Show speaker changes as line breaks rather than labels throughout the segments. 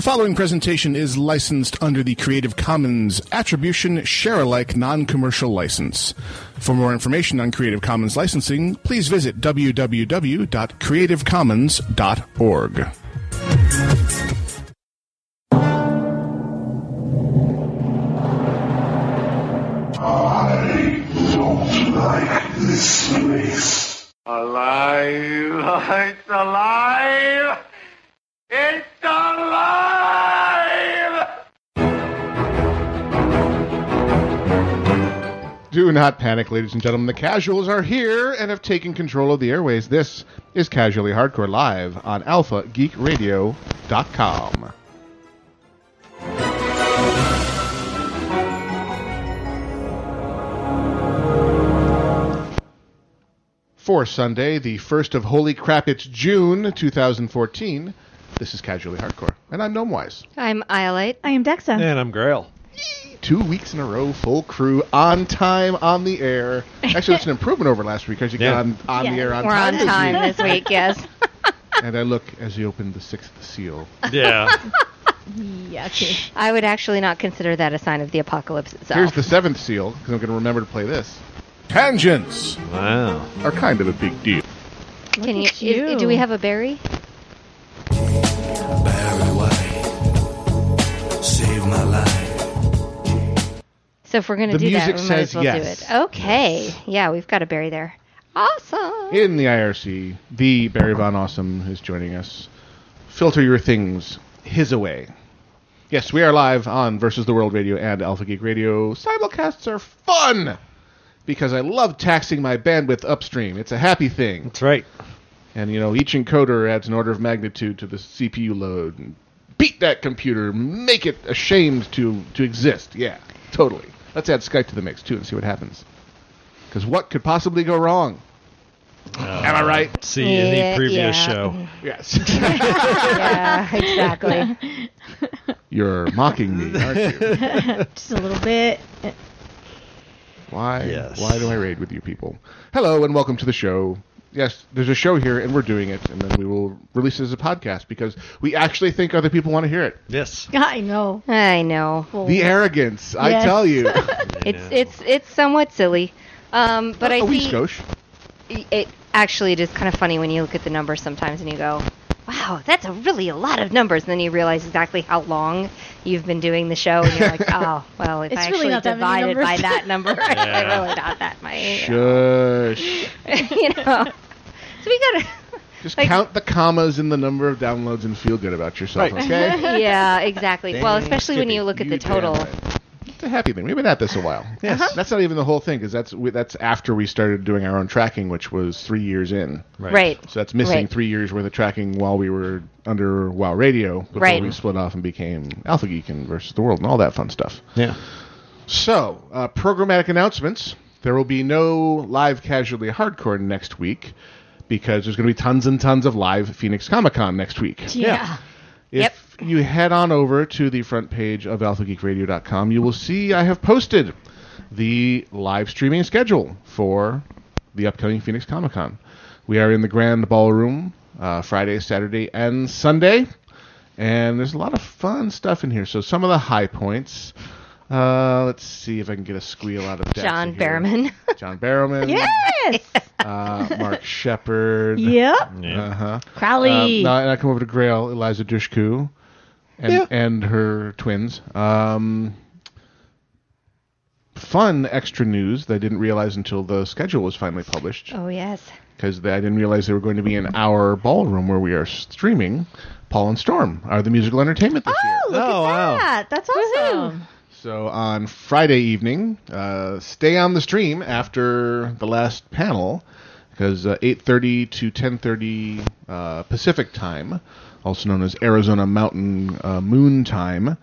following presentation is licensed under the Creative Commons Attribution Share Alike Non Commercial License. For more information on Creative Commons licensing, please visit www.creativecommons.org.
I don't like this place.
Alive! It's alive! It's alive!
Do not panic, ladies and gentlemen. The casuals are here and have taken control of the airways. This is Casually Hardcore Live on AlphaGeekRadio.com. For Sunday, the first of Holy Crap, it's June 2014. This is Casually Hardcore, and I'm Gnome Wise.
I'm Iolite.
I am Dexa.
And I'm Grail.
Two weeks in a row, full crew, on time, on the air. Actually, it's an improvement over last week because you
Yeah.
got on, on the
Yeah.
air on
We're
time.
on
this
time
week.
this week, yes.
And I look as he opened the sixth seal.
Oh.
Yeah.
Yucky.
I would actually not consider that a sign of the apocalypse itself.
Here's the seventh seal because I'm going to remember to play this. Tangents
wow.
are kind of a big deal.
Can you,
Look at you.
Is, do we have a berry?
Barry White, save my life.
So if we're going
The
to do that,
music
we might
says
as well
yes.
do it. Okay. Yeah, we've got a berry there. Awesome.
In the IRC, the Barry Von Awesome is joining us. Filter your things his away. Yes, we are live on Versus the World Radio and Alpha Geek Radio. Simulcasts are fun because I love taxing my bandwidth upstream. It's a happy thing.
That's right.
And you know, each encoder adds an order of magnitude to the CPU load. And beat that computer, make it ashamed to to exist. Yeah, totally. Let's add Skype to the mix too and see what happens. Because what could possibly go wrong? Am I right?
See
Yeah,
in the previous
yeah. Mm-hmm.
show.
Yes.
yeah, exactly.
You're mocking me, aren't you?
Just a little bit.
Why?
Yes.
Why do I raid with you people? Hello and welcome to the show. Yes, there's a show here and we're doing it, and then we will release it as a podcast because we actually think other people want to hear it.
Yes.
I know.
I know.
The arrogance, I
Yes.
tell you.
It's it's it's somewhat silly. Um, but I
a wee
see
skosh.
it actually it is kind of funny when you look at the numbers sometimes and you go, "Wow, that's a really a lot of numbers." And then you realize exactly how long you've been doing the show, and you're like, "Oh, well, if
It's
I actually
really not that many
divided by
numbers."
that number,
Yeah.
I really not that many."
Shush.
you know, so we gotta.
Just
Like-
count the commas in the number of downloads and feel good about yourself,
Right.
Uh-huh.
okay?
yeah, exactly. Well, especially when you look at
You
the
damn
total.
right. It's a happy thing. We've been at this a while. Yes.
Uh-huh.
That's not even the whole thing because that's we, that's after we started doing our own tracking, which was three years in.
Right.
So that's missing
Right.
three years worth of tracking while we were under WoW Radio before
Right.
we split off and became Alpha Geek and Versus the World and all that fun stuff.
Yeah.
So, uh, programmatic announcements. There will be no live casually hardcore next week because there's going to be tons and tons of live Phoenix Comic Con next week.
Yeah.
If you head on over to the front page of alphageekradio.com, you will see I have posted the live streaming schedule for the upcoming Phoenix Comic Con. We are in the Grand Ballroom uh, Friday, Saturday, and Sunday, and there's a lot of fun stuff in here. So some of the high points. Uh, let's see if I can get a squeal out of Daxa
John
here.
Barrowman.
John Barrowman.
Yes.
Uh, Mark Shepard.
yep.
Yeah.
Uh huh.
Crowley.
Um, now, and I come over to Grail, Eliza Dushku, and,
Yeah.
and her twins. Um, fun extra news that I didn't realize until the schedule was finally published
Oh yes.
because I didn't realize they were going to be in our ballroom where we are streaming. Paul and Storm are the musical entertainment this year.
oh, look
Oh,
at
wow.
that. That's awesome.
So on Friday evening, uh, stay on the stream after the last panel because uh, 8:30 to 10:30 uh, Pacific time, also known as Arizona Mountain uh, Moon time,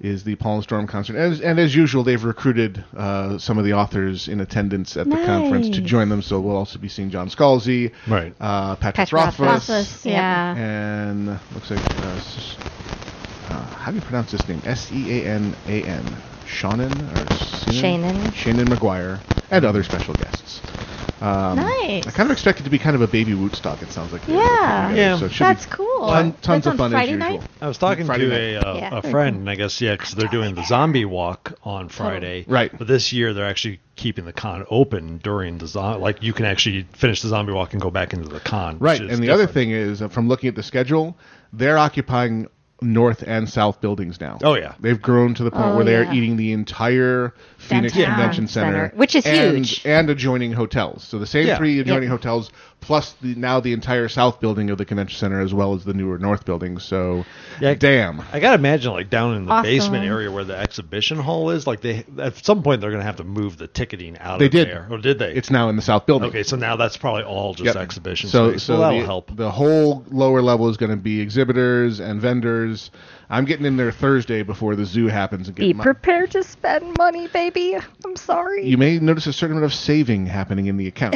is the Pollen Storm concert. And, and as usual, they've recruited uh, some of the authors in attendance at the conference to
Nice.
join them. So we'll also be seeing John Scalzi,
Right.
uh, Patrick,
Patrick
Rothfuss,
Rothfuss,
Yeah.
and looks like uh, S- uh, how do you pronounce this name? S E A N A N. Shannon or Shannon?
Shannon.
Shannon McGuire and other special guests. Um,
Nice.
I kind of expect it to be kind of a baby Wootstock. It sounds like. they ended up
Yeah.
putting together,
Yeah.
So it should
That's
be
cool.
ton- tons
That's
of
on
fun
Friday
as
night?
usual.
I was talking
Friday
to a, uh,
Yeah.
a friend, and I guess yeah, because they're doing the zombie walk on Friday.
Right.
But this year they're actually keeping the con open during the zombie. Like you can actually finish the zombie walk and go back into the con.
Right,
which
and
is
the other
different.
thing is, uh, from looking at the schedule, they're occupying north and south buildings now.
Oh, yeah.
they've grown to the point
Oh,
where they're
yeah.
eating the entire Phoenix
Downtown
Convention Center,
Center, which is
and,
huge.
and adjoining hotels. So the same
Yeah.
three adjoining
Yeah.
hotels, plus the, now the entire south building of the convention center, as well as the newer north building. So,
Yeah.
damn,
I gotta imagine like down in the basement
Awesome.
area where the exhibition hall is. Like they at some point they're gonna have to move the ticketing out
They
of
did.
there. Or did they?
it's now in the south building.
okay. So now that's probably all just
Yep.
exhibition
So,
space.
so
well, that'll
the,
help.
The whole lower level is going to be exhibitors and vendors. I'm getting in there Thursday before the zoo happens and get
Be
my-
prepared to spend money, baby. I'm sorry.
you may notice a certain amount of saving happening in the account.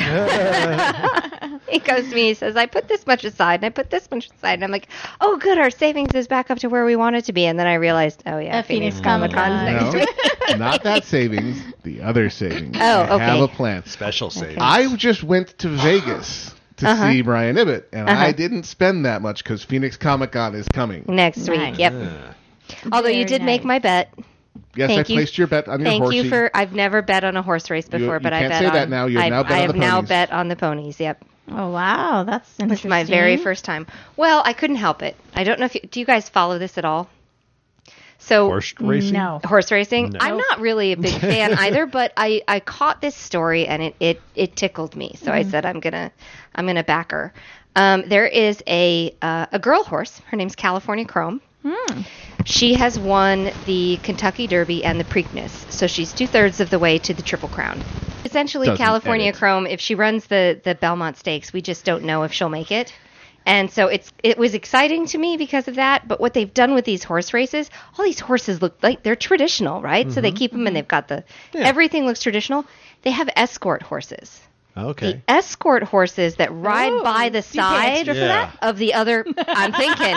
he comes to me. He says, "I put this much aside, and I put this much aside." And I'm like, "Oh, good. Our savings is back up to where we want it to be." And then I realized, "Oh yeah,
At Phoenix Comic Con.
Comic-Con's
no,
next week."
not that savings, the other savings.
Oh,
I have
okay.
a plan.
Special savings.
I just went to Vegas to see Brian Ibbett, and I
Uh-huh. Mm-hmm.
didn't spend that much because Phoenix Comic Con is coming.
Next
Nice.
week. Yep. Although you
Very
did make
nice.
my bet.
Yes,
Thank
I
you.
placed your bet on your
Thank
horsey.
you for. I've never bet on a horse race
You-
before,
you
but I
can't
bet
say
on.
that now. You have
I,
now bet
I
on
have
the
now
ponies.
bet on the ponies. Yep,
Oh wow, that's
it's
interesting.
my very first time. Well, I couldn't help it. I don't know if you, do you guys follow this at all. So
Horse racing.
No.
horse racing.
No.
I'm not really a big fan either, but I, I caught this story and it, it, it tickled me. So I said I'm gonna I'm gonna back her. Um, there is a uh, a girl horse. Her name's California Chrome.
Mm.
She has won the Kentucky Derby and the Preakness, so she's two thirds of the way to the Triple Crown. Essentially,
Doesn't
California
edit.
Chrome. If she runs the the Belmont Stakes, we just don't know if she'll make it. And so it's it was exciting to me because of that. But what they've done with these horse races, all these horses look like they're traditional, right? So
Mm-hmm.
they keep them and they've got the everything looks traditional. They have escort horses.
Okay.
The escort horses that ride
Oh,
by the
sea pants.
side or for
Yeah.
that, of the other. I'm thinking,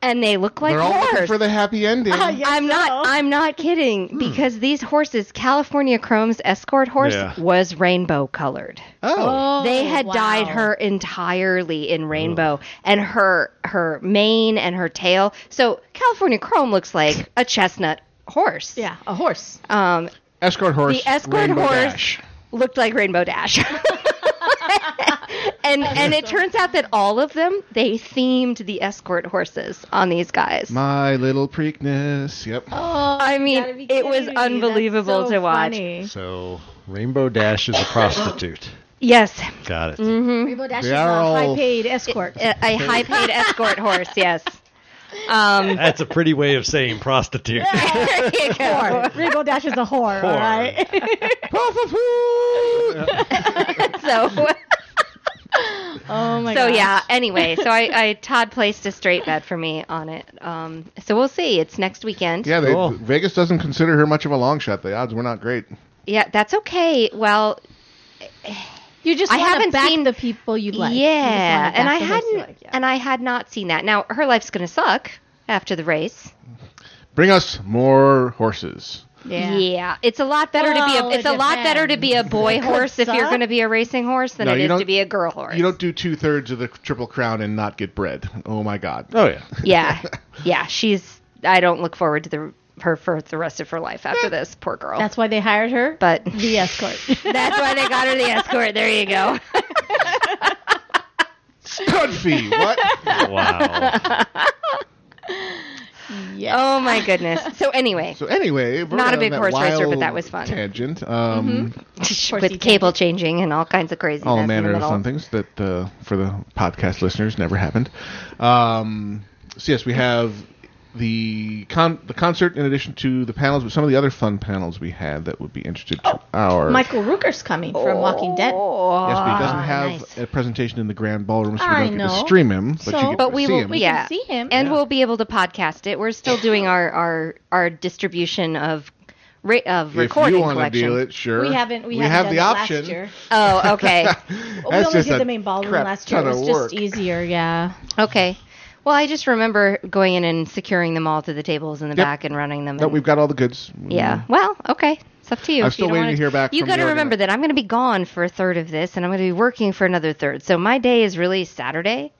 and they look like
They're all looking
horse. Uh-huh.
for the happy ending.
yeah.
I'm not.
so.
I'm not kidding because these horses, California Chrome's escort horse,
Yeah.
was rainbow colored.
Oh,
they had dyed her entirely in rainbow, and her her mane and her tail. So California Chrome looks like a chestnut horse.
Yeah, a horse.
Um,
escort horse.
the escort
Rainbow
horse
Dash.
looked like Rainbow Dash. and and it turns out that all of them they themed the escort horses on these guys.
My little Preakness. Yep.
Oh,
I
you
mean,
gotta be
it was
kidding me. That's
unbelievable
so
to watch.
funny.
So Rainbow Dash is a prostitute.
Yes,
Got it.
Rainbow Dash
They
is a
are all-
high-paid escort.
Uh, a, a high-paid escort horse. Yes. Um,
That's a pretty way of saying prostitute.
there you go.
Whore. Rainbow Dash is a whore. All right.
So,
Oh my
so
gosh.
yeah. Anyway, so I, I Todd placed a straight bet for me on it. Um, so we'll see. It's next weekend.
Yeah, they,
Cool.
Vegas doesn't consider her much of a long shot. The odds were not great.
Yeah, that's okay. Well,
You just
I
wanna
haven't
back
seen-
the people you like. You just
yeah,
wanna back
and I
the horse you
hadn't,
like, yeah.
and I had not seen that. Now her life's gonna suck after the race.
Bring us more horses.
Yeah, it's a lot better to
Well,
be a,
it
it's a lot better to be a boy horse if you're
suck.
going to be a racing horse than
No,
it
you
is
don't-
to be a girl horse.
You don't do two thirds of the Triple Crown and not get bread. Oh my God.
Oh yeah.
yeah, yeah. She's. I don't look forward to the her for the rest of her life after this. Poor girl.
That's why they hired her.
but
the escort.
that's why they got her the escort. There you go.
Stud fee. What?
Wow.
yeah.
Oh my goodness. So anyway,
So anyway, we're
Not a
on
big
that
horse racer, but
wild
that was fun. Mm-hmm.
Tangent. Um,
with cable changing and all kinds of craziness.
All
in the
manner of
middle.
fun things that uh, for the podcast listeners never happened. Um, so yes, we have the con- the concert in addition to the panels, but some of the other fun panels we had that would be interested
Oh,
to our
Michael Rooker's coming from Walking Dead.
Yes, but he doesn't have
Ah, nice.
a presentation in the grand ballroom, so we
I
don't get to
know.
stream him. But
So-
you get
But
to
we
see
will-
him.
We
Yeah.
can see him.
and we'll be able to podcast it. We're still doing our our our distribution of ra- of
if
recording
you want to
collection.
deal it, sure.
we haven't. We,
have
haven't
the
done it
option.
Last year.
Oh, okay,
Well,
That's
we
just
only
a
did the main ballroom
crap
last year. It
ton
was
of
just
work.
easier. Yeah.
okay. Well, I just remember going in and securing them all to the tables in the
Yep.
back and running them.
No,
and-
we've got all the goods.
yeah. Well, okay. It's up to you.
Mm-hmm. I'm
if
still
you don't
waiting
wanna-
to hear back
You
from
got to
the
remember
organi-
that I'm going to be gone for a third of this, and I'm going to be working for another third. So my day is really Saturday.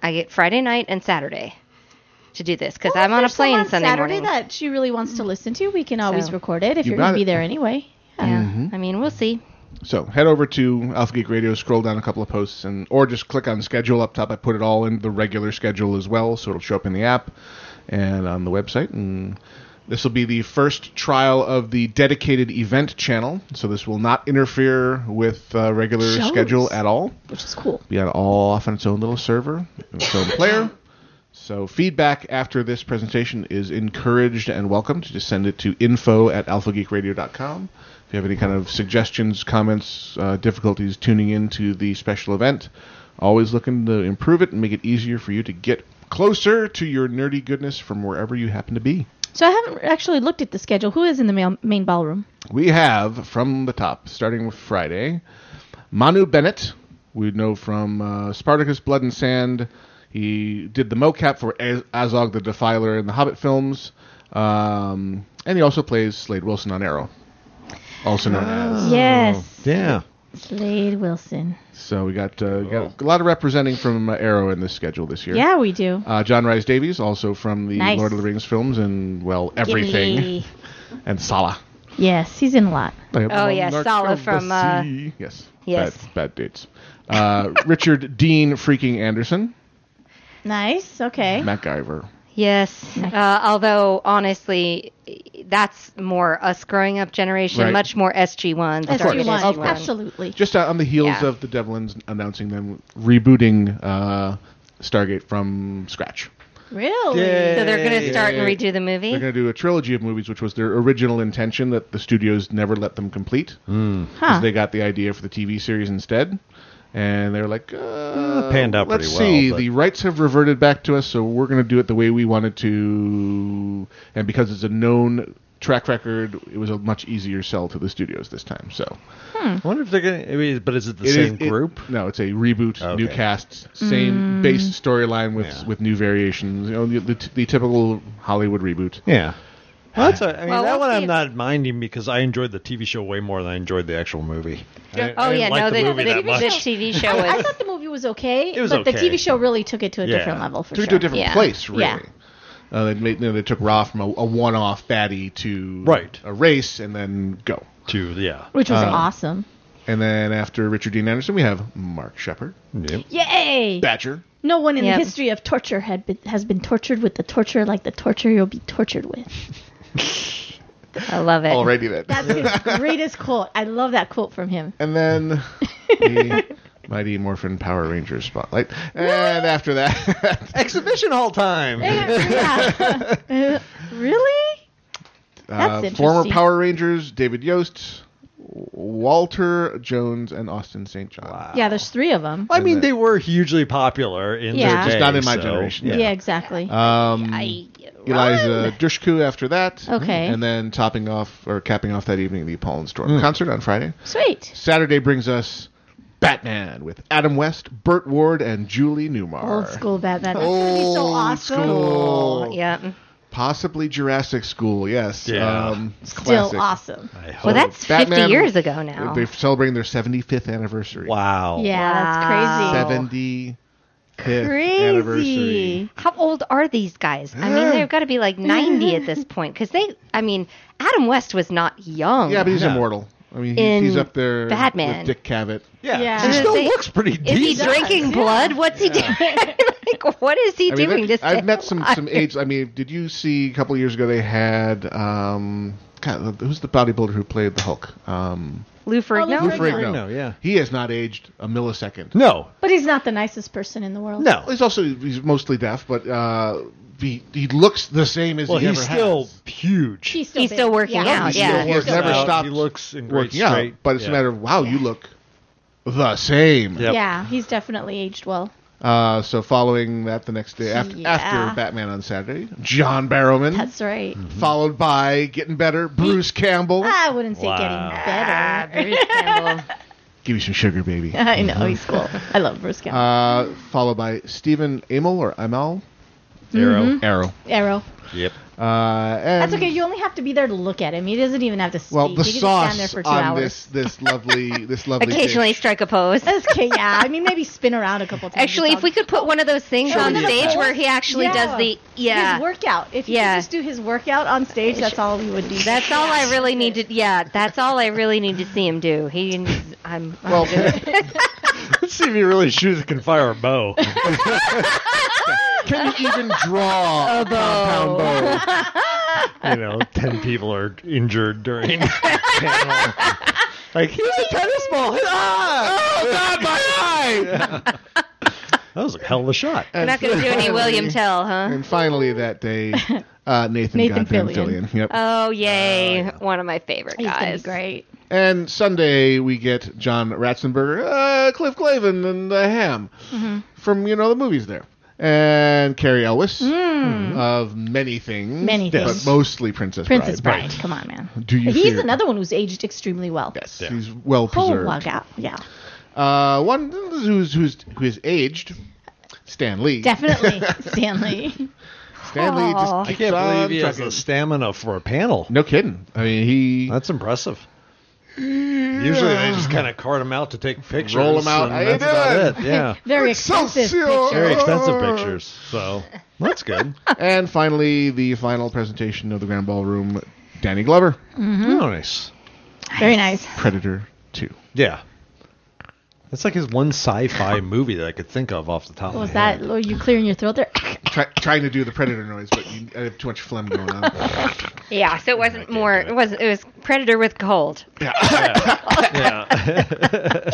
I get Friday night and Saturday to do this because
Well,
I'm on a
if there's some
plane
on
Sunday
Saturday
morning.
that she really wants to listen to. We can always
So-
record it if
You
you are going
got
to be
it. Mm-hmm.
there anyway. Yeah.
yeah, I mean we'll see.
So head over to Alpha Geek Radio, scroll down a couple of posts, and or just click on schedule up top. I put it all in the regular schedule as well, so it'll show up in the app and on the website. And this will be the first trial of the dedicated event channel, so this will not interfere with uh, regular
Shows.
schedule at all.
Which is cool.
Be on all off on its own little server, its own player. So feedback after this presentation is encouraged and welcomed. Just send it to info at alphageekradio.com. If you have any kind of suggestions, comments, uh, difficulties tuning into the special event, always looking to improve it and make it easier for you to get closer to your nerdy goodness from wherever you happen to be.
So I haven't actually looked at the schedule. Who is in the mail, main ballroom?
We have from the top, starting with Friday, Manu Bennett. We know from uh, Spartacus Blood and Sand. He did the mocap for Az- Azog the Defiler in the Hobbit films, um, and he also plays Slade Wilson on Arrow, also known as.
Ah. Yes.
Yeah.
Slade Wilson.
So we got uh, we got a lot of representing from uh, Arrow in this schedule this year.
Yeah, we do.
Uh, John Rhys Davies, also from the
Nice.
Lord of the Rings films and well everything,
Gimli.
and Sala.
Yes, he's in a lot.
Oh
yeah, Sala from, uh,
yes,
yes.
bad, bad dates. Uh, Richard Dean freaking Anderson,
Nice. Okay.
MacGyver.
Yes. Uh, although honestly, that's more us growing up generation,
Right.
much more SG one.
That's
course,
what you want.
of course.
Absolutely.
Just uh, on the heels
Yeah.
of the Devlins announcing them rebooting uh, Stargate from scratch.
Really?
So they're going to start and
Yay.
redo the movie.
They're going to do a trilogy of movies, which was their original intention that the studios never let them complete. 'cause
Huh.
They got the idea for the TV series instead. And they were like, uh,
Eh, panned out
let's
pretty well,
see.
but-
The rights have reverted back to us, so we're going to do it the way we wanted to. And because it's a known track record, it was a much easier sell to the studios this time. So
Hmm.
I wonder if they're going to. But is it the
it is-
same
it-
group?
no, it's a reboot, new
Okay.
casts, same base storyline with
Yeah.
with new variations. You know, the, the, t- the typical Hollywood reboot.
Yeah. Well, that's all right. I mean,
Well,
that
we'll
one
see
I'm
if-
not minding because I enjoyed the TV show way more than I enjoyed the actual movie. I- I
Oh
didn't
yeah,
like
no,
the
the,
movie
the,
that much.
the TV show
I, I
was
thought the movie was okay,
It was
but
okay.
the TV show really took it to a
Yeah.
different level for
took it to
sure.
a different
Yeah.
place, really.
Yeah.
Uh, they, made, you know, they took Raw from a, a one-off baddie to
Right.
a race and then go.
Two, yeah.
Which was awesome.
And then after Richard Dean Anderson, we have Mark Shepard,
Yep.
Yay!
Badger,
No one in
Yep.
the history of torture had been, has been tortured with the torture like the torture you'll be tortured with.
I love it.
already then.
That's his greatest quote. I love that quote from him.
and then the Mighty Morphin Power Rangers spotlight. And after that, uh,
Exhibition hall time.
Yeah. Uh, really? That's
uh, former
interesting.
Power Rangers David Yost, Walter Jones, and Austin St. John.
Yeah, there's three of them.
I mean, they were hugely popular in
Yeah.
their day.
Just
not in my
so-
generation.
Yeah,
Yeah.
exactly.
Um, Eliza Dushku after that.
Okay.
And then topping off or capping off that evening the Paul and
Hmm.
Storm concert on Friday.
Sweet.
Saturday brings us Batman with Adam West, Burt Ward, and Julie Newmar.
Old school Batman. That's going to be so
Old
awesome.
school.
Yeah.
Possibly Jurassic School, yes.
Yeah.
Um,
Still
classic.
awesome.
I hope.
Well, that's
Batman-
50 years ago now.
They're celebrating their 75th anniversary.
wow.
Yeah,
Wow.
that's crazy.
75th anniversary.
Crazy.
How old are these guys? I mean, they've got to be like 90 at this point because they. I mean, Adam West was not young.
Yeah, but he's
Yeah.
immortal. I mean, he's,
In
he's up there
Batman.
with Dick Cavett.
Yeah.
Yeah.
She still
They-
looks pretty
is he
decent.
drinking blood? What's he doing? like, what is he
I mean,
doing?
that-
to
I've
stay
met some
alive?
some age. I mean, did you see a couple of years ago they had um, God, who's the bodybuilder who played the Hulk? Um,
Lou Ferrigno.
Lou
Lou
Ferrigno.
Ferrigno, yeah.
he has not aged a millisecond.
No.
But he's not the nicest person in the world.
No.
Well, he's also he's mostly deaf, but uh, he he looks the same as
Well,
he
he's
ever
still
has.
huge.
He's still,
He's
big.
still working
yeah.
out,
He's
yeah.
still
He
works
works
never
out.
stopped
He looks in great
working out,
shape.
but it's
Yeah.
a matter of wow, you look the same.
Yep.
Yeah, he's definitely aged well.
Uh, so following that, the next day after,
Yeah.
after Batman on Saturday, John Barrowman,
That's right.
followed by getting better Bruce Campbell.
I wouldn't say
Wow.
getting better.
Bruce Campbell.
Give me some sugar, baby.
I know he's cool. I love Bruce Campbell.
Uh, followed by Stephen Amell or Amell
Arrow.
Arrow.
Arrow.
Yep.
Uh, and
That's okay. You only have to be there to look at him. He doesn't even have to speak.
well, the
he can
sauce
just stand there for two
on this
hours.
this lovely this lovely
Occasionally
dish.
strike a pose.
That's okay, yeah. I mean, maybe spin around a couple times.
Actually, if we could put one of those things
Sure,
on
yeah.
stage where he actually
Yeah.
does the yeah.
his workout. If you
Yeah.
could just do his workout on stage, that's all we would do.
That's all I really need to. Yeah, that's all I really need to see him do. He, I'm. I'm
Well,
good.
Let's see if he really shoots can fire a bow.
Can you even
Oh,
draw a compound bow?
you know, ten people are injured during panel. Like here's a tennis ball. Ah!
Oh God, my eye!
That was a hell of a shot.
We're not going to do any William Tell, huh?
And finally, that day, uh, Nathan,
Nathan
goddamn
Fillion.
Fillion. Yep.
Oh yay! One of my favorite
He's gonna be
guys.
great.
and Sunday we get John Ratzenberger, uh, Cliff Clavin, and uh, Ham
Mm-hmm.
from you know the movies there, and Carrie Elwes of many things,
Mm. Many
but
things.
mostly Princess,
Princess
Bride.
Bride. Come on, man.
Do you?
He's
fear-
another one who's aged extremely well.
Yes, he's well
Whole
preserved.
workout. Yeah.
Uh, one who's who's who is aged. Stan Lee.
Definitely, Stanley.
Stan Lee
Aw. I
just
I
keeps
can't
on
believe he has
trucking.
the stamina for a panel.
No kidding. I mean, he
That's impressive. Usually they just kind of cart them out to take pictures.
Roll 'em out.
and
How you
That's about
doing?
it. Yeah.
Very expensive
Excelsior!
picture.
Very expensive pictures. So that's good.
And finally, the final presentation of the Grand Ballroom, Danny Glover,
Mm-hmm.
Oh, nice.
Very nice.
Predator 2.
Yeah. That's like his one sci-fi movie that I could think of off the top
What
of
was
my
that?
head.
Were you clearing your throat there?
Try, trying to do the Predator noise, but you, I have too much phlegm going on.
Yeah, so it wasn't more. It was not It was Predator with cold.
yeah,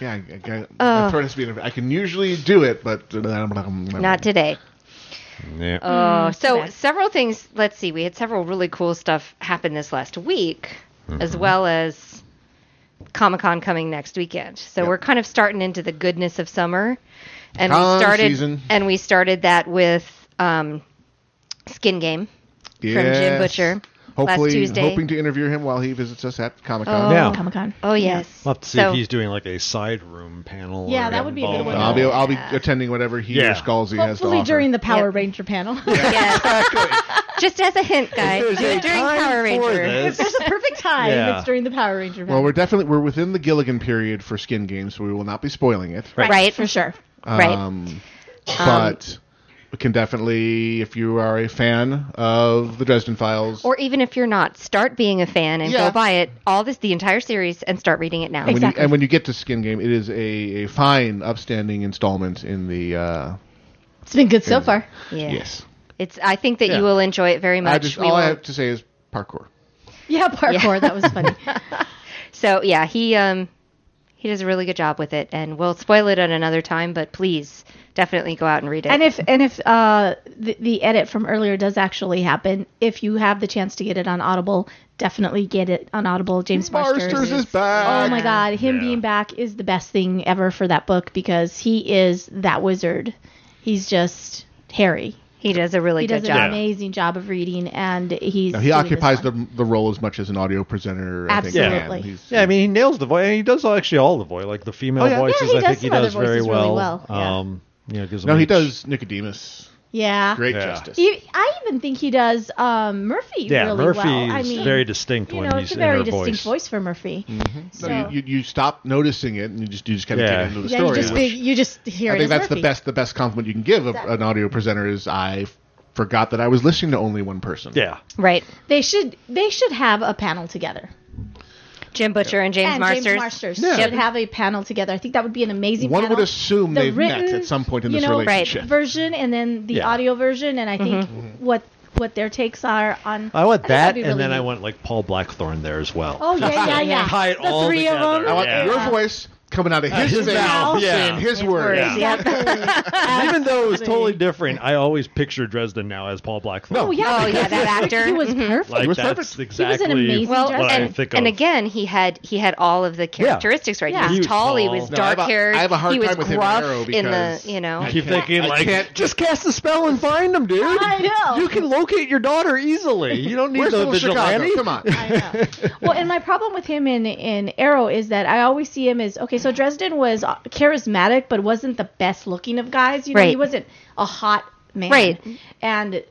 I, I,
Oh.
my throat has to be. I can usually do it, but
Not today.
Yeah.
Oh, so
Hmm, bad.
several things. Let's see. We had several really cool stuff happen this last week,
Mm-hmm.
as well as Comic Con coming next weekend. So we're kind of starting into the goodness of summer, and
Con
we started
season.
and we started that with um, Skin Game from Jim
Yes.
Butcher
Hopefully,
last Tuesday.
hoping to interview him while he visits us at Comic Con.
Yeah.
Comic Con.
oh yes.
I'll have to see
So-
if he's doing like a side room panel.
Yeah,
or
that would be a good
involved
one.
I'll be I'll be
Yeah.
attending whatever he
Yeah.
or Scalzi has to
Hopefully
offer.
during the Power
Yep.
Ranger panel.
Yes. Just as a hint, guys.
There's a
During
time
Power
for
Ranger.
this.
There's a perfect time.
Yeah.
It's during the Power Ranger panel.
well, we're definitely we're within the Gilligan period for Skin Games, so we will not be spoiling it.
Right.
Right.
for sure.
Right.
Um, but we can definitely, if you are a fan of the Dresden Files,
Or even if you're not, start being a fan and
Yeah.
go buy it all this the entire series and start reading it now.
when you-
Exactly.
and when you get to Skin Game, it is a, a fine, upstanding installment in the. Uh,
It's been good so far.
Yeah.
Yes.
It's I think that
Yeah.
you will enjoy it very much.
I just,
We
all I
will-
have to say is parkour.
Yeah, parkour. That was funny.
So yeah, he um he does a really good job with it and we'll spoil it at another time, but please definitely go out and read it.
and if and if uh, the, the edit from earlier does actually happen, if you have the chance to get it on Audible, definitely get it on Audible. James Marsters
Marsters is back.
Oh my God, him
Yeah.
being back is the best thing ever for that book because he is that wizard. He's just Harry.
he does a really
He
good
does an
job.
amazing job of reading, and he's
Now, he
doing
occupies
this
the,
one.
the role as much as an audio presenter. I think,
Absolutely.
can. He's-
Yeah, I mean, he nails the voice. He does actually all the voice, like the female
Oh, yeah.
voices.
Yeah, he
I
does
think he
some other
does very
voices really
well.
well, yeah.
Um, you know, gives
no,
him
he
each-
does Nicodemus.
yeah.
Great
Yeah.
justice.
E- I even think he does um, Murphy
Yeah,
really
Murphy
well. I
is
mean,
very distinct
you
when
know,
he's
it's a very
in her
distinct voice.
voice.
for Murphy.
So
Mm-hmm.
So,
you, you, you stop noticing it and you just you just kind of
Yeah.
get into the
yeah,
story.
you just
which
be- you just hear
I
it
think
as
that's
Murphy.
the best the best compliment you can give a, an audio presenter is I f- forgot that I was listening to only one person.
Yeah,
Right.
They should they should have a panel together.
Jim Butcher and James
and
Marsters.
James Marsters should have a panel together. I think that would be an amazing.
One
panel.
would assume
The
they've met
written,
at some point in
you
this
know,
relationship. Mm-hmm.
version and then the
Yeah.
audio version, and I
Mm-hmm.
think what what their takes are on.
I want
think
that,
that'd be
and
really
then I
neat.
want like Paul Blackthorne there as well.
Oh yeah, yeah, yeah.
Tie it
the
all
three of
together.
them.
I want
Yeah. Uh,
your voice coming out of his,
his
mouth,
mouth, yeah.
saying his, words. Oh,
words,
Yeah. Even though it was
Absolutely.
totally different, I always picture Dresden now as Paul Blackthorne.
No.
Oh yeah,
Oh, yeah,
because
that
he was-
actor. Mm-hmm.
He was perfect.
like
was
that's
perfect.
exactly.
amazing
well,
What
I
and,
think
and
of.
again, he had he had all of the characteristics right.
Yeah.
He was
He
was
tall, he
tall.
was
No,
I have
dark
a-
haired,
I have a hard
he was
time with him in
gruff
Arrow
in the
because
you know.
I
keep
can't-
thinking
I
like,
can't-
just cast the spell and find him, dude.
I know.
You can locate your daughter easily. You don't need
Where's
the
little
vigilante.
Chicago? Come on.
I know. well, and my problem with him in in Arrow is that I always see him as okay. So Dresden was charismatic, but wasn't the best looking of guys. You know, he
Right.
wasn't a hot man.
Right.
And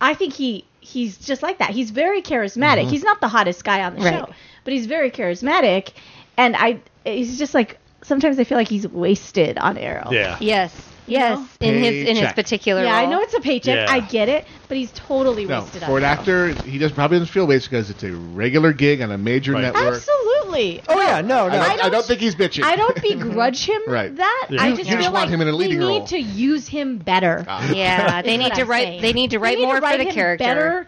I think he he's just like that. He's very charismatic. He's not the hottest guy on the
Mm-hmm. Right.
show, but he's very charismatic, and I he's just like sometimes I feel like he's wasted on Arrow.
Yeah.
Yes. Yes. In his in his
Paycheck.
particular
Yeah, I
role.
know it's a paycheck.
Yeah.
I get it, but he's totally
No,
wasted
for
on
an
Arrow.
actor, he just probably doesn't feel wasted because it's a regular gig on a major
Right.
network.
Absolutely.
Oh yeah, no,
I,
no.
don't,
I
I
don't-
don't think he's bitching.
I don't begrudge him
Right.
that.
Yeah.
I
You-
just
you
feel
just
like
want him in a leading
we
role.
need to use him better.
Yeah, they
That's
need
what
to
I'm
write.
saying.
They need to
We
write more
write
for the
him
character.
Better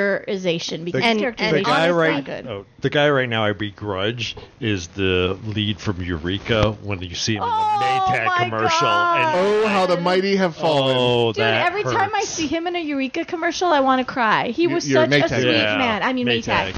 characterization because
And-
characterization
the
and
guy
is
right,
not good.
oh, the guy right now I begrudge is the lead from Eureka when you see him
Oh,
in the Maytag
my
commercial. And
Oh, how the mighty have fallen.
oh,
Dude,
that
every time I
hurts.
see him in a Eureka commercial, I want to cry. He
You-
was
you're
such a
Maytag.
sweet
Yeah.
man. I mean, Maytag.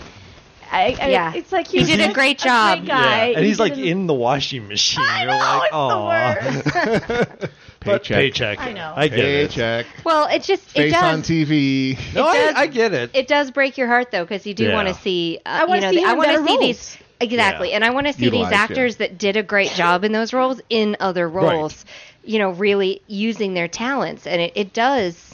I, I,
Yeah.
It's like
He
was
did a
such
great
great
job. Yeah.
guy.
And
He
he's like
did a-
in the washing machine.
I
You're like,
know, it's the
oh,
worst.
but
Paycheck.
paycheck.
I know.
I get it.
Paycheck.
Well, it just it
Face
does.
on TV.
No,
does-
I, I get it.
It does break your heart though, because you do
Yeah.
want to see. Uh,
I wanna
you know,
see
the-
him
I
in
want
better
to see
roles.
these exactly,
Yeah.
and I want to see
Utilized,
these
yeah.
actors that did a great job in those roles in other roles. You know, really using their talents, and it, it does.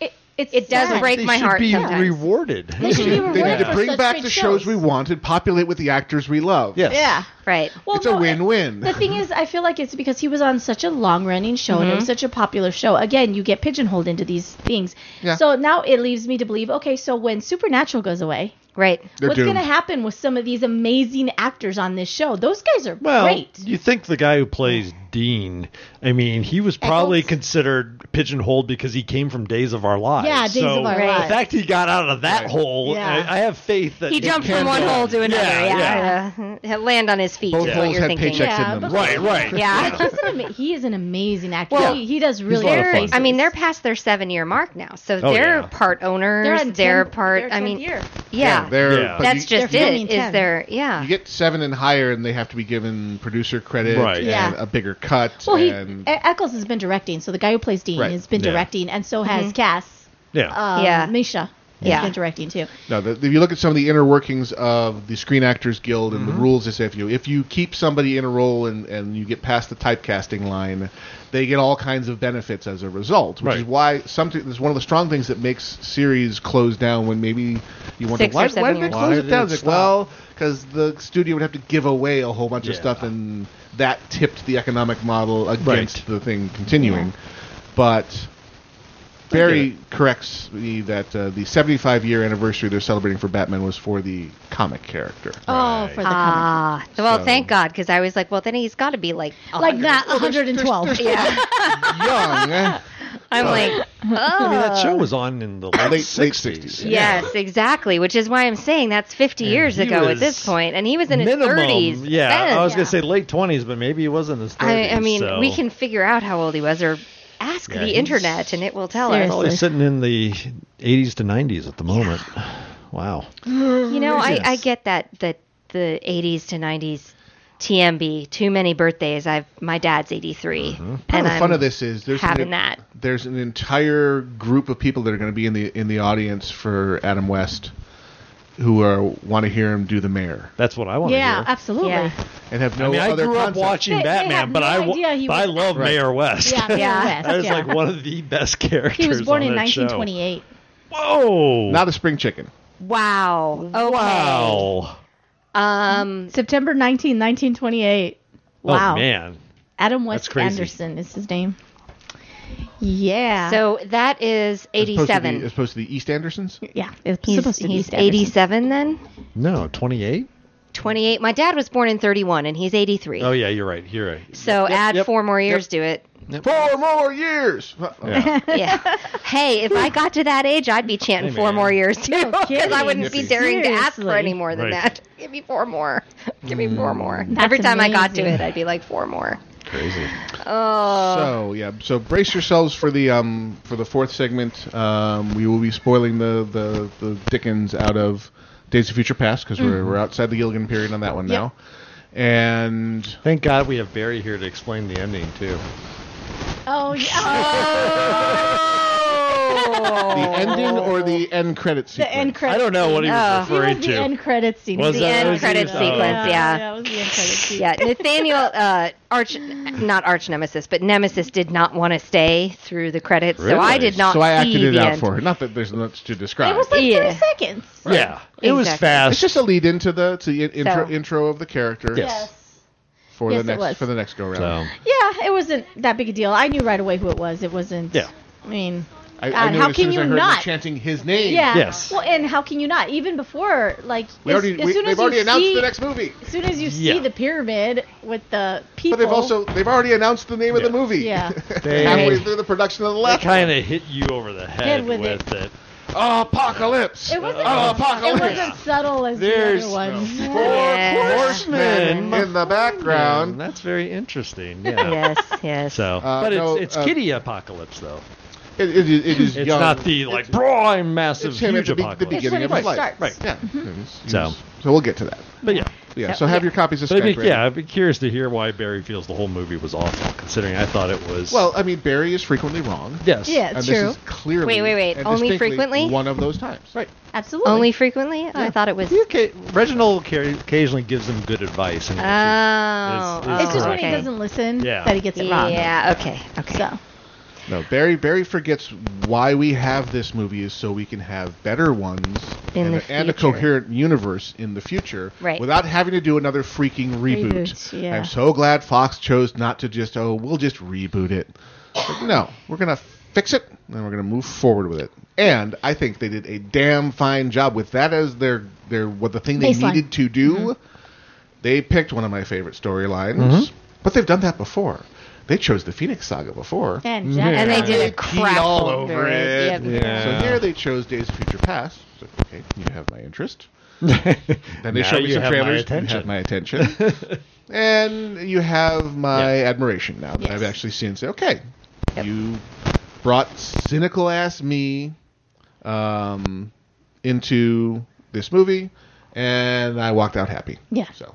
It, it's
It does
sad.
break
they
my
should
heart
be
sometimes.
rewarded.
They should be
They need
rewarded
to
for
bring
such
back
great
the shows
shows.
we wanted, populate with the actors we love.
Yes.
Yeah.
Right.
Well,
It's a
no, it-
win-win.
The thing is, I feel like it's because he was on such a long running show and it was such a popular show. Again, you get pigeonholed into these things.
Yeah.
So now it leaves me to believe okay, so when Supernatural goes away,
Right.
They're
what's
doomed.
going to happen with some of these amazing actors on this show? Those guys are
Well,
great.
you think the guy who plays Dean? I mean, he was probably
Eccles?
considered pigeonholed because he came from Days of Our Lives.
Yeah, Days
So
of Our
the
Lives.
fact he got out of that
Right.
hole,
Yeah.
I, I have faith that
He jumped from one
go.
hole to another.
Yeah,
Yeah. yeah. Land on his feet.
Both
is what
holes
you're
had
thinking.
paychecks
Yeah,
in them.
but-
Right, right.
Yeah.
He's an ama- he is an amazing actor.
Well,
he, he does really
lot of
good
fun.
faces.
I mean, they're past their seven-year mark now, so
Oh,
they're
yeah.
part owners.
they're
They're,
on 10th
part.
their
I
10th
mean,
year.
yeah,
They're,
Yeah.
but
that's
you,
just
They're
it.
filming
Is
10.
their yeah?
you get seven and higher, and they have to be given producer credit
Right.
and
Yeah.
a bigger cut.
well, he
and
E- Eccles has been directing, so the guy who plays Dean
Right.
has been
Yeah.
directing, and so has Cass.
Yeah.
Um,
Mm-hmm. Yeah.
Misha has
Yeah.
been directing too.
No, the, if you look at some of the inner workings of the Screen Actors Guild and
Mm-hmm.
the rules they say if you if you keep somebody in a role and, and you get past the typecasting line, they get all kinds of benefits as a result, which is
Right.
why something is one of the strong things that makes series close down when maybe you want
Six
to
or
why, why
seven
did they
years.
close
Why
it
did
down?
it
It's like,
stop?
well, because the studio would have to give away a whole bunch of
Yeah.
stuff and that tipped the economic model against the thing continuing, but. Barry corrects me that uh, the 75 year anniversary they're celebrating for Batman was for the comic character.
Oh,
Right.
for the comic.
Ah, well,
So-
thank God, because I was like, well, then he's got to be like,
Like that, 112.
yeah.
Young, eh?
I'm like,
I mean,
oh,
that show was on in the late,
Late- late
60s.
60s.
yes, exactly. Which is why I'm saying that's 50 years
he
ago at
was
this point, and he was in
Minimum,
his 30s.
yeah.
then.
I was gonna say late twenties, but maybe he wasn't his
I,
thirties.
I mean,
so.
we can figure out how old he was, or ask
Yeah,
the
he's-
internet, and it will tell
Seriously.
us.
Probably sitting in the eighties to nineties at the moment. Wow.
You know, I,
Yes.
I get that that the 80s to 90s TMB, too many birthdays. I've my dad's 83,
Part
and
of the
I'm
fun of this is there's
having
an,
that.
there's an entire group of people that are going to be in the in the audience for Adam West, who are want to hear him do the mayor
That's what I want to
Yeah,
hear.
absolutely.
Oh, Yeah.
and have no
I mean, I
other
grew up
concept.
watching
They- they had
Batman, but
no
I, wa-
idea he
but I
was-
love
Right.
Mayor West.
Yeah,
Yeah.
Mayor West,
that is
yeah.
like one of the best characters.
He was born
on
in
that show.
1928.
Whoa!
Not a spring chicken.
Wow. Okay.
wow.
Um,
September 19, 1928. Wow.
Oh man,
Adam West
crazy.
Anderson is his name. Yeah.
So that
As opposed
is
to the-
87.
As opposed to the East Andersons.
yeah, it's
He's,
supposed to be
he's
East Anderson.
87 then?
no, twenty-eight.
28. My dad was born in 31 and he's 83.
Oh yeah, you're right. You're right.
So add
yep,
four more years to it.
Four more years.
Yeah.
Yeah. hey, if I got to that age, I'd be chanting
Hey,
four
man.
more years too. Because I
kidding.
wouldn't be
Yippee.
daring to ask for
Seriously.
any more than
Right.
that. Give me four more. Give me four more. Every time I got to
amazing.
it, I'd be like, four more.
Crazy.
Uh,
Oh.
So yeah, so brace yourselves for the um for the fourth segment. Um, we will be spoiling the the, the Dickens out of Days of Future Past because
Mm-hmm.
we're we're outside the Gilligan period on that one now. And
Thank God we have Barry here to explain the ending too.
Oh, yeah.
The ending or the end credit sequence?
the end credits.
I don't know what he
Oh.
was
It was
referring
the
to.
end credits scene.
Was
The
that
end
what he
credit
was-
sequence, yeah.
that was the end credits scene.
Yeah, Nathaniel, uh, arch, not arch nemesis, but nemesis did not want to stay through the credits, so I
Really?
did not.
so I
see
acted it
the
out
end.
for her. Not that there's much to describe.
It was like
Yeah.
thirty seconds.
Yeah, it was
Exactly.
it's
fast.
just a lead into the to the in- intro,
So-
intro of the character
Yes.
for
Yes, it
the next
was.
for the next go round.
So,
Yeah, it wasn't that big a deal. I knew right away who it was. It wasn't.
Yeah.
I mean,
I, I
God,
knew
Uh, how
it as soon as
can
I
you
heard them
not?
chanting his name.
Yeah.
Yes.
Well, and how can you not? Even before, like,
We
as,
already,
as
we,
soon
they've
as you
already announced
see,
the next movie,
As soon as you
Yeah.
see the pyramid with the people.
but they've also they've already announced the name of the
Yeah.
movie.
Yeah.
They-
halfway through the production of the
they
last. one.
kind of hit you over the head,
with
with, it.
apocalypse.
It wasn't.
Oh,
it
apocalypse.
wasn't subtle as
There's
the other ones.
four
Yeah.
horsemen
in the
Mm,
background.
That's very interesting. Yeah.
Yes, yes.
So,
Uh,
but
no,
it's, it's
uh,
kitty apocalypse though.
It, it, is- it is
It's
young.
not the like broad, massive,
It's him at
huge
the be- the
apocalypse.
It's
beginning.
when
of
it
his
first
life.
starts.
Right.
Yeah. It's-
So.
it's- so we'll get to that.
But yeah,
Yeah.
So-
So have your copies of
but I'd
Skype
be,
ready.
yeah, I'd be curious to hear why Barry feels the whole movie was awful, considering I thought it was.
Well, I mean, Barry is frequently wrong.
yes,
Yeah,
and
it's
this
true.
is clearly
Wait, wait, wait.
and
Only
distinctly
frequently?
one of those times. Right.
Absolutely.
Only frequently, Oh, I thought it was.
He occa- Reginald ca- occasionally gives them good advice. And
Oh,
It's-
It's just when
okay.
he doesn't listen
Yeah.
that he gets it wrong.
Yeah. Okay. Okay.
So
No, Barry Barry forgets why we have this movie is so we can have better ones
In
and,
the
a- and a
future.
coherent universe in the future
Right.
without having to do another freaking reboot.
Reboot, yeah.
I'm so glad Fox chose not to just oh, we'll just reboot it. But no, we're going to fix it and we're going to move forward with it. And I think they did a damn fine job with that as their their what the thing they
Baseline.
needed to do. They picked one of my favorite storylines, but they've done that before. They chose the Phoenix Saga before.
and
Yeah.
Jack
And they did a
They
crap
peed all
over,
over it.
Yep.
Yeah.
So here they chose Days of Future Past. So, okay, you have my interest. Then they
Now
showed me
you
some
have my
trailers. You
attention.
have my attention. and you have my admiration now that
Yes.
I've actually seen. Say, okay, you brought cynical ass me um, into this movie, and I walked out happy.
Yeah.
So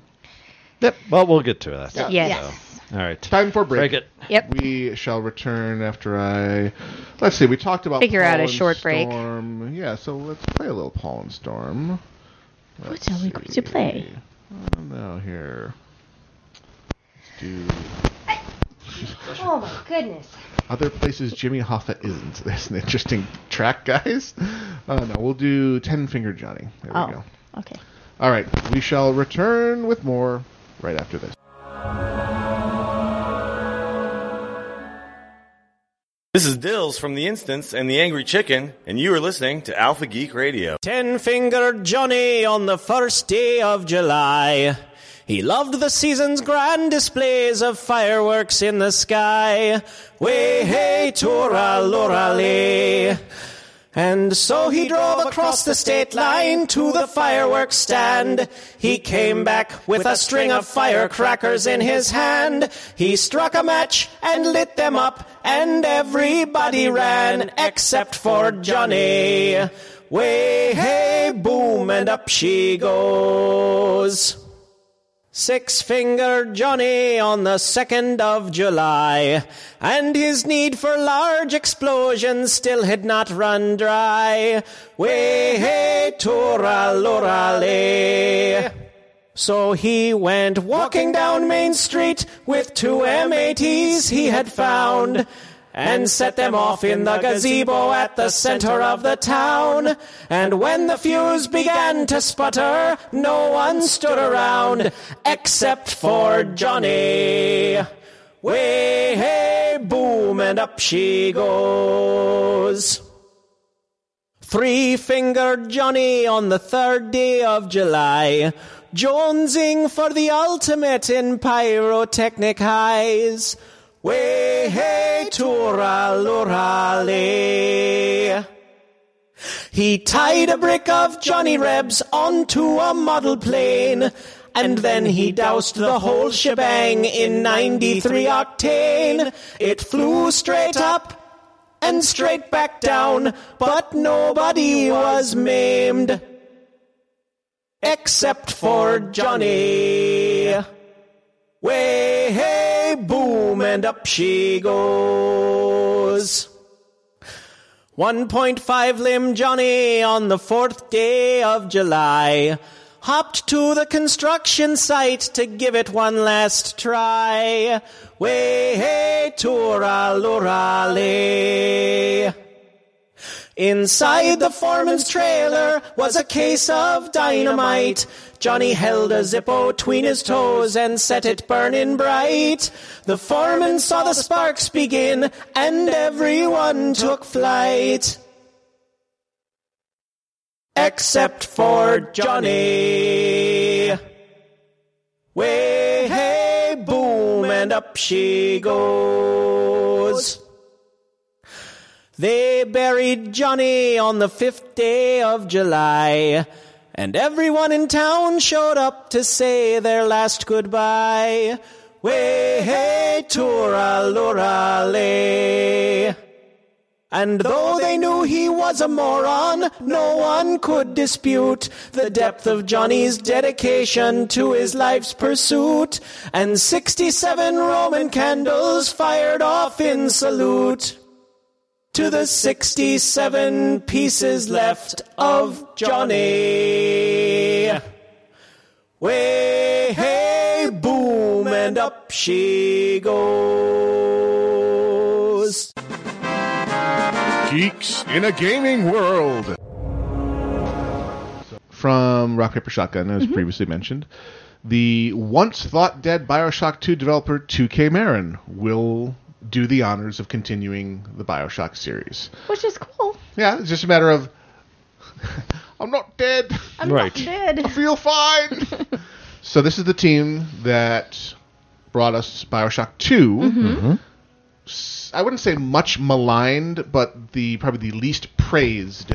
Yep, but we'll get to that.
Yes.
All right.
time for a break.
Break it.
Yep.
We shall return after I. Let's see. We talked about
Figure out a
Pollen
short break.
Storm. Yeah. So let's play a little pollen storm.
What are we going to play?
I don't know here. Let's do
Oh my goodness.
other places Jimmy Hoffa isn't. That's an interesting track, guys. Uh, no, we'll do Ten Finger Johnny. There we
Oh,
go.
okay.
All right. We shall return with more right after this.
This is Dills from The Instance and The Angry Chicken, and you are listening to Alpha Geek Radio.
Ten Finger Johnny on the first day of July. He loved the season's grand displays of fireworks in the sky. Way hey, tora, lorale. And so he drove across the state line to the fireworks stand. He came back with a string of firecrackers in his hand. He struck a match and lit them up, and everybody ran except for Johnny. Way, hey, boom, and up she goes. Six Finger Johnny on the 2nd of July, and his need for large explosions still had not run dry. Way hey, tora lorale. So he went walking down Main Street with two M80s he had found and set them off in the gazebo at the center of the town. And when the fuse began to sputter, no one stood around except for Johnny. Way, hey, boom, and up she goes. Three fingered Johnny on the third day of July. Jonesing for the ultimate in pyrotechnic highs. Way hey, tura, lorale. He tied a brick of Johnny Rebs onto a model plane, and then he doused the whole shebang in 93 octane. It flew straight up and straight back down, but nobody was maimed. Except for Johnny. Way, hey, boom, and up she goes. 1.5 limb Johnny on the fourth day of July hopped to the construction site to give it one last try. Way hey, tooraloo Inside the foreman's trailer was a case of dynamite. Johnny held a Zippo tween his toes and set it burning bright. The foreman saw the sparks begin and everyone took flight. Except for Johnny. Way, hey, boom, and up she goes. They buried Johnny on the fifth day of July, and everyone in town showed up to say their last goodbye. Way hey, tooraloo and though they knew he was a moron, no one could dispute the depth of Johnny's dedication to his life's pursuit, and 67 Roman candles fired off in salute to the 67 pieces left of Johnny. Way, hey, boom, and up she goes.
Geeks in a Gaming World. From Rock Paper Shotgun, as previously mentioned, the once thought dead Bioshock 2 developer 2K Marin will do the honors of continuing the Bioshock series.
which is cool.
Yeah, it's just a matter of I'm not dead.
I'm
Right.
not dead.
I feel fine. so this is the team that brought us Bioshock 2 S- I wouldn't say much maligned, but the probably the least praised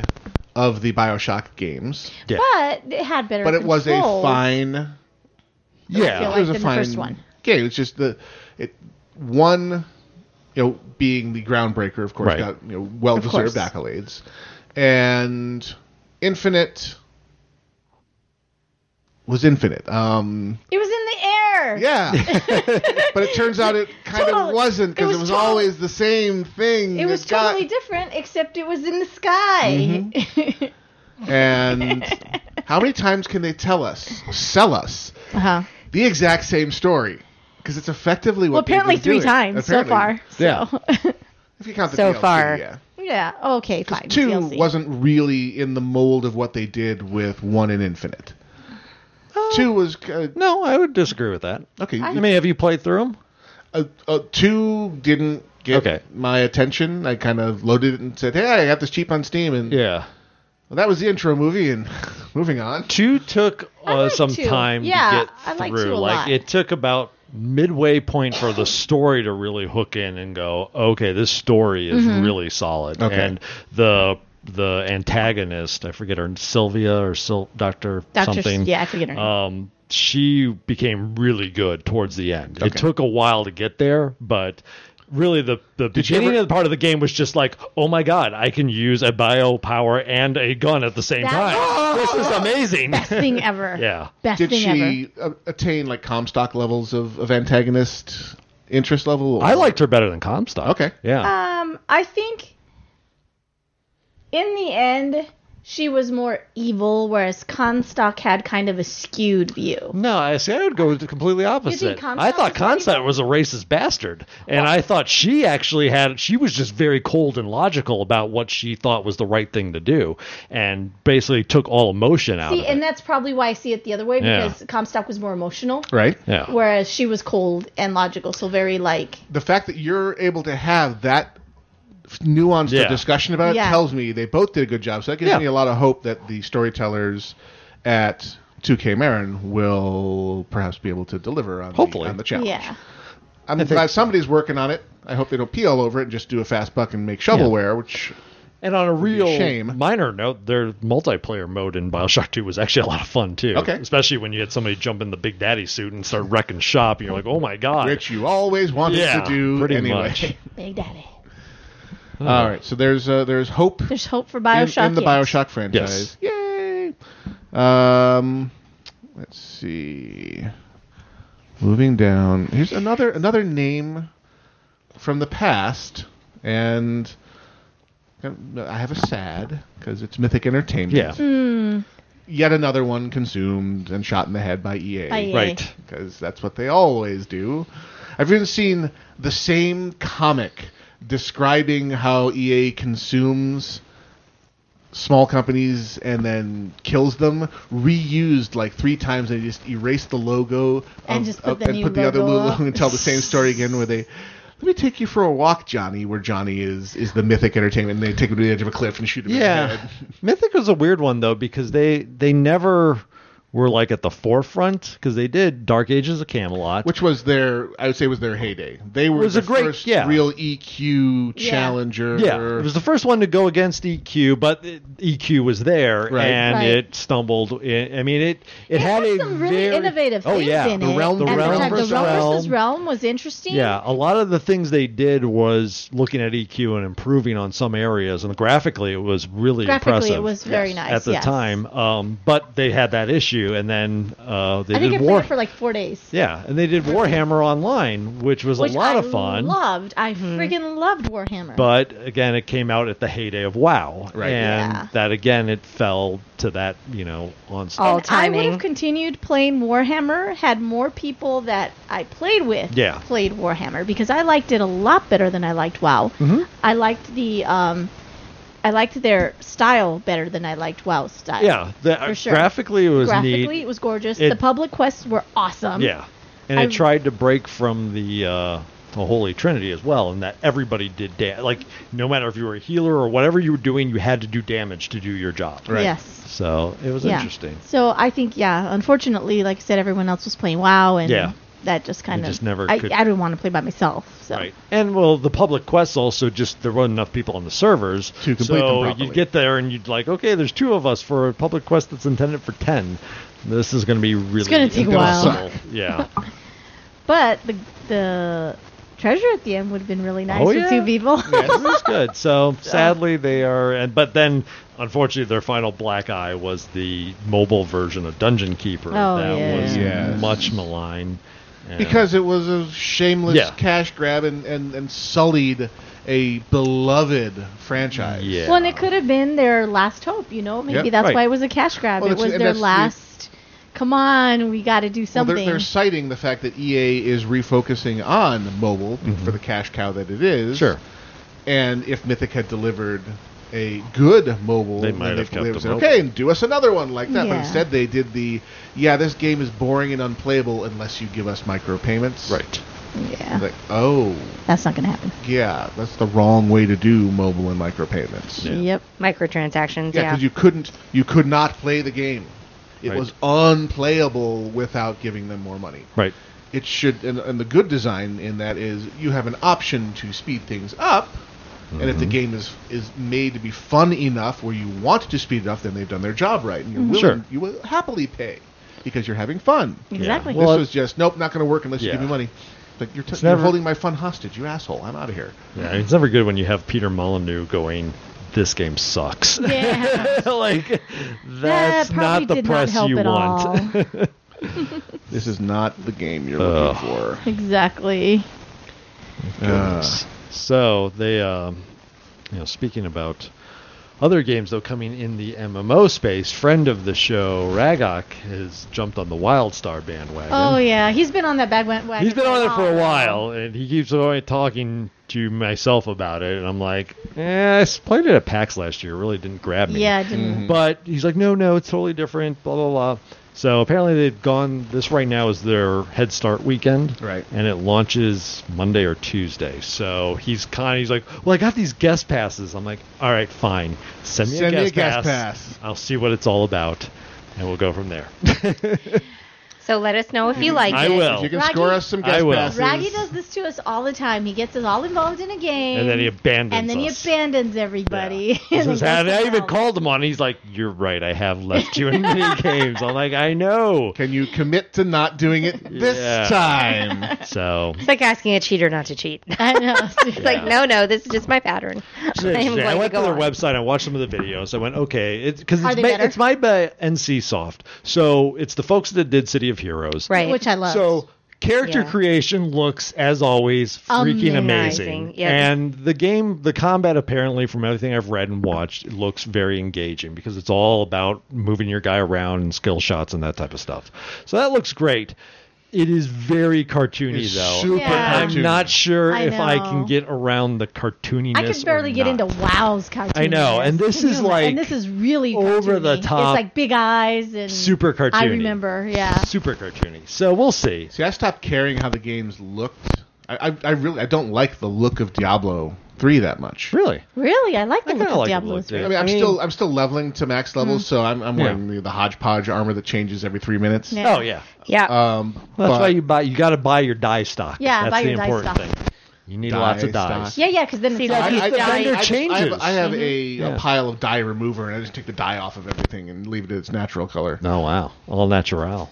of the Bioshock games.
But it had better.
But it was a
controls.
fine.
feel
Yeah, it was
like
a
the
fine
first one.
game. It's just the it one, you know, being the groundbreaker, of course,
Right.
got you know well
course.
deserved accolades, and Infinite was Infinite. Um,
It was in the air.
yeah, but it turns out it kind
Total-
of wasn't
it
because
was
it was
total-
always the same thing.
It was
got-
totally different, except it was in the sky.
Mm-hmm.
And how many times can they tell us, sell us
uh-huh.
the exact same story? Because it's effectively what
Well, apparently
they've been
three
doing.
times
Apparently.
so far.
Yeah.
So.
If you count the
So
DLC,
far.
yeah.
yeah. Okay. Fine.
Two
DLC.
wasn't really in the mold of what they did with One and Infinite. two was uh,
No, I would disagree with that.
okay.
I mean, have you played through them?
uh, uh, two didn't get
Okay.
my attention. I kind of loaded it and said, "Hey, I got this cheap on Steam," and
Yeah.
well, that was the intro movie. And moving on.
Two took
I
uh,
like
some
two.
time
Yeah,
to get
I like two
through.
a
like
lot.
it took about midway point for the story to really hook in and go, okay, this story is
Mm-hmm.
really solid.
Okay.
And the the antagonist, I forget her, Sylvia or Sil- Doctor
Doctor.
something.
Yeah, I forget her name.
um, she became really good towards the end. It
Okay.
took a while to get there, but really the, the
you
beginning
ever-
of the part of the game was just like, oh my god, I can use a bio power and a gun at the same
That-
time. this is amazing.
Best thing ever.
yeah.
Best
Did
thing ever.
she uh, attain like Comstock levels of, of antagonist interest level? or-
I liked her better than Comstock.
Okay.
Yeah.
Um, I think in the end she was more evil, whereas Comstock had kind of a skewed view.
no, I see. I would go with the completely opposite.
Comstock
I thought
was
Comstock was a racist bastard, and I thought she actually had. She was just very cold and logical about what she thought was the right thing to do, and basically took all emotion out.
See,
of it.
and that's probably why I see it the other way
Yeah.
because Comstock was more emotional,
Right.
Yeah.
whereas she was cold and logical. So very like
The fact that you're able to have that nuanced
Yeah.
discussion about it
Yeah.
tells me they both did a good job. So that gives
Yeah.
me a lot of hope that the storytellers at 2K Marin will perhaps be able to deliver on,
Hopefully.
The, on the challenge.
yeah.
I'm glad somebody's working on it. I hope they don't pee all over it and just do a fast buck and make shovelware, which
And on a
be a
real
shame.
minor note, their multiplayer mode in Bioshock 2 was actually a lot of fun too.
Okay.
Especially when you had somebody jump in the Big Daddy suit and start wrecking shop, and you're like, oh my god.
which you always wanted
yeah,
to do
pretty
anyway.
much.
Big Daddy.
all right, so there's uh, there's hope
There's hope for
in,
Bioshock.
in the
yes.
Bioshock franchise. Yay! Um, let's see. Moving down, here's another another name from the past, and I have a sad because it's Mythic Entertainment.
Yeah.
Mm,
Yet another one consumed and shot in the head by E EA.
By E EA.
Right.
Because that's what they always do. I've even seen the same comic describing how EA consumes small companies and then kills them reused like three times they just erase the logo of,
And just put
of-
the
and
new
put the other
logo
logo
up.
and tell the same story again where they let me take you for a walk johnny where johnny is is the mythic entertainment and they take him to the edge of a cliff and shoot him in the
Yeah,
head
Mythic was a weird one though because they they never were like at the forefront because they did Dark Ages of Camelot,
which was their i would say was their heyday they were
was
the
a great-
first
yeah.
real eq
Yeah.
challenger
yeah, it was the first one to go against EQ, but it- EQ was there
Right.
and
Right.
it stumbled. I I mean, it it,
It
had
had
a
some really
very-
innovative
oh
things
yeah,
in
The
it.
Realm-
at
the Realm
time.
versus
the realm
Realm.
versus realm was interesting.
Yeah, a lot of the things they did was looking at EQ and improving on some areas, and graphically it was really
Graphically,
impressive.
it was very nice
at the
yes.
time. Um, but they had that issue, and then uh, they
I think
did
I played
War.
it for like four days.
yeah, and they did Warhammer Online, which was
which
a lot
I
of fun.
Loved. I
Mm-hmm.
friggin' loved Warhammer.
But again, it came out at the heyday of WoW,
Right.
and
Yeah.
that again it fell to that you know on.
All
And I would
timing.
have continued playing Warhammer had more people that I played with
Yeah.
played Warhammer because I liked it a lot better than I liked WoW.
Mm-hmm.
I liked the um, I liked their style better than I liked WoW's style.
yeah, the,
for sure.
graphically it was
graphically
neat.
it was gorgeous.
It-
the public quests were awesome.
Yeah, and
I-
it tried to break from the uh, the Holy Trinity as well, and that everybody did da- like no matter if you were a healer or whatever you were doing, you had to do damage to do your job.
Right.
Yes.
So it was
yeah.
interesting.
So I think yeah, unfortunately, like I said, everyone else was playing WoW and
Yeah.
that just kind of
just never
I,
could-
I didn't want to play by myself. So
Right. And well, the public quests also just there weren't enough people on the servers
To complete them
so
properly.
you'd get there and you'd like, okay, there's two of us for a public quest that's intended for ten. This is going to be really
gonna take a while.
impossible. Yeah.
But the the treasure at the end would have been really nice
Oh,
with
yeah.
two people.
yeah, it was good. So sadly, they are. And but then, unfortunately, their final Black Eye was the mobile version of Dungeon Keeper.
Oh,
that
yeah.
was
Yes.
much maligned. And-
because it was a shameless
Yeah.
cash grab and, and, and sullied a beloved franchise.
Yeah.
Well, and it could have been their last hope, you know. Maybe
Yep.
that's
Right.
why it was a cash grab.
Well,
it
that's-
was
and
their
that's the-
last. Come on, we got to do
Well,
something.
they're, they're citing the fact that EA is refocusing on mobile be- for the cash cow that it is.
Mm-hmm. Sure.
And if Mythic had delivered a good mobile,
They
then
might have kept
would
the
said,
mobile.
okay, and do us another one like that. But
Yeah.
instead, they did the, yeah, this game is boring and unplayable unless you give us micropayments.
Right.
yeah,
Like, oh,
that's not going to happen.
yeah, that's the wrong way to do mobile and micropayments.
Yeah.
Yep.
Microtransactions.
Yeah,
Yeah.
because you couldn't, you could not play the game. It
Right.
was unplayable without giving them more money.
Right.
It should, and, and the good design in that is you have an option to speed things up, and if the game is is made to be fun enough where you want to speed it up, then they've done their job right, and you're willing,
Sure.
you will happily pay because you're having fun.
Exactly.
Well,
this was just nope, not going to work unless you give
Yeah.
me money. Like you're, t-
It's
you're
never-
holding my fun hostage, you asshole! I'm out of here.
Yeah, it's never good when you have Peter Molyneux going. This game sucks.
yeah.
like
That
that's
probably
not the
did not
press
help
you
at
want.
all.
This is not the game you're
Ugh.
looking for.
exactly.
Uh,
So they, um, you know, speaking about other games though coming in the MMO space, friend of the show Ragok has jumped on the WildStar bandwagon.
Oh yeah, he's been on that bag wagon.
He's been on it for a
long.
while, and he keeps only talking to myself about it, and I'm like, eh, I s- played it at PAX last year, it really didn't grab me.
Yeah, I
Mm-hmm.
Hmm.
didn't.
But he's like, no, no, it's totally different, blah, blah, blah. So apparently they've gone, this right now is their Head Start weekend.
Right.
And it launches Monday or Tuesday. So he's kind of, he's like, well, I got these guest passes. I'm like, all right, fine. Send me,
Send
a,
me a
guest
guest
pass.
pass.
I'll see what it's all about. And we'll go from there.
so let us know if you like
Mm-hmm. I
it.
if
will.
you can
Raggy-
score us some
I
guest
will.
passes,
Raggy does this to us all the time. He gets us all involved in a game,
And then he abandons
and then he
us.
abandons everybody.
He
and then
says, "Have-
goes
I
somewhere
even
else.
called him on. He's like, "You're right. I have left you in many games." I'm like, "I know."
Can you commit to not doing it this
Yeah.
time?
So
It's like asking a cheater not to cheat. it's
I know.
like, no, no, this is just my pattern. I am
I
going to
went to
go
their
on.
website. I watched some of the videos. I went, okay, it's because
Are
it's,
they
ma-
better?
it's made by NC Soft, so it's the folks that did City of Heroes,
Right.
Which I love.
So Character
Yeah.
creation looks, as always, freaking amazing.
Amazing, yeah.
And the game, the combat apparently, from everything I've read and watched, it looks very engaging because it's all about moving your guy around and skill shots and that type of stuff. So that looks great. It is very cartoony,
It's
though.
super
Yeah.
I'm
cartoony.
not sure
I
if I can
know.
get around the cartooniness.
I could barely
or
get
not.
into WoW's cartoon.
I know, and this is like
and this is really
over the
cartoony.
top,
It's like big eyes and
super cartoony.
I remember, yeah.
Super cartoony. So we'll see.
See, I stopped caring how the games looked. I, I, I really I don't like the look of Diablo three that much.
Really?
Really, I like the
I
look
kinda
of
like the
Diablo's.
look, yeah.
I mean, I'm
I mean-
still I'm still leveling to max level, so I'm, I'm
Mm. Yeah.
wearing the, the hodgepodge armor that changes every three minutes.
Yeah.
Oh yeah.
Yeah.
Um,
That's
but-
why you buy. You got to buy your die stock.
Yeah,
that's
buy
the
your die
important
stock.
thing. You need
Die
lots of
stock.
dies.
Yeah, yeah, because then
See,
it's
that's
like,
just
I,
the vendor
just-
changes. Mm-hmm.
I have, I have a,
Yeah.
a pile of dye remover, and I just take the dye off of everything and leave it at its natural color.
Oh wow, all natural.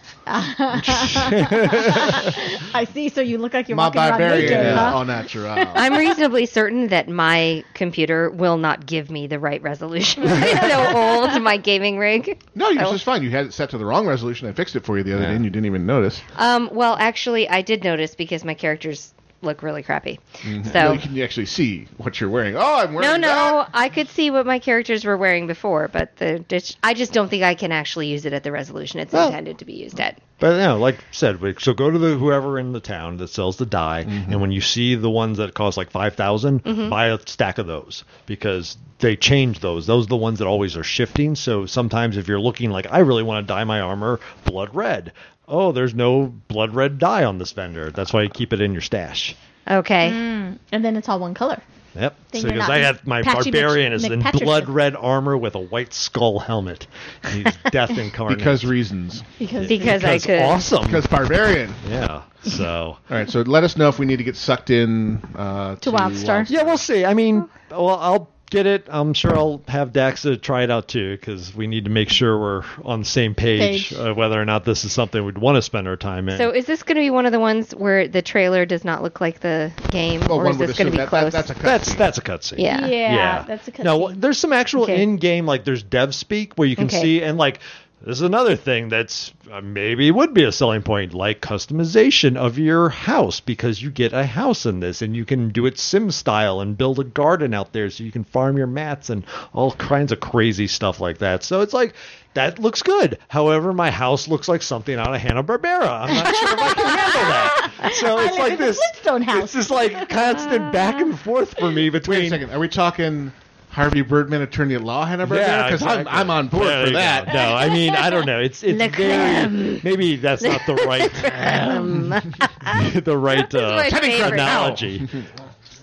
I see. So you look like you're
My
walking around
barbarian
naked,
is
huh?
all natural.
I'm reasonably certain that my computer will not give me the right resolution. it's so old, my gaming rig.
no, you're just fine. You had it set to the wrong resolution. I fixed it for you the other
Yeah.
day, and you didn't even notice.
Um, well, actually, I did notice because my characters look really crappy.
Now
Mm-hmm.
So.
you can actually see what you're wearing. Oh, I'm wearing
No, no,
that.
I could see what my characters were wearing before, but the it's- I just don't think I can actually use it at the resolution it's intended to be used at.
But you know, like I said, we- so go to the whoever in the town that sells the die, and when you see the ones that cost like five
Mm-hmm.
buy a stack of those because they change those. Those are the ones that always are shifting. So sometimes if you're looking like I really want to dye my armor blood red, oh, there's no blood red dye on this vendor. That's why you keep it in your stash.
Okay.
Mm.
and then it's all one color.
Yep.
Then
so
you're
because
not
I had my
Patchy Mitch-
barbarian is in
McPatcherson.
blood red armor with a white skull helmet. And he's death incarnate.
Because reasons.
Because
Because I
Because
could.
awesome.
Because barbarian.
yeah. So
All right, so let us know if we need to get sucked in uh,
to WildStar.
yeah, we'll see. I mean, well, I'll get it. I'm sure I'll have Daxa try it out too because we need to make sure we're on the same page,
Page.
Uh, whether or not this is something we'd want to spend our time in.
So is this going to be one of the ones where the trailer does not look like the game,
Well,
or
one
is
would
this
assume
going to be
that,
close?
that, that's a cut
that's
scene.
that's a cutscene.
yeah.
Yeah, that's a cut
No,
scene.
there's some actual
Okay.
in-game like there's dev speak where you can
Okay.
see and like this is another thing that's uh, maybe would be a selling point like customization of your house because you get a house in this and you can do it sim style and build a garden out there so you can farm your mats and all kinds of crazy stuff like that. So it's like that looks good. However, my house looks like something out of Hanna Barbera. I'm not sure if I can handle that. So it's
live
like
in a
this.
Flintstone house.
It's just like constant back and forth for me between
Wait a second. Are we talking Harvey Birdman, Attorney at Law, Hanna Barbera? Because
exactly.
I'm, I'm on board
There
for
you go.
that.
No, I mean I don't know. It's it's very, maybe that's not the right the right
my
uh,
favorite.
analogy.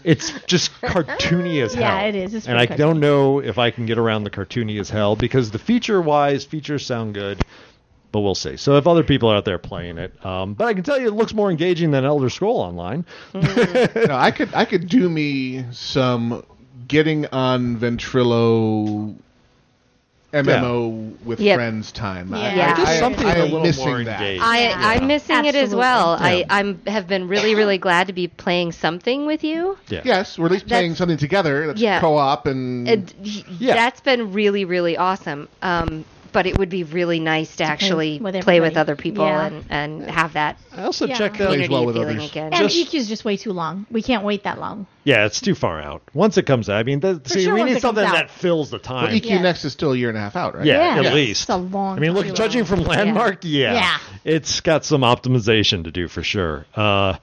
It's just cartoony as hell.
Yeah, it is. It's
and I
pretty
don't know if I can get around the cartoony as hell because the feature wise features sound good, but we'll see. So if other people are out there playing it, um, but I can tell you it looks more engaging than Elder Scroll Online.
No, I could I could do me some getting on Ventrilo MMO with
Yep.
friends time. I-
Yeah.
I,
Just
I,
something
I am
a little
missing
more
that.
engaged.
I,
Yeah.
I'm missing it as
Absolutely.
well.
Yeah.
I I'm have been really really glad to be playing something with you.
Yes, we're at least playing
That's-
something together that's
Yeah.
co-op and
And y That's been really really awesome. Um, but it would be really nice to, actually
with
play with
everybody.
other people
Yeah.
and and have that
I also
Yeah.
checked out
Plays
community
well with
feeling
others.
again.
And
Just-
EQ is just way too long. We can't wait that long.
Yeah, it's too far out. Once it comes out, I mean, the, see,
sure,
we
once
need
it comes
something
out.
that fills the time.
Well, EQ
Yeah.
E Next is still a year and a half out, right?
yeah,
Yeah.
at
Yes.
least.
It's a long
I mean, look,
time.
judging from Landmark, yeah.
Yeah.
it's got some optimization to do for sure. Uh,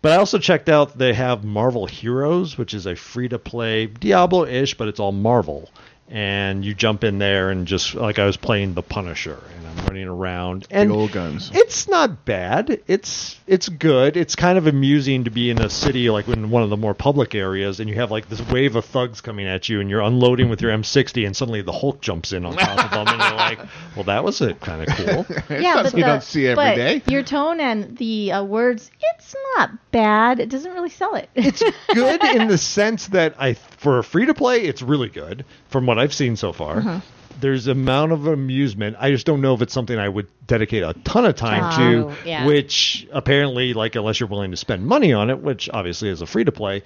but I also checked out they have Marvel Heroes, which is a free to play Diablo ish, but it's all Marvel. And you jump in there and just like I was playing the Punisher, and I'm running around. And
Big old guns.
it's not bad. It's it's good. It's kind of amusing to be in a city like in one of the more public areas, and you have like this wave of thugs coming at you, and you're unloading with your M60, and suddenly the Hulk jumps in on top of them, and you're like, "Well, that was a kind of cool."
something
yeah, but
you
the-
don't see every
but
day.
Your tone and the uh, words, it's not bad. It doesn't really sell it. It's
good in the sense that I for a free to play, it's really good from what I've seen so far. there's amount of amusement. I just don't know if it's something I would dedicate a ton of time
Oh,
to.
yeah.
Which apparently, like, unless you're willing to spend money on it, which obviously is a free to play,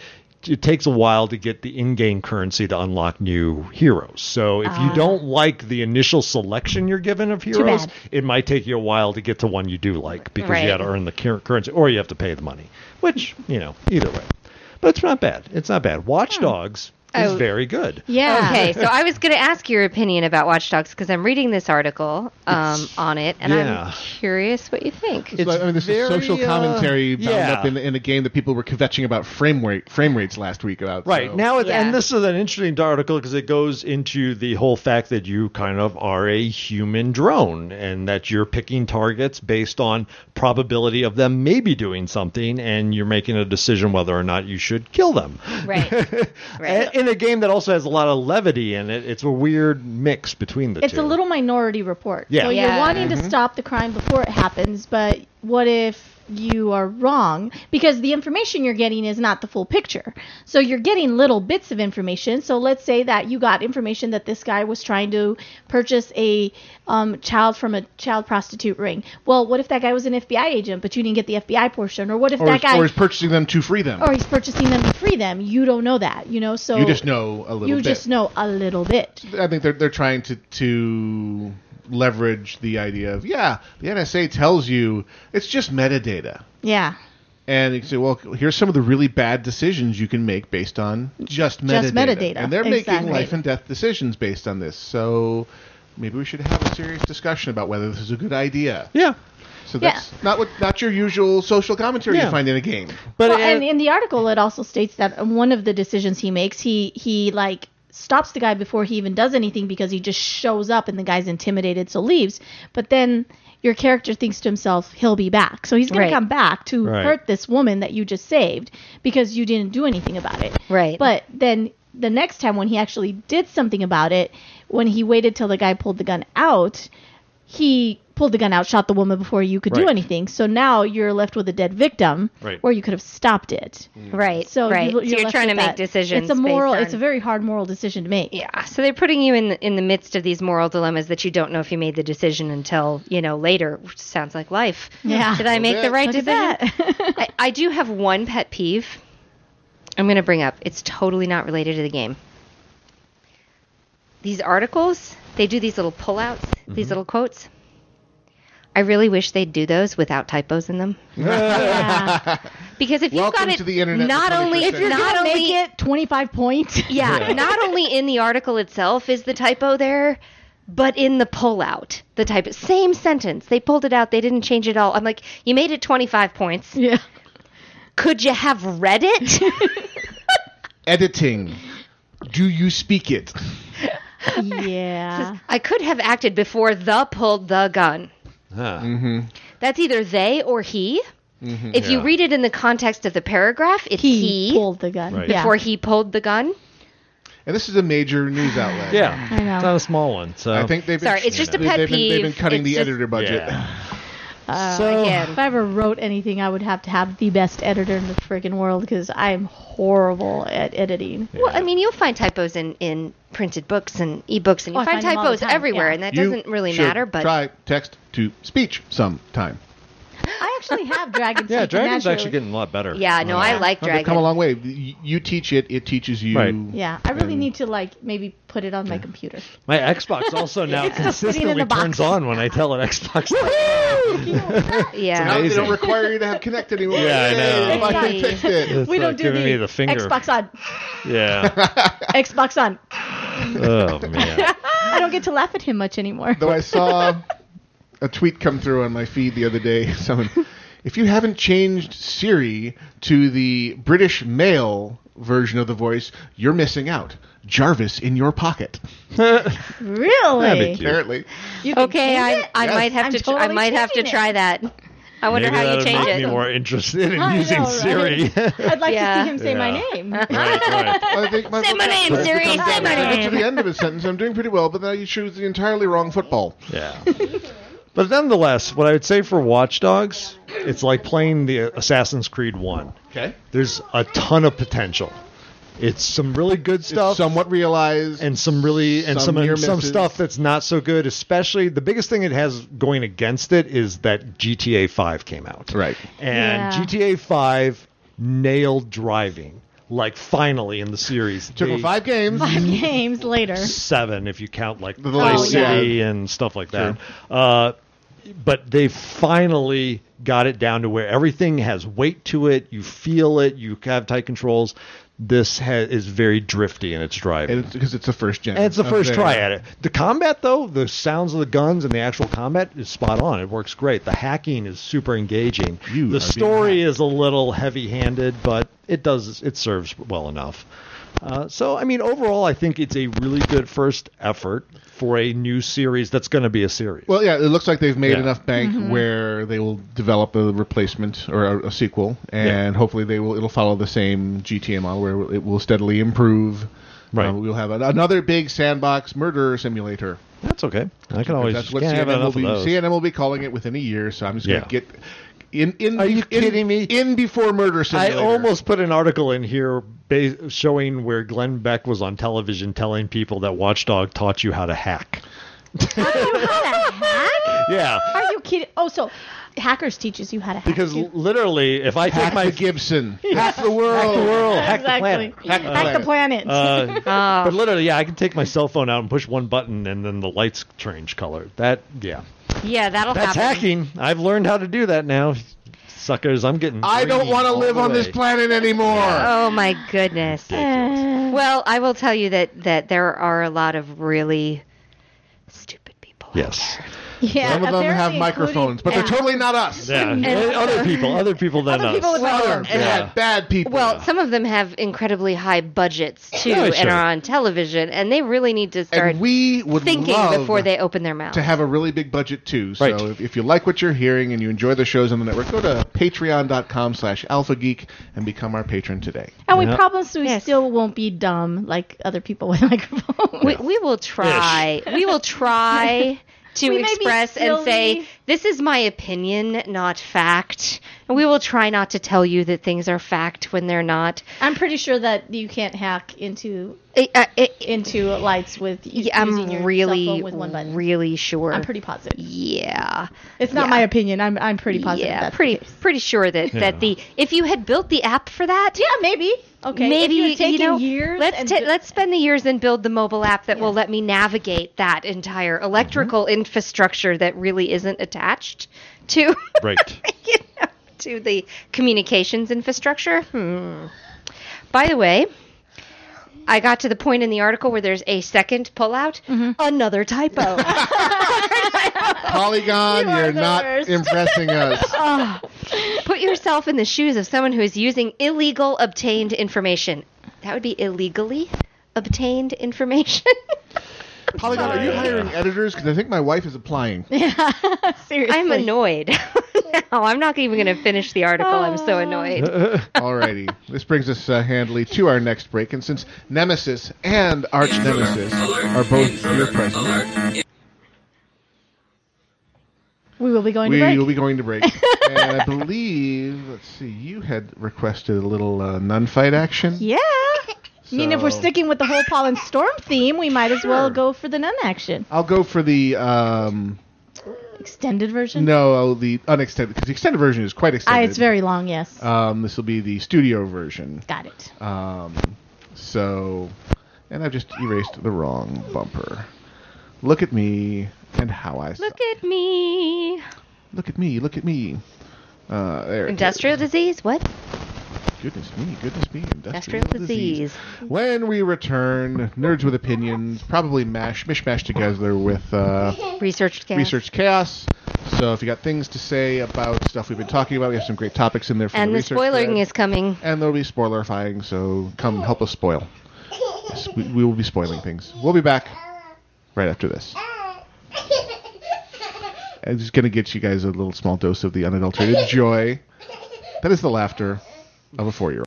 it takes a while to get the in-game currency to unlock new heroes. So if you don't like the initial selection you're given of heroes,
bad.
it might take you a while to get to one you do like because you
Right.
got to earn the cur- currency or you have to pay the money. Which you know, either way. But it's not bad. It's not bad. Watch Dogs is
Oh.
very good.
Yeah.
Okay, so I was going to ask your opinion about Watch Dogs because I'm reading this article um, on it, and
Yeah.
I'm curious what you think.
It's
Like, I mean, this
very,
is social
uh,
commentary bound
yeah.
up in, in a game that people were kvetching about frame rate frame rates last week about.
Right
so-
now, it,
Yeah.
and this is an interesting article because it goes into the whole fact that you kind of are a human drone and that you're picking targets based on probability of them maybe doing something, and you're making a decision whether or not you should kill them.
Right.
A- In a game that also has a lot of levity in it, it's a weird mix between the
It's
two.
a little minority report.
Yeah.
So
Yeah.
you're wanting
Mm-hmm.
to stop the crime before it happens, but what if you are wrong? Because the information you're getting is not the full picture. So you're getting little bits of information. So let's say that you got information that this guy was trying to purchase a um, child from a child prostitute ring. Well, what if that guy was an FBI agent, but you didn't get the FBI portion? Or what if
Or,
that
is,
guy. Oh,
or is purchasing them to free them.
or he's purchasing them to free them. You don't know that, you know. So
you just know a little
you
bit.
just know a little bit.
I think they're they're trying to to leverage the idea of yeah, the NSA tells you it's just metadata.
Yeah.
And you say, well, here's some of the really bad decisions you can make based on just metadata.
Just metadata,
And they're making
exactly.
life and death decisions based on this. So maybe we should have a serious discussion about whether this is a good idea.
yeah.
So
Yeah.
that's not what not your usual social commentary
Yeah.
you find in a game.
But
well,
it-
and in the article, it also states that one of the decisions he makes, he he like stops the guy before he even does anything because he just shows up and the guy's intimidated, so leaves. But then your character thinks to himself, he'll be back, so he's going
Right.
to come back to
Right.
hurt this woman that you just saved because you didn't do anything about it.
Right.
But then the next time when he actually did something about it, when he waited till the guy pulled the gun out, he pulled the gun out, shot the woman before you could do
Right.
anything. So now you're left with a dead victim
Right.
where you could have stopped it.
Right.
So,
Mm. right.
You,
so you're
left
trying to
with
make
that.
decisions.
It's a moral.
based on-
It's a very hard moral decision to make.
yeah. So they're putting you in the, in the midst of these moral dilemmas that you don't know if you made the decision until you know later. Which sounds like life.
Yeah.
Did I make the right
Look at
decision? I, I do have one pet peeve. I'm going to bring up. It's totally not related to the game. These articles, they do these little pullouts,
Mm-hmm.
these little quotes. I really wish they'd do those without typos in them.
Yeah.
Because if
Welcome
you've got it,
to the internet,
not
the
only
21st If you're
not
Gonna
only
make it twenty-five points.
yeah, not only in the article itself is the typo there, but in the pullout, the typo same sentence. They pulled it out. They didn't change it all. I'm like, you made it 25 points.
yeah.
Could you have read it?
Editing. Do you speak it?
Yeah.
I could have acted before the pulled the gun.
Huh.
Mm-hmm.
That's either they or he. If you
Yeah.
read it in the context of the paragraph, it's he,
Mm-hmm. He, pulled the gun.
Right.
Yeah.
before he pulled the gun.
And this is a major news outlet.
Yeah,
I know.
it's not a small one. So
I think they've been,
Sorry, it's just a
they've-
pet
they've, Been, they've been
peeve.
cutting
It's
the
just-
editor budget.
Yeah.
Uh,
So
If I ever wrote anything, I would have to have the best editor in the friggin' world because I'm horrible at editing.
Well, I mean, you'll find typos in, in printed books and ebooks, and you
Oh, I
find,
find them all the
typos
time,
everywhere,
yeah.
and that
You
doesn't really
should
matter. But
try text to speech sometime.
I actually have Dragon's
yeah,
Teeth
Dragon's
naturally.
actually getting a lot better.
yeah, no, I like
They've come a
Dragon.
long way. Y- You teach it; it teaches you.
Right.
Yeah, I really need to like maybe put it on my computer.
My Xbox also now
It's just sitting in
consistently
the box.
turns on when I tell it Xbox.
Now
Yeah,
they
Amazing.
don't require you to have connect anymore.
Yeah, I know.
Yay, finally
Exactly.
fixed it.
It's
we
like
don't do
giving
the,
me the finger.
Xbox on,
Yeah.
Xbox on.
oh man.
I don't get to laugh at him much anymore.
Though I saw a tweet come through on my feed the other day. Someone, if you haven't changed Siri to the British male version of the voice, you're missing out. Jarvis in your pocket.
Really?
cute.
Apparently,
You can
okay,
change
I,
it?
I
Yes.
might have
I'm
to tr- I
totally
might have to
changing it.
try that. I wonder
Maybe
how
that
you
would
change
make
it.
me more interested in
I
using
know,
Siri.
right? I'd like
Yeah.
to see him say
Yeah.
my name.
Right, right.
I think my
Say my name,
vocabulary
Siri,
becomes
say my
better. I get
name.
to the end of a sentence. I'm doing pretty well, but then you choose the entirely wrong football.
Yeah. But nonetheless, what I would say for Watch Dogs, it's like playing the Assassin's Creed 1.
Okay.
There's a ton of potential. It's some really good
It's
stuff.
somewhat realized.
and some really and
Some
some
near
some,
misses.
stuff that's not so good. Especially the biggest thing it has going against it is that GTA Five came out,
Right.
And
Yeah.
GTA Five nailed driving, like finally in the series.
took
They-
them five games.
Five games later.
seven if you count like
The
the
last-
City
yeah.
and stuff like that. Uh, but they finally got it down to where everything has weight to it. You feel it. You have tight controls. This ha- is very drifty in its driving.
And it's because it's the first gen.
And it's the
of
first
their-
try at it. The combat, though, the sounds of the guns and the actual combat is spot on. It works great. The hacking is super engaging.
You are being
the story
hacked.
is a little heavy-handed, but it does it serves well enough. Uh, so, I mean, overall, I think it's a really good first effort for a new series that's going to be a series.
Well, yeah, it looks like they've made
Yeah.
enough bank where they will develop a replacement or a, a sequel, and hopefully they will. It'll follow the same GTA model where it will steadily improve.
Right.
Uh, we'll have an, another big sandbox murder simulator.
that's okay. I can always
that's
Oh, just
what
can't have
CNN will
enough
be.
of those.
CNN will be calling it within a year, so I'm just
Yeah.
gonna get in. in
Are you
in-
kidding me?
In before murder
I
simulator.
almost put an article in here ba- showing where Glenn Beck was on television telling people that Watchdog taught you how to hack.
you how to hack?
Yeah.
Are you kidding? Oh, so hackers teaches you how to hack.
Because
too.
literally, if I
hack
take my
the Gibson, hack the world,
hack the world, hack the
exactly.
planet.
Hack the
Hack the planet.
Uh,
Oh.
But literally, yeah, I can take my cell phone out and push one button, and then the lights change color. That, yeah,
Yeah, that'll
that's
happen.
hacking. I've learned how to do that now, suckers. I'm getting.
I don't
green
want to
all
live
the
on
way.
this planet anymore.
Oh my goodness. Well, I will tell you that that there are a lot of really stupid people. out
Yes.
yeah,
Some of them have
Uh, apparently
microphones, but they're
including-
totally not us.
Yeah. other people, other people than
Other
us.
people with
Other
microphones.
Yeah.
bad, bad people.
Well, some of them have incredibly high budgets too,
Yeah,
and
sure.
are on television, and they really need to start
and we would
thinking
love
before they open their mouth.
to have a really big budget too. So
Right.
if, if you like what you're hearing and you enjoy the shows on the network, go to patreon.com slash alphageek and become our patron today.
And we
Yeah.
promise we
Yes.
still won't be dumb like other people with microphones.
we, we will try. we will try to
We may be
express and say
silly.
this is my opinion, not fact. And we will try not to tell you that things are fact when they're not.
I'm pretty sure that you can't hack into
I- I- I-
into lights with u-
Yeah,
using your
I'm really,
cell phone with one button.
really sure.
I'm pretty positive.
yeah,
It's not my opinion. I'm I'm pretty positive.
yeah,
that's the
pretty,
case.
pretty sure that that the if you had built the app for that,
Yeah, maybe. Okay.
maybe
if you're taking
you know,
years.
let's
and
ta-
do-
let's spend the years and build the mobile app that will
Yeah.
let
Mm-hmm.
me navigate that entire electrical infrastructure that really isn't attached to
Right.
you know, to the communications infrastructure. Hmm. By the way, I got to the point in the article where there's a second pullout,
Mm-hmm.
another typo.
Polygon,
You are
you are
the
not
worst.
impressing us.
Put yourself in the shoes of someone who is using illegal obtained information. That would be illegally obtained information.
Polygon, are you hiring editors? Because I think my wife is applying.
seriously.
I'm annoyed. no, I'm not even going to finish the article. I'm so annoyed.
Alrighty. This brings us uh, handily to our next break. And since Nemesis and Arch Nemesis are both here present,
We will be going
we
to break.
will be going to break. and I believe, let's see, you had requested a little uh, nun fight action.
yeah. I mean, if we're
So-
sticking with the whole pollen storm theme, we might as well go for the nun action.
I'll go for the um,
Extended version?
no, the unextended because the extended version is quite extended.
Ah, it's very long, yes.
Um, this will be the studio version.
Got it.
Um, so, and I've just erased the wrong bumper. Look at me and how I
Look at me.
look at me, look at me. Uh, there. it
Industrial disease? What?
is. Goodness me, goodness me. Industrial,
Industrial disease.
When we return, nerds with opinions, probably mash mishmash together with uh,
Research chaos.
Research Chaos. So if you got things to say about stuff we've been talking about, we have some great topics in there for
And
the
the
research
spoiling
thread.
is coming.
and there'll be spoilerifying, so come help us spoil. Yes, we, we will be spoiling things. We'll be back right after this. I'm just gonna get you guys a little small dose of the unadulterated joy. That is the laughter of a four-year-old.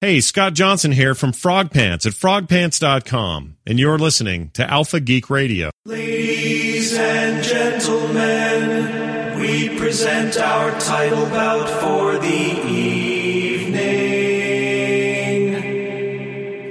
Hey, Scott Johnson here from Frog Pants at frogpants.com, and you're listening to Alpha Geek Radio.
Ladies and gentlemen, we
We present our title bout for the evening.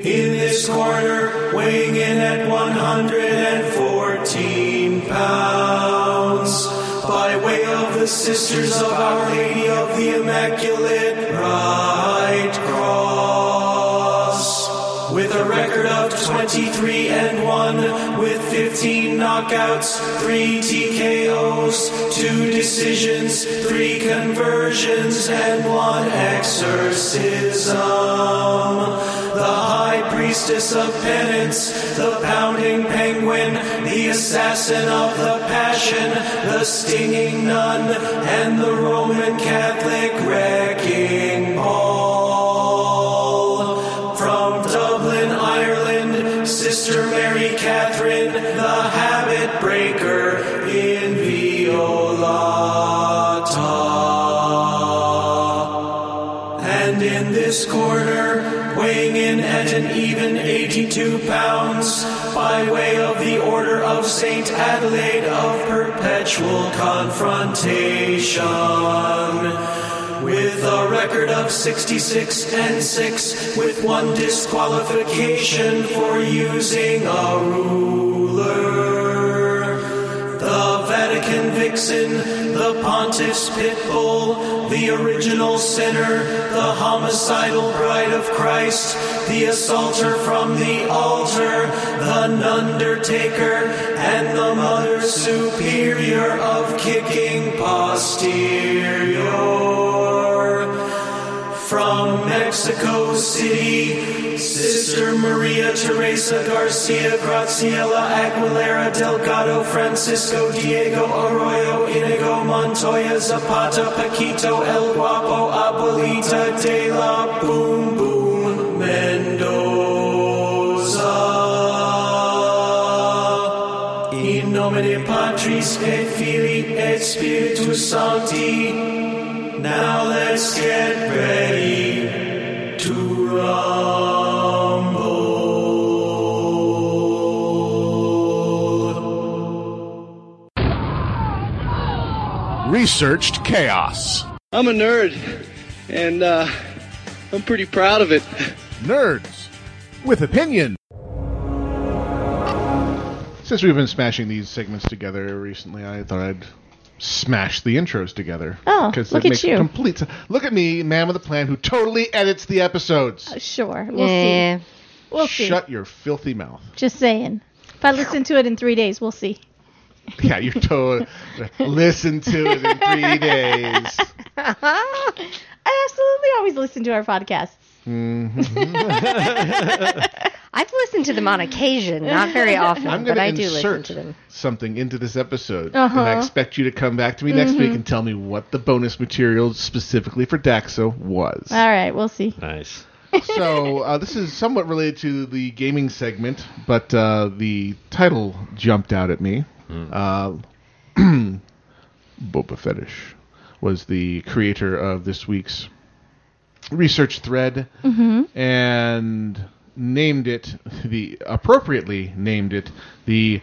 In this corner, weighing in at 114 pounds, by way of the Sisters of Our Lady of the Immaculate Right Cross, with a record of 23 and 1, with 15 knockouts, 3 TKOs, 2 decisions, 3 conversions, and 1 exorcism. The high priestess of penance, the pounding penguin, the assassin of the passion, the stinging nun, and the Roman Catholic wrecking ball. From Dublin, Ireland, Sister Mary Catherine, the habit breaker in Violata. And in this corner, weighing in at an even 82 pounds, by way of the Order of St. Adelaide of Perpetual Confrontation. With a record of 66 and 6, with one disqualification for using a ruler the Vatican vixen, the pontiff's pit bull, the original sinner, the homicidal bride of Christ, the assaulter from the altar, the nundertaker, and the mother superior of kicking posterior. From Mexico City, Sister Maria Teresa Garcia Graciela Aguilera Delgado Francisco Diego Arroyo Inigo Montoya Zapata Paquito El Guapo Abuelita de la Boom Boom Mendoza. In nomine Patris et Filii et Spiritus Sancti. Now let's get ready to rumble.
Researched chaos.
I'm a nerd, and uh, I'm pretty proud of it.
Nerds with opinion.
Since we've been smashing these segments together recently, I thought I'd smash the intros together.
Oh,
because
look
it
at
makes
you.
complete. se- Look at me, man with a plan, who totally edits the episodes.
Uh, Sure. We'll
Yeah.
see. We'll see.
Shut your filthy mouth.
Just saying. If I listen to it in three days, we'll see.
Yeah, you're totally. listen to it in three days.
I absolutely always listen to our podcasts.
I've listened to them on occasion, not very often,
I'm going
but
to
I do listen
insert
to them.
something into this episode,
Uh-huh.
and I expect you to come back to me next week and tell me what the bonus material specifically for Daxa was.
All right, we'll see.
Nice.
so uh, this is somewhat related to the gaming segment, but uh, the title jumped out at me. Uh, Boba Fetish was the creator of this week's research thread and named it the appropriately named it the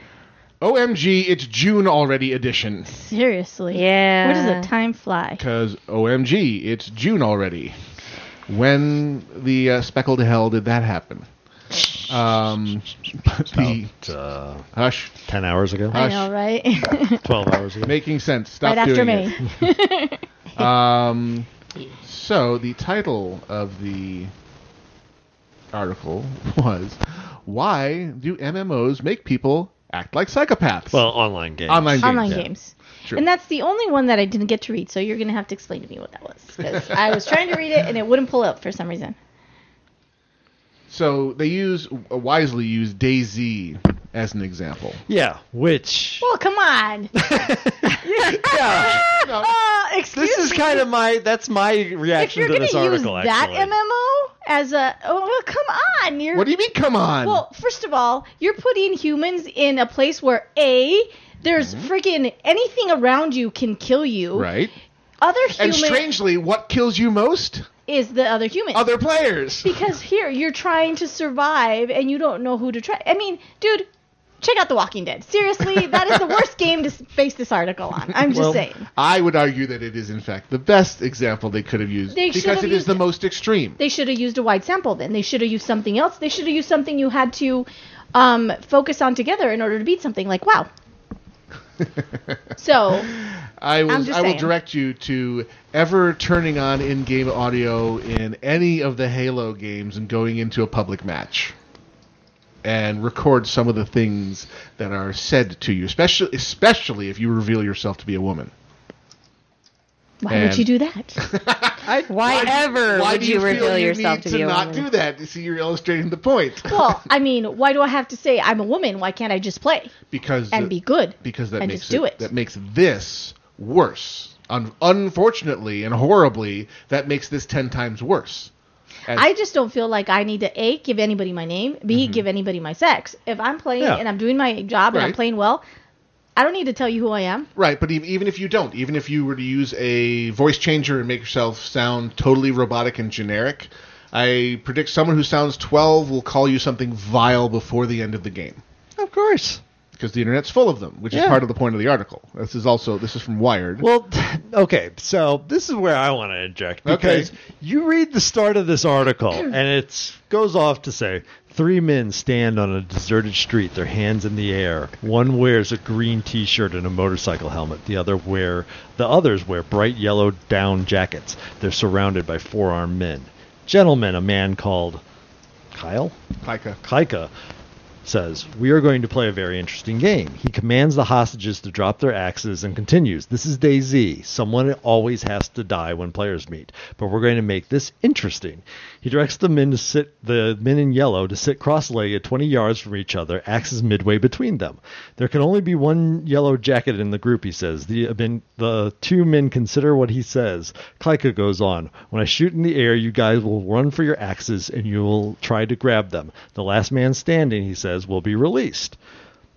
OMG It's June Already edition
Seriously.
Yeah.
Where does the time fly?
because OMG It's June Already. When the uh, speckled hell did that happen? Um, but the
Uh,
hush,
Ten hours ago.
I
hush,
know, right?
Twelve hours ago.
making sense. Stop
right after
doing it.
me.
Um, so the title of the article was "Why Do MMOs Make People Act Like Psychopaths?"
Well, online games.
online games.
Online
yeah.
games.
True.
And that's the only one that I didn't get to read, so you're going to have to explain to me what that was. Because I was trying to read it and it wouldn't pull up for some reason.
So they use uh, wisely use DayZ as an example.
Yeah, which
Well, Oh, come on.
yeah,
Uh, excuse
this is
me.
kind of my that's my
If
reaction
you're
to
going to
this
use
article
that
actually.
MMO as a. Oh, well, come on. You're,
What do you mean? Come on!
Well, first of all, you're putting humans in a place where A, there's freaking anything around you can kill you.
right?
Other
And
human
strangely, what kills you most?
is the other human.
Other players.
because here you're trying to survive and you don't know who to try. I mean, dude, check out The Walking Dead. Seriously, that is the worst game to s- base this article on. I'm just
Well,
saying.
I would argue that it is, in fact, the best example they could have used
They should
because
have
it is
used
the
it.
most extreme.
They should have used a wide sample then. They should have used something else. They should have used something you had to um, focus on together in order to beat something. Like, wow. so,
I
I'm
will,
just
I will
saying.
direct you to ever turning on in-game audio in any of the Halo games and going into a public match, and record some of the things that are said to you, especially especially if you reveal yourself to be a woman.
why
And-
would you do that?
why, ever
Why
would
do
you,
you, feel
reveal
you
yourself
need
to,
to,
be a
not
woman?
do that? You see, you're illustrating the point
well, I mean, why do I have to say I'm a woman? Why can't I just play
because
and
the-
be good?
because that
and
makes
just do it.
that makes this worse. Un- unfortunately and horribly, that makes this ten times worse. As-
I just don't feel like I need to a give anybody my name, b give anybody my sex. If I'm playing
Mm-hmm. Yeah.
and I'm doing my job and I'm
Right.
playing well, I don't need to tell you who I am.
Right, but ev- even if you don't, even if you were to use a voice changer and make yourself sound totally robotic and generic, I predict someone who sounds 12 will call you something vile before the end of the game.
Of course.
Because the internet's full of them, which is
Yeah.
part of the point of the article. This is also this is from Wired.
Well, okay, so this is where I want to interject because
Okay.
you read the start of this article and it goes off to say three men stand on a deserted street, their hands in the air. One wears a green T-shirt and a motorcycle helmet. The other wear the others wear bright yellow down jackets. They're surrounded by four armed men. Gentlemen, a man called Kyle.
Kaika.
Kaika says, We are going to play a very interesting game. He commands the hostages to drop their axes and continues, This is day Z. Someone always has to die when players meet, but we're going to make this interesting. He directs the men to sit the men in yellow to sit cross legged twenty yards from each other, axes midway between them. There can only be one yellow jacket in the group, he says. The men, the two men consider what he says. Kleika goes on, When I shoot in the air, you guys will run for your axes and you will try to grab them. The last man standing, he says, will be released.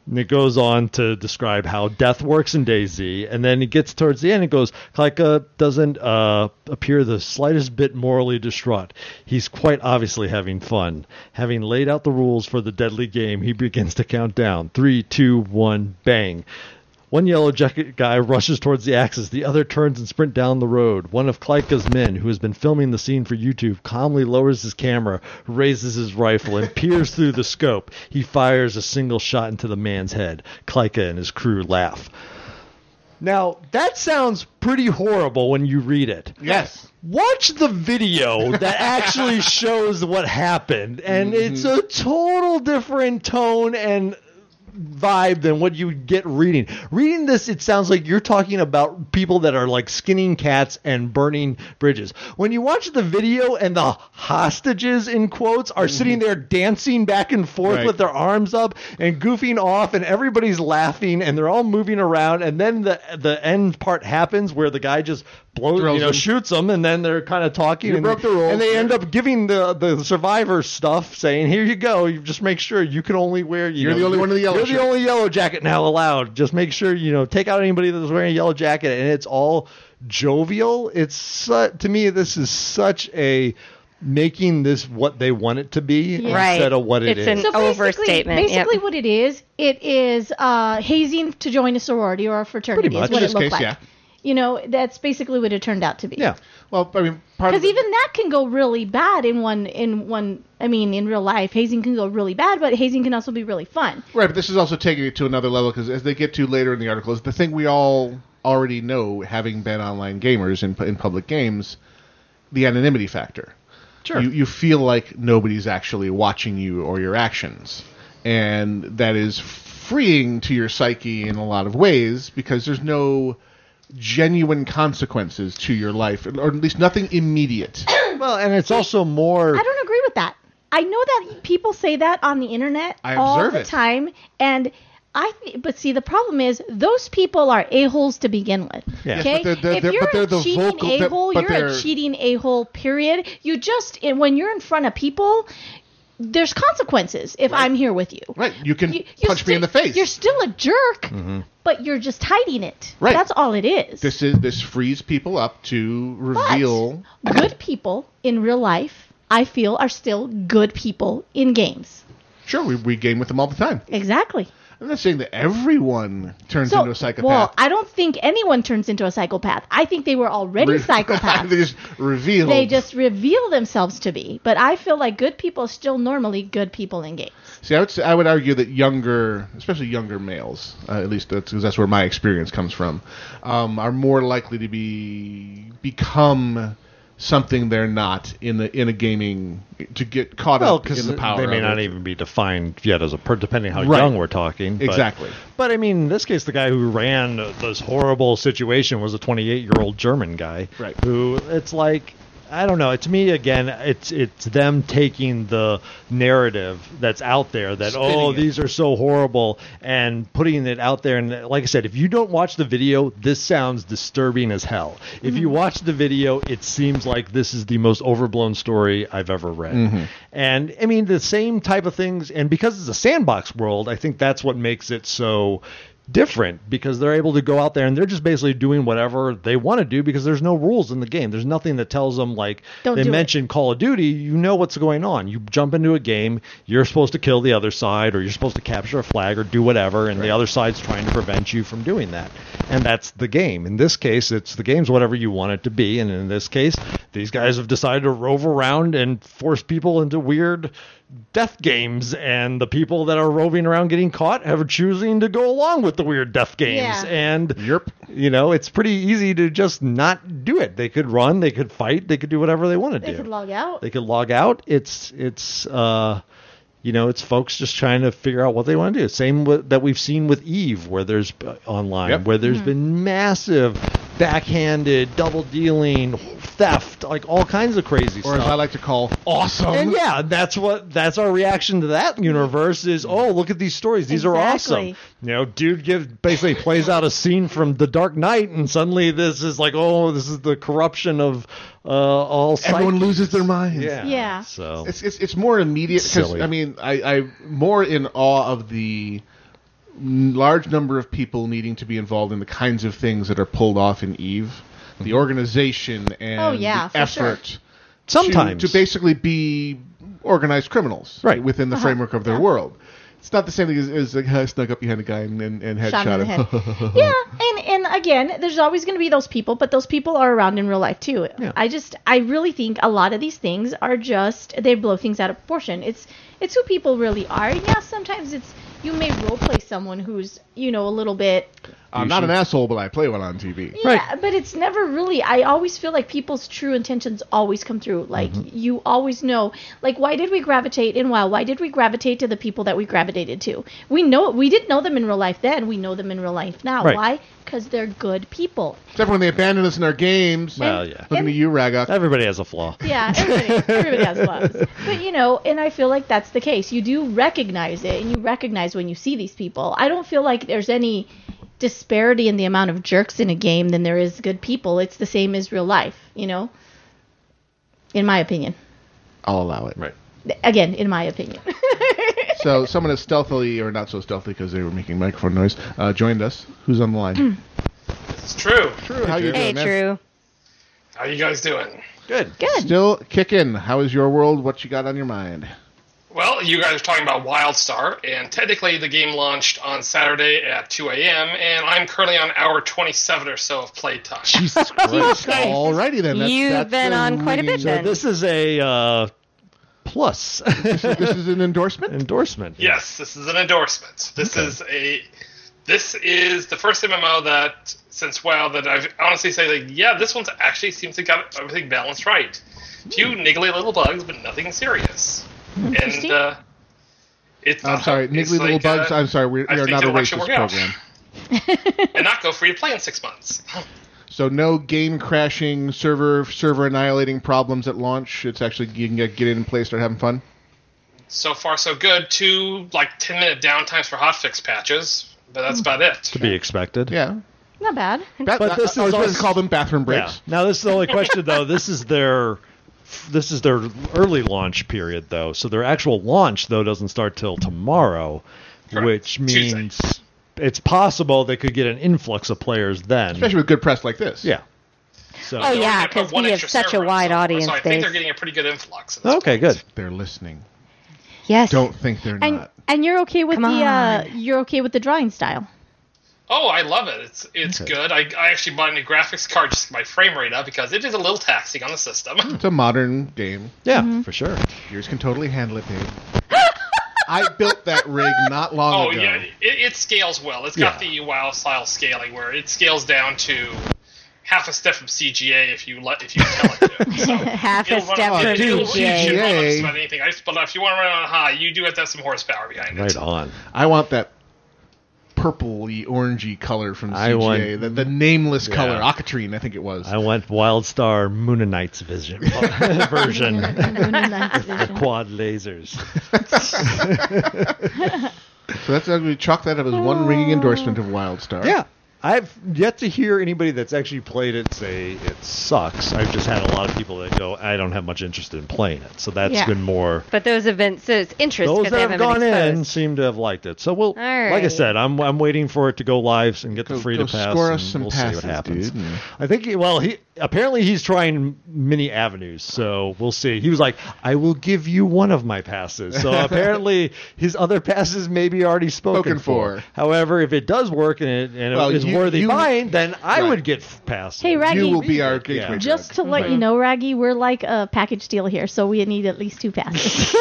And it goes on to describe how death works in DayZ, and then it gets towards the end. It goes, Kleika doesn't uh, appear the slightest bit morally distraught. He's quite obviously having fun. Having laid out the rules for the deadly game, he begins to count down: three, two, one, bang. One yellow jacket guy rushes towards the axis. The other turns and sprint down the road. One of Kleika's men, who has been filming the scene for YouTube, calmly lowers his camera, raises his rifle, and peers through the scope. He fires a single shot into the man's head. Kleika and his crew laugh. Now, that sounds pretty horrible when you read it.
Yes.
Watch the video that actually shows what happened, and it's a total different tone and vibe than what you get reading. Reading this, it sounds like you're talking about people that are like skinning cats and burning bridges. When you watch the video and the hostages in quotes are sitting there dancing back and forth
Mm-hmm. Right.
with their arms up and goofing off and everybody's laughing and they're all moving around and then the the end part happens where the guy just blows
Throws
you know
them.
shoots them and then they're kind of talking
You
and,
broke the rules.
and they end up giving the the survivor stuff saying here you go you just make sure you can only wear you
You're
know,
the only one in the yellow
you're
shirt."
the only yellow jacket now allowed. Just make sure you know take out anybody that's wearing a yellow jacket, and it's all jovial. It's su- to me this is such a making this what they want it to be
Yeah.
instead of what it
It's
is.
an-
basically-
overstatement, yep.
Basically, what it is, it is uh, hazing to join a sorority or a fraternity.
much.
Is what
In
it
this
looked
case,
like.
yeah.
You know, that's basically what it turned out to be.
yeah.
Well, I mean, part of
Because
the,
even that can go really bad in one in one. I mean, in real life, hazing can go really bad, but hazing can also be really fun.
Right, but this is also taking it to another level because as they get to later in the article, is the thing we all already know, having been online gamers in, in public games, the anonymity factor.
Sure.
You, you feel like nobody's actually watching you or your actions. And that is freeing to your psyche in a lot of ways because there's no genuine consequences to your life, or at least nothing immediate.
Well, and it's also more.
I don't agree with that. I know that people say that on the internet
I
all
observe
the
it.
time, and I. Th- but see, the problem is those people are a holes to begin with.
Yeah. Yes,
Okay,
but they're- they're-
if
they're-
you're
but they're
a
the
cheating
vocal- they're-
a hole,
but
you're a
they're-
cheating a hole. Period. You just and when you're in front of people, there's consequences if I'm here with you.
Right. You can
You- you're
punch me in the
sti-
face. Mm-hmm.
You're still a jerk, but you're just hiding it.
Right.
That's all it is.
This is this frees people up to reveal.
good people in real life, I feel, are still good people in games.
Sure, we, we game with them all the time.
Exactly.
I'm not saying that everyone turns into a
Well,
psychopath.
I don't think anyone turns into a psychopath. I think they were already
Re-
psychopaths.
they just reveal.
They just reveal themselves to be. But I feel like good people are still normally good people in games.
See, I would say, I would argue that younger, especially younger males, uh, at least that's 'cause that's where my experience comes from, um, are more likely to be become something they're not in the in a gaming to get caught
Well,
up in
because
the power.
they may
of
not
it.
even be defined yet as a per, depending how
Right.
young we're talking. but-
Exactly.
But I mean, in this case, the guy who ran this horrible situation was a 28 year old German guy. Right. Who it's like, I don't know. To me, again, it's it's them taking the narrative that's out there that
Spinning
oh
it.
these are so horrible and putting it out there. And like I said, if you don't watch the video, this sounds disturbing as hell. If you
Mhm.
watch the video, it seems like this is the most overblown story I've ever read.
Mhm.
And I mean, the same type of things. And because it's a sandbox world, I think that's what makes it so different because they're able to go out there and they're just basically doing whatever they want to do because there's no rules in the game. There's nothing that tells them, like,
Don't
they
do it.
mention Call of Duty, you know what's going on. You jump into a game, you're supposed to kill the other side or you're supposed to capture a flag or do whatever, and the other side's trying to prevent you from doing that. And that's the game. In this case, it's the game's whatever you want it to be. And in this case, these guys have decided to rove around and force people into weird death games and the people that are roving around getting caught have choosing to go along with the weird death games
Yeah.
and you know it's pretty easy to just not do it they could run they could fight they could do whatever they want to
They
do
could log out.
they could log out. It's it's uh, you know, it's folks just trying to figure out what they want to do. Same with, that we've seen with Eve, where there's uh, online,
Yep.
where
Mm-hmm.
there's
Mhm.
been massive backhanded, double dealing, theft, like all kinds of crazy
Or
stuff.
as I like to call, awesome.
And yeah, Um, that's what that's our reaction to that universe is. Oh, look at these stories; these are awesome.
Exactly.
You know, dude, gives basically plays out a scene from The Dark Knight, and suddenly this is like, oh, this is the corruption of uh, all.
Everyone
psychics.
loses their minds.
Yeah.
Yeah.
So
It's it's, it's more immediate because
Silly.
I mean I I more in awe of the n- large number of people needing to be involved in the kinds of things that are pulled off in Eve, the organization and
Oh, yeah,
the
for sure.
effort. to-
Sometimes.
to, basically be organized criminals right. within the
Uh-huh.
framework of their world. It's not the same thing as, as like, I snuck up behind a guy and, and, and
Shot
headshot
him in
him.
the yeah, and and again, there's always going to be those people, but those people are around in real life too. I just I really think a lot of these things are just they blow things out of proportion. It's it's who people really are. And yeah, sometimes it's you may role play someone who's you know a little bit
I'm not an asshole, but I play one on TV.
Yeah, but it's never really. I always feel like people's true intentions always come through. Like you always know. Like why did we gravitate in WoW? Why did we gravitate to the people that we gravitated to? We know we didn't know them in real life then. We know them in real life now.
Right.
Why? Because they're good people.
Except when they abandon us in our games.
Well, yeah.
Looking at you, Ragok.
Everybody has a flaw.
Yeah, everybody, everybody has flaws. But you know, and I feel like that's the case. You do recognize it, and you recognize when you see these people. I don't feel like there's any disparity in the amount of jerks in a game than there is good people. It's the same as real life, you know. In my opinion,
I'll allow it. Right.
again, in my opinion.
so someone is stealthily or not so stealthily because they were making microphone noise uh, joined us. Who's on the line?
It's true. True.
How you Hmm. Hey, doing, man? Drew.
How you guys doing?
Good.
Good.
Still kicking. How is your world? What you got on your mind?
Well, you guys are talking about WildStar, and technically the game launched on Saturday at 2 a.m., and I'm currently on hour 27 or so of playtime.
Jesus Christ. Alrighty
then. That's- You've that's been a on quite a bit
So
then.
this is a uh, plus. this,
is an endorsement.
Endorsement.
Yes, this is an endorsement. This is a this is the first MMO that since WoW that I've honestly say like, yeah, this one's actually seems to got everything balanced right. Few niggly little bugs, but nothing serious. And
Interesting.
uh, it's
I'm sorry, niggly
Uh, it's
little
like,
bugs.
uh,
I'm sorry, we, we
I
are
think
not a
it'll
racist
actually work out.
program.
and not go free to play in six months.
So no game crashing, server server annihilating problems at launch. It's actually you can get, get in and play, start having fun.
So far, so good. Two like ten minute downtimes for hotfix patches, but that's about it.
Hmm. To be expected.
Yeah.
Not bad.
but this I, is I was going to call them bathroom
Yeah.
breaks.
Now this is the only question though. This is their this is their early launch period though. So their actual launch though doesn't start till tomorrow, which means it's possible they could get an influx of players then.
Especially with good press like this.
Yeah. So
oh yeah, because we have such a wide audience.
So I
Dave.
Oh.
think they're getting a pretty good influx.
Okay, good.
They're listening.
Yes.
Don't think they're
and
not.
and you're okay with
Come
the uh, you're okay with the drawing style.
Oh, I love it. It's it's good. I, I actually bought a new graphics card just to get my frame rate up because it is a little taxing on the system.
Hmm.
It's a modern game.
Yeah, for sure.
Yours can totally handle it, Dave. I built that rig not long
oh
ago.
yeah, it, it scales well. It's got the WoW style scaling where it scales down to half a step from CGA if you let if you tell it to. So
Half a
it'll run
step
up-
from
it'll- It should run up just
CGA.
about anything. I just, but if you want to run on high, you do have to have some horsepower behind it.
Right on.
I want that purpley orangey color from
I
CGA.
want-
the, the nameless
Yeah.
color, Ocatrine, I think it was.
I want Wildstar Moonanite's vision version.
Moonanite's
quad lasers.
So that's uh, we chalk that up as one
Oh.
ringing endorsement of Wildstar.
Yeah. I've yet to hear anybody that's actually played it say it sucks. I've just had a lot of people that go, I don't have much interest in playing it. So that's
Yeah.
been more.
But those have been so it's interest
Those
because they
that
haven't
have gone
been exposed.
in seem to have liked it. So we'll,
All
like I
right.
said, I'm I'm waiting for it to go live and get
Go-
the free
go
to pass.
score us
and
some
we'll
passes,
see what happens.
dude.
I think. He, well, he apparently he's trying many avenues, so we'll see. He was like, "I will give you one of my passes." So apparently his other passes may be already spoken,
Spoken for.
However, if it does work and it, and
Well,
it is
you-
worthy
you-
buying, then I would get f- passed.
Hey, Raggy,
You will be our gateway drug.
Just to let you know, Raggy, we're like a package deal here, so we need at least two passes.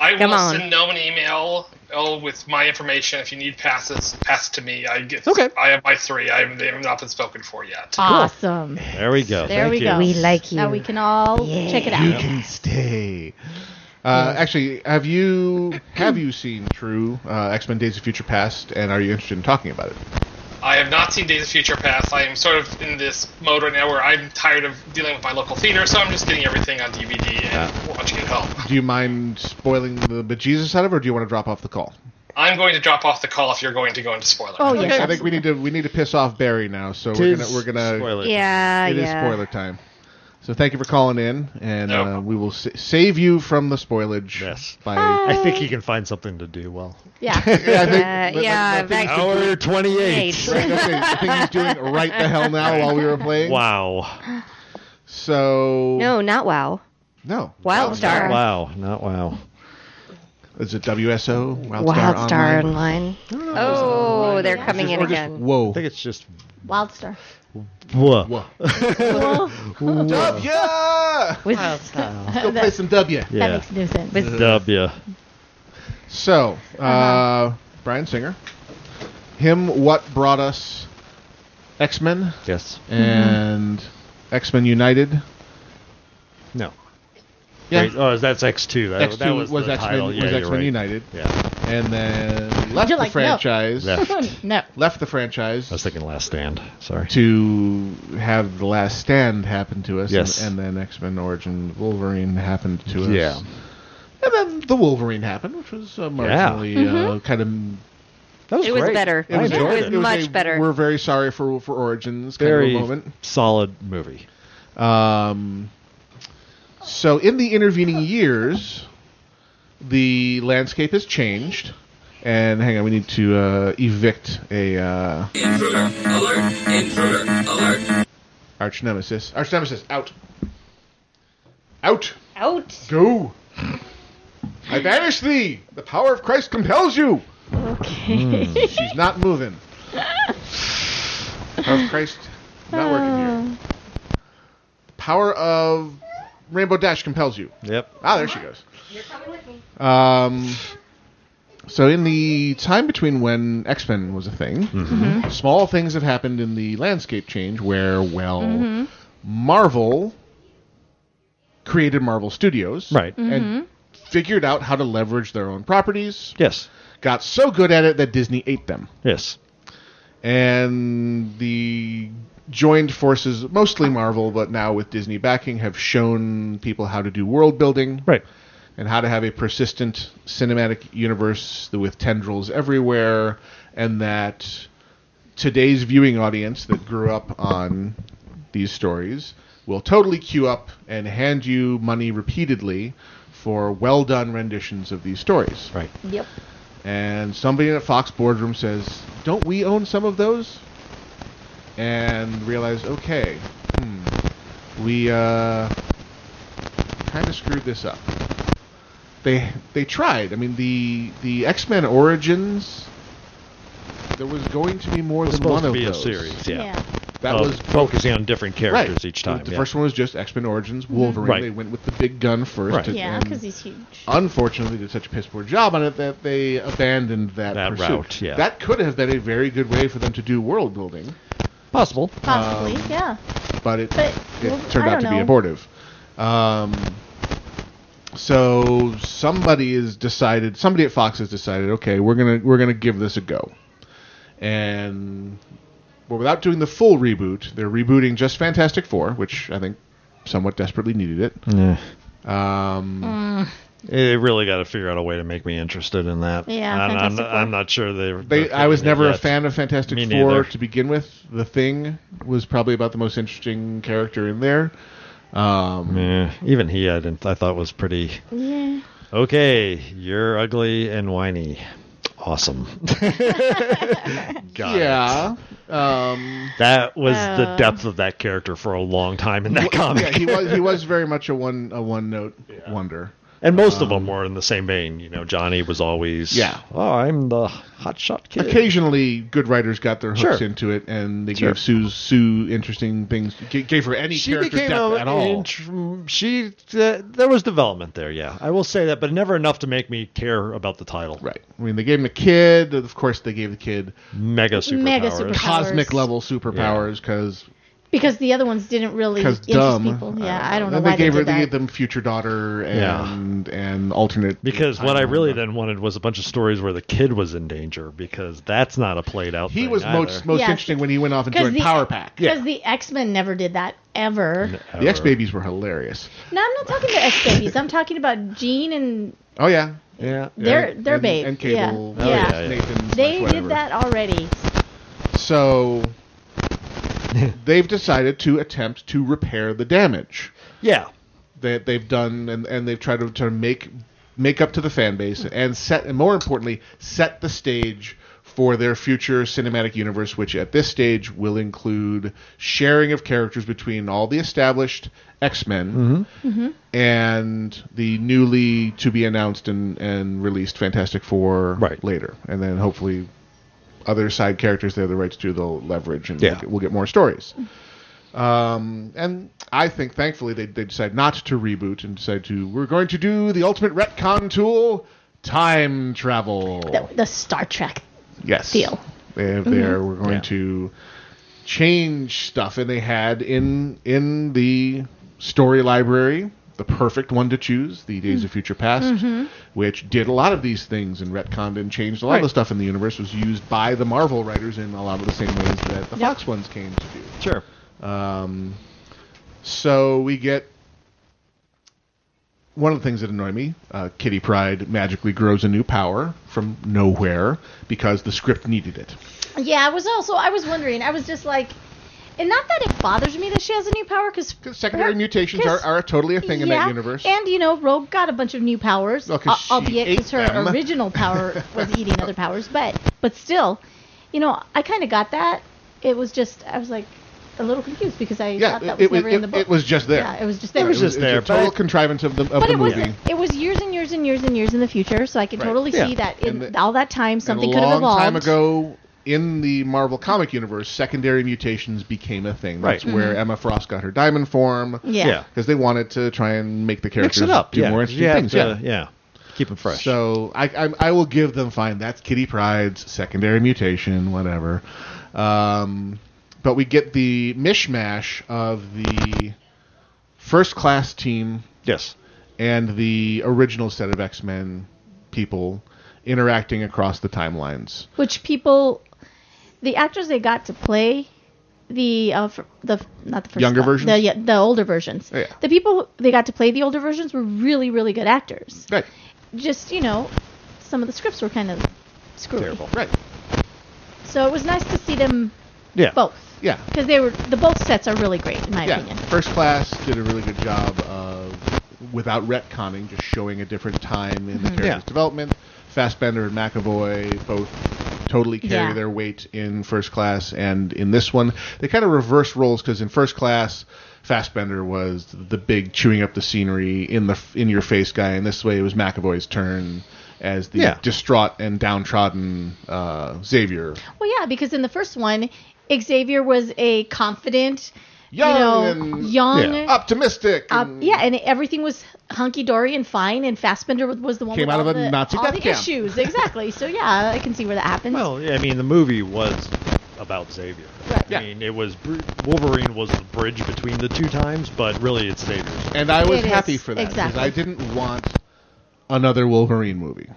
I
Come
will
on.
send Gnome an email oh, with my information. If you need passes, pass it to me. I get. Okay. I have my three. I have, they have not been spoken for yet.
Ah. awesome.
There we go.
There
Thank
we
you.
go. Now we can all check it out.
You can stay. Uh, actually, have you have you seen True uh, X Men: Days of Future Past, and are you interested in talking about it?
I have not seen Days of Future Past. I am sort of in this mode right now where I'm tired of dealing with my local theater, so I'm just getting everything on DVD and watching it at home.
Do you mind spoiling the bejesus out of, it, or do you want to drop off the call?
I'm going to drop off the call if you're going to go into spoilers.
Oh,
I think, I think we need to we need to piss off Barry now, so we're
Tis
gonna we're gonna
spoiler
Yeah,
It is
Ah, yeah.
spoiler time. So thank you for calling in, and uh, we will sa- save you from the spoilage. Yes, by
I think he can find something to do well.
Yeah.
Uh, yeah, back
Hour
Eight.
28.
Right, that's it. I think he's doing right the hell now while we were playing.
Wow.
So
No, not WoW.
No.
Wildstar.
Wow, not wow.
Is it WSO? Wildstar,
Wildstar
Online?
Online. Oh, they're coming in
Or just
again.
Whoa. I
think it's just
Wildstar.
whoa.
W. Go play some W.
Yeah.
no sense.
W.
So, uh,
Uh-huh.
Brian Singer, him, what brought us X Men?
Yes.
And X Men United.
No.
Yeah.
Wait, oh, that's X two. That,
X2
that was,
was
the
X-Men-
title.
was
yeah, you're
X-Men
right.
United.
Yeah.
And then left
You're
the
like, no.
franchise.
Oh, no.
Left the franchise.
I was thinking Last Stand. Sorry.
to have the last stand happen to us,
Yes.
and, and then X Men Origin Wolverine happened to us,
Yeah.
and then the Wolverine happened, which was uh,
Yeah. Mm-hmm.
marginally uh, kind of.
That
It was
great.
better.
I
It
enjoyed
was
it.
much
a
better.
We're very sorry for for Origins kind
Very
of a moment.
solid movie.
Um, so in the intervening years, the landscape has changed. And hang on, we need to uh, evict a uh, arch nemesis. Arch nemesis, out. Out.
Out.
Go. I banish thee. The power of Christ compels you. Hmm,
Okay.
She's not moving. power of Christ, not working here. The power of Rainbow Dash compels you.
Yep.
Ah, there she goes. Um, so in the time between when X Men was a thing, small things have happened in the landscape change where, well,
Mhm.
Marvel created Marvel Studios,
Right.
Mm-hmm.
and figured out how to leverage their own properties.
Yes.
Got so good at it that Disney ate them,
Yes.
and the joined forces, mostly Marvel, but now with Disney backing, have shown people how to do world building
Right.
and how to have a persistent cinematic universe with tendrils everywhere, and that today's viewing audience that grew up on these stories will totally queue up and hand you money repeatedly for well done renditions of these stories.
Right.
Yep.
And somebody in a Fox boardroom says, Don't we own some of those? And realize, okay, hmm, we uh, kind of screwed this up they they tried. I mean, the the X Men Origins. There was going to be more
It was
than one
supposed to
of
be a
those.
series, yeah. Yeah.
That
Of
was
focusing on different characters
Right.
each time,
The
yeah.
first one was just X Men Origins Wolverine.
Right.
They went with the big gun first.
Right.
and-
Yeah,
and um,
'cause he's huge.
Unfortunately, did such a piss poor job on it that they abandoned that,
That
pursuit.
route, yeah.
That could have been a very good way for them to do world building.
Possible.
Possibly, yeah.
but it,
But,
it
well,
turned
I
out to
don't
be
know.
abortive. Um, so somebody has decided, somebody at Fox has decided, okay, we're gonna we're gonna give this a go, and well, without doing the full reboot, they're rebooting just Fantastic Four, which I think somewhat desperately needed it.
Mm.
Um,
They really got to figure out a way to make me interested in that.
Yeah,
I'm, I'm,
Fantastic Four.
I'm not sure they.
They,
they're
I was
getting it
never a
yet.
fan of Fantastic
Me
Four
neither.
to begin with. The Thing was probably about the most interesting character in there. Um,
yeah, even he, I didn't. I thought was pretty.
Yeah.
Okay, you're ugly and whiny. Awesome. Got it.
yeah. Um,
That was the
Uh,
depth of that character for a long time in that
Well,
comic.
Yeah, he was he was very much a one a one note wonder.
and most of them were in the same vein. You know, Johnny was always.
Um, Yeah.
Oh, I'm the hotshot kid.
Occasionally, good writers got their hooks
Sure.
into it, and they
Sure.
gave Sue Sue interesting things. g- Gave her any
she
character
became
depth
a,
at all.
int- she th- there was development there. Yeah, I will say that, but never enough to make me care about the title.
Right. I mean, they gave him a kid. Of course, they gave the kid
mega superpowers,
Mega superpowers.
cosmic level superpowers because
Because the other ones didn't really interest
dumb. Uh,
people. Yeah, I don't know
Then
why
they gave
they
her
did
they gave
that.
them future daughter
Yeah.
and and alternate
Because what I
timeline.
really then wanted was a bunch of stories where the kid was in danger, because that's not a played out.
He
thing
was most
either.
most
Yeah.
interesting when he went off and
Because
joined
the,
Power Pack.
Because the X Men never did that ever.
The X Babies were hilarious.
No, I'm not talking about X babies. I'm talking about Gene and
Oh yeah, yeah.
They're-
And-
they're
and,
babe.
and Cable.
Yeah. Oh, yeah,
and
yeah.
Nathan.
they
whatever.
did that already.
So they've decided to attempt to repair the damage
yeah.
that they've done, and, and they've tried to, to make make up to the fan base, and set, and more importantly, set the stage for their future cinematic universe, which at this stage will include sharing of characters between all the established X Men
Mm-hmm.
and the newly to be announced and, and released Fantastic Four later, and then hopefully other side characters they have the rights to they'll leverage and we'll, get, we'll get more stories. Um, and I think thankfully they they decide not to reboot and decide to we're going to do the ultimate retcon tool, time travel.
The, the Star Trek.
Yes.
Deal.
They have
Mhm.
there. We're going to change stuff, and they had in in the story library the perfect one to choose, the
Hmm.
Days of Future Past,
Mm-hmm.
Mhm.
which did a lot of these things and retconned and changed a lot of
Right.
the stuff in the universe. Was used by the Marvel writers in a lot of the same ways that the Fox ones came to do.
Sure.
Um, so we get one of the things that annoy me uh, Kitty Pride magically grows a new power from nowhere because the script needed it.
Yeah, I was also I was wondering. I was just like, and not that it bothers me that she has a new power because
Secondary mutations are, are totally a thing in that universe.
And you know, Rogue got a bunch of new powers,
Well, 'cause
al-
she
albeit
ate
because her
them.
original power was eating other powers, but but still, you know, I kind of got that. It was just I was like a little confused because I
yeah,
thought that was
it,
never
it,
in the
it-
book.
it was just there.
Yeah, it was just there.
a total contrivance of the, of
but
the
it
movie.
was it was years and years and years and years in the future, so I could
Right.
totally
Yeah.
see that in
And
all that time something
and
could
a
have
long
evolved.
time ago in the Marvel comic universe, secondary mutations became a thing. That's
Right.
Mm-hmm.
where
Mhm.
Emma Frost got her diamond form.
Yeah. Yeah.
because they wanted to try and make the
Mix
characters
it up.
do
yeah.
more interesting
yeah,
things.
yeah,
yeah,
yeah. Keep it fresh.
So I, I I will give them fine. That's Kitty Pride's secondary mutation, whatever. Um, but we get the mishmash of the first class team.
Yes.
And the original set of X Men people interacting across the timelines.
which people, the actors they got to play the uh, fir- the not the first
Younger
one,
versions? Oh,
the, yeah, the older versions.
Yeah.
The people they got to play the older versions were really really good actors.
Right.
Just you know, some of the scripts were kind of screwy. Terrible.
Right.
So it was nice to see them
Yeah.
both
Yeah.
because they were the both sets are really great in my
yeah.
opinion.
First class did a really good job of, without retconning, just showing a different time in the
Mhm.
character's
Yeah.
development. Fassbender and McAvoy both totally carry
Yeah.
their weight in first class and in this one they kind of reverse roles because in first class Fassbender was the big chewing up the scenery in the in your face guy, and this way it was McAvoy's turn as the
Yeah.
distraught and downtrodden uh, Xavier.
Well, yeah, because in the first one, Xavier was a confident, you
Young
know,
and-
young,
yeah. optimistic.
up- Uh, yeah, and everything was hunky dory and fine. And Fassbender was- was the one
Came
with
out
all
of a
the,
Nazi
all
death
the
camp.
issues, exactly. So yeah, I can see where that happens.
Well, yeah, I mean, the movie was about Xavier. I mean, it was br- Wolverine was the bridge between the two times, but really it's Xavier.
And I was
It is,
happy for that because
exactly.
I didn't want another Wolverine movie.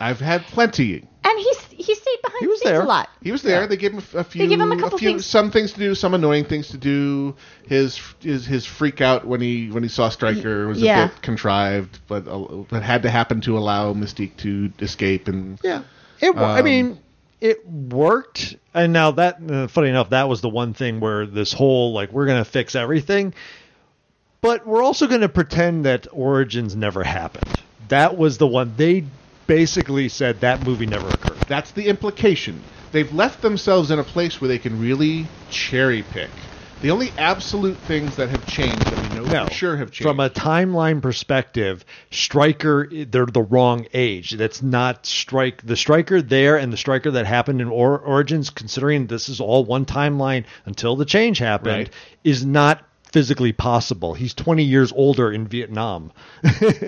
I've had plenty.
and he s- he stayed behind the scenes a lot.
He was there.
Yeah.
They gave him a few.
They gave him a couple
few-
things.
Some things to do. Some annoying things to do. His his his freak out when he when he saw Stryker was
Yeah.
a bit contrived, but uh, but had to happen to allow Mystique to escape and
yeah. It, wa- I
Um,
mean, it worked. And now that, uh, funny enough, that was the one thing where this whole like we're gonna fix everything, but we're also gonna pretend that Origins never happened. That was the one they basically said that movie never occurred.
That's the implication. They've left themselves in a place where they can really cherry pick. The only absolute things that have changed that we know
No,
for sure have changed.
From a timeline perspective, Striker, they're the wrong age. That's not Strike. The Striker there and the Striker that happened in or- Origins, considering this is all one timeline until the change happened,
Right.
is not physically possible. He's 20 years older in Vietnam.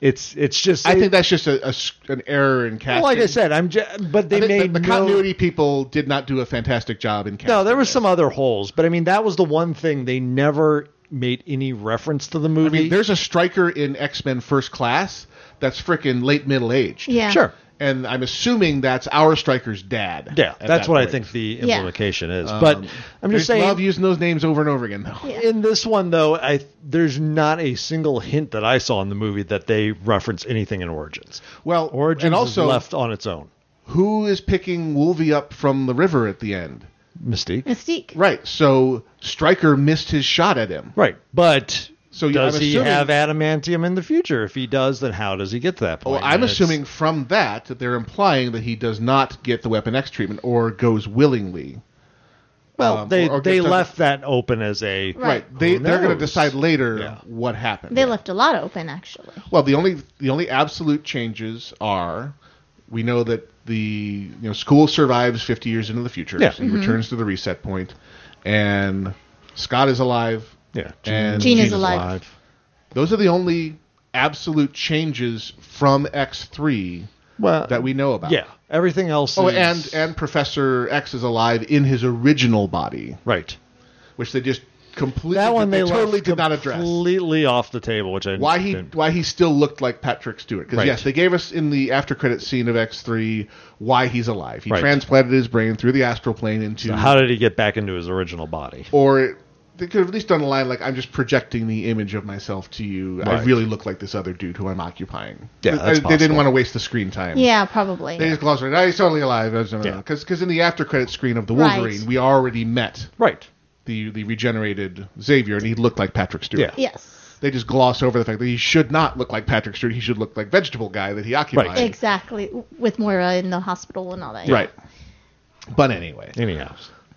it's it's just.
I think that's just a, a s- an error in
Well,
casting.
like I said, I'm. J- but they
I think
made
the, the
no-
continuity people did not do a fantastic job in casting.
No, there were some other holes, but I mean that was the one thing they never made any reference to the movie.
I mean, there's a striker in X Men First Class that's freaking late middle aged.
Yeah. Sure.
And I'm assuming that's our striker's dad.
Yeah,
at
that's
that
what I
point.
think the
Yeah.
implication is.
Um,
But I'm
there's
just saying,
Love using those names over and over again, though.
in this one though, I there's not a single hint that I saw in the movie that they reference anything in Origins.
Well,
Origins
and
is
also-
left on its own.
Who is picking Wolvie up from the river at the end?
Mystique.
Mystique.
Right. So Stryker missed his shot at him.
Right. But
so
does
I'm
he
assuming-
have adamantium in the future? If he does, then how does he get to that point?
Well, I'm
And it's-
assuming from that that they're implying that he does not get the Weapon X treatment or goes willingly.
Well,
um,
they
or- or
they
doesn't-
left that open as a
Right. They
Who
they're going to
knows?
decide later what happened.
They left a lot open, actually.
Well, the only the only absolute changes are we know that the you know school survives 50 years into the future.
Yeah.
So he
Mhm.
returns to the reset point, and Scott is alive.
Yeah,
and
Gene is alive.
Those are the only absolute changes from X3
Well,
that we know about.
Yeah, everything else.
Oh,
is-
and and Professor X is alive in his original body.
Right.
Which they just completely
that one they,
totally
left
did not address
completely off the table, which I
why he
didn't-
why he still looked like Patrick Stewart. Because
Right.
yes, they gave us in the after credit scene of X three why he's alive. He
Right.
transplanted his brain through the astral plane into
So how did he get back into his original body?
or it, they could have at least done a line like I'm just projecting the image of myself to you. I
Right.
really look like this other dude who I'm occupying.
Yeah,
They-
that's
they, didn't
possible.
want to waste the screen time.
Yeah, probably.
They just glossed right. Oh, he's totally alive. Because because in the after credit screen of the
Right.
Wolverine, we already met
right
the the regenerated Xavier, and he looked like Patrick Stewart.
Yeah.
Yes.
They just gloss over the fact that he should not look like Patrick Stewart. He should look like vegetable guy that he occupied.
Exactly. With Moira in the hospital and all that.
Right. But anyway.
Anyhow.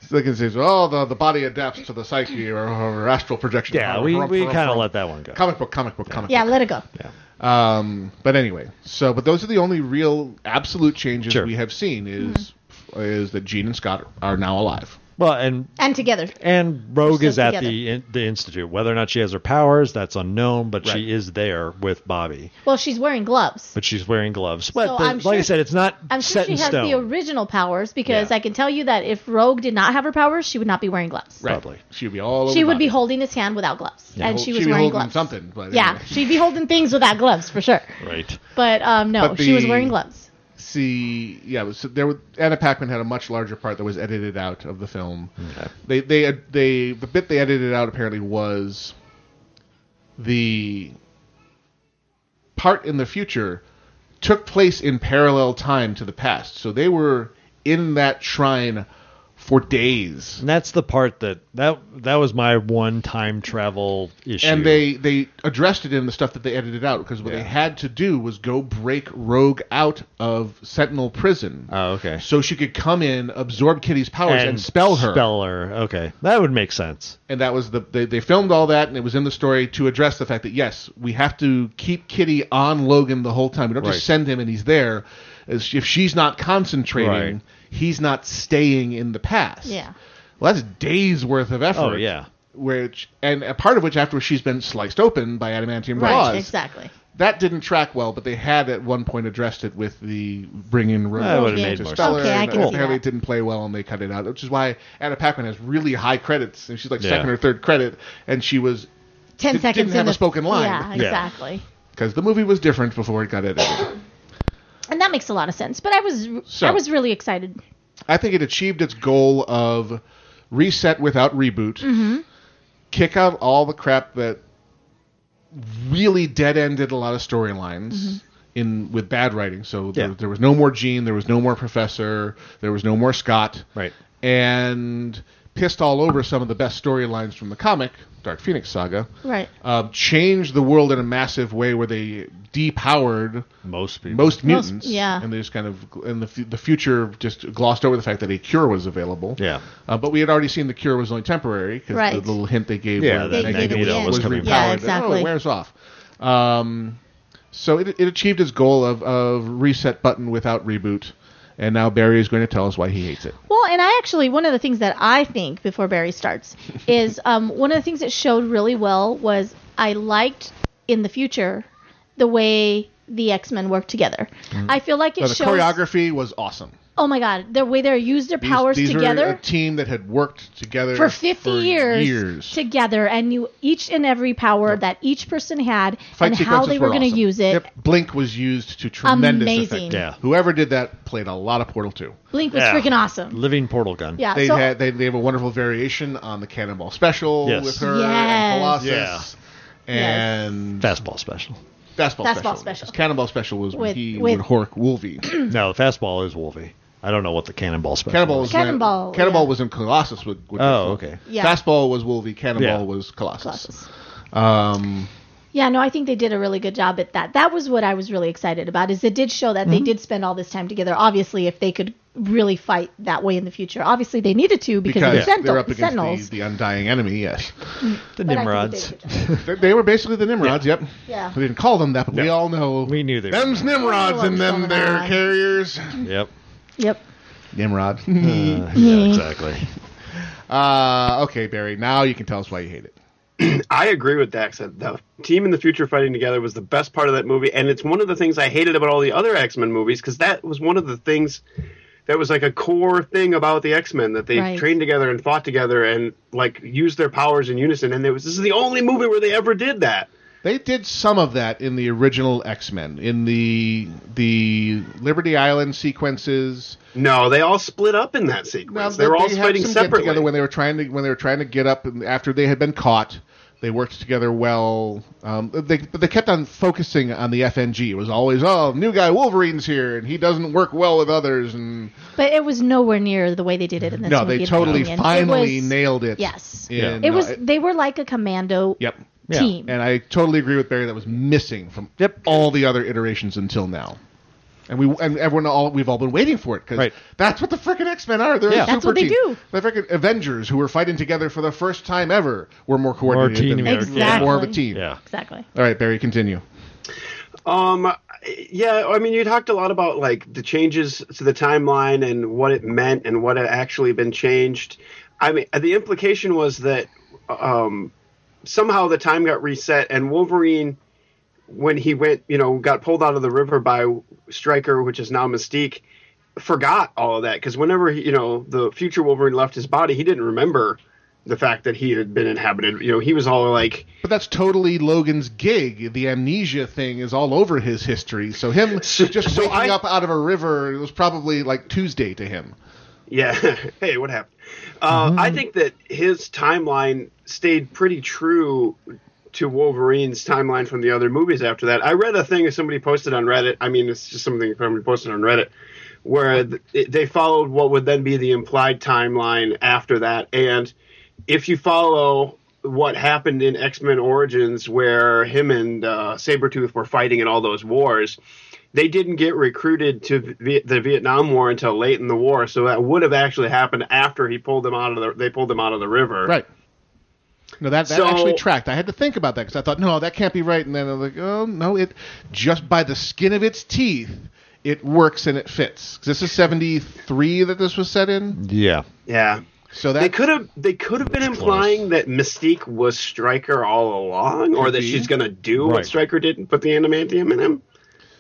So they can say, oh, the, the body adapts to the psyche or, or astral projection.
Yeah, Uh, we, we kind of let that one go.
Comic book, comic book, comic
Yeah, let it go.
book. Um, but anyway, so but those are the only real absolute changes we have seen is
Mm-hmm.
is that Gene and Scott are now alive.
Well, and
And together.
and Rogue
They're
is
still
at
together.
the in, the institute. Whether or not she has her powers, that's unknown. But
Right.
she is there with Bobby.
Well, she's wearing gloves.
But she's wearing gloves. But
So
the-
I'm
like
sure-
I said, it's not
I'm sure
set
she
in
has
stone.
the original powers because I can tell you that if Rogue did not have her powers, she would not be wearing gloves.
Probably. She would be all over
She
the
would be
body.
holding his hand without gloves,
Yeah.
and she
She'd
was
be
wearing
holding
gloves.
something, but
yeah,
anyway.
she'd be holding things without gloves for sure.
Right.
But um, no,
But
she was
the-
wearing gloves.
see yeah so there were, Anna Paquin had a much larger part that was edited out of the film. They they uh, they the bit they edited out apparently was the part in the future took place in parallel time to the past. So they were in that shrine for days.
And that's the part that that that was my one time travel issue.
And they they addressed it in the stuff that they edited out because what they had to do was go break Rogue out of Sentinel prison.
Oh, okay.
So she could come in, absorb Kitty's powers, and,
And
spell her.
spell her. Okay, that would make sense.
And that was the they, they filmed all that, and it was in the story to address the fact that yes, we have to keep Kitty on Logan the whole time. We don't
Right.
just send him and he's there. As if she's not concentrating,
Right.
he's not staying in the past.
Yeah.
Well, that's days worth of effort.
Oh, yeah.
Which and a part of which after she's been sliced open by adamantium
Right,
raws.
exactly.
That didn't track well, but they had at one point addressed it with the bringing Rogue
That would've
to
made more
Speller,
sense. Okay, I
and
can see
apparently it didn't play well, and they cut it out, which is why Anna Paquin has really high credits, and she's like
Yeah.
second or third credit, and she was
Ten
did-
seconds
didn't
in
have
the,
a spoken
Yeah,
line
exactly.
because the movie was different before it got edited.
And that makes a lot of sense. But I was
So.
I was really excited.
I think it achieved its goal of reset without reboot.
Mm-hmm.
kick out all the crap that really dead ended a lot of storylines
Mhm.
in with bad writing. So there,
Yeah.
there was no more Gene, there was no more Professor, there was no more Scott,
right?
And pissed all over some of the best storylines from the comic Dark Phoenix Saga.
Right.
Uh, changed the world in a massive way where they depowered
most
most
Most-
mutants.
yeah.
and they just kind of and the fu- the future just glossed over the fact that a cure was available.
Yeah,
uh, but we had already seen the cure was only temporary because
Right.
the little hint they gave
Yeah,
where
that They gave it Magneto at the was end. coming
repowered.
back. Yeah,
Oh,
exactly.
it wears off. Um, so it, it achieved its goal of, of reset button without reboot, and now Barry is going to tell us why he hates it.
Well, and I actually one of the things that I think before Barry starts is um, one of the things it showed really well was I liked in the future the way the X Men work together. I feel like it
Mm-hmm. Now, the
shows.
choreography was awesome.
oh my God, the way they used their
These-
powers
these,
together.
are a team that had worked together
for 50
for
years,
years.
together and knew each and every power that each person had
Fight
and how
sequences
they were, going to
awesome.
use it.
Yep, Blink was used to tremendous
Amazing.
effect.
Yeah.
Whoever did that played a lot of Portal 2.
Blink was freaking awesome.
Living portal gun.
Yeah,
they
Uh, so-
had they, they have a wonderful variation on the Cannonball Special
Yes.
with her
Yes.
and Colossus
Yeah.
and
fastball special.
Fastball,
Fastball
Special.
Special.
Because Cannonball Special was when
With-
he
with-
would hork Wolvie.
no, fastball is Wolvie. I don't know what the cannonball special.
Cannonball was
is.
when-
Cannonball,
Cannonball
yeah.
was in Colossus with, with
Oh,
Wolvie.
okay.
Yeah.
Fastball was Wolvie. Cannonball
Yeah.
was Colossus.
Colossus.
Um,
Yeah, no, I think they did a really good job at that. That was what I was really excited about. Is it did show that they
Mhm.
did spend all this time together. Obviously, if they could really fight that way in the future, obviously they needed to because,
because
of the Sentinel-
they're up against
Sentinels.
The, the undying enemy. Yes,
the
But I think Nimrods.
they, they were basically the Nimrods. Yep.
Yeah.
We didn't call them that, but we all know
we knew they.
them's Nimrods and them their carriers.
Yep.
Yep.
Nimrod.
yeah, exactly.
Uh, okay, Barry. Now you can tell us why you hate it.
I agree with Dax. That the team in the future fighting together was the best part of that movie, and it's one of the things I hated about all the other X Men movies because that was one of the things that was like a core thing about the X Men that they
Right.
trained together and fought together and like used their powers in unison. And it was this is the only movie where they ever did that.
They did some of that in the original X Men in the the Liberty Island sequences.
No, they all split up in that sequence. they were all
had
fighting
some get
separately.
together when they were trying to when they were trying to get up and after they had been caught. They worked together well. Um, they but they kept on focusing on the FNG. It was always oh new guy Wolverine's here and he doesn't work well with others and
But it was nowhere near the way they did it in this
no
movie.
they
in my
totally
opinion. It
finally
was-
nailed it.
Yes.
in,
it was.
uh,
they were like a commando.
Yep.
Yeah. team.
And I totally agree with Barry. That was missing from all the other iterations until now. And we and everyone all we've all been waiting for it because that's what the frickin' X Men are. They're
Yeah.
a
That's
super
what they
team.
do.
The frickin' Avengers who were fighting together for the first time ever were more coordinated,
team
than
here,
Exactly.
more of a team.
Yeah.
Exactly.
All right, Barry, continue.
Um, yeah, I mean, you talked a lot about like the changes to the timeline and what it meant and what had actually been changed. I mean, the implication was that um, somehow the time got reset and Wolverine, when he went, you know, got pulled out of the river by Stryker, which is now Mystique, forgot all of that because whenever he, you know the future Wolverine left his body, he didn't remember the fact that he had been inhabited. You know, he was all like.
But that's totally Logan's gig. The amnesia thing is all over his history. So him just waking up out of a river was probably like Tuesday to him.
Yeah. hey, what happened? Uh, I think that his timeline stayed pretty true to Wolverine's timeline from the other movies after that. I read a thing that somebody posted on Reddit. I mean, it's just something somebody posted on Reddit where th- it- they followed what would then be the implied timeline after that. And if you follow what happened in X Men Origins, where him and uh, Sabretooth were fighting in all those wars, they didn't get recruited to v- the Vietnam War until late in the war. So that would have actually happened after he pulled them out of the they pulled them out of the river.
Right. No, that, that
So-
actually tracked. I had to think about that because I thought, no, that can't be right. And then I'm like, oh no, it just by the skin of its teeth, it works and it fits. 'Cause this is seventy three that this was set in.
Yeah.
Yeah.
So that
they could have they could have been implying that Mystique was Stryker all along, or
Could
that
be.
she's going to do
Right.
what Stryker did and put the adamantium in him.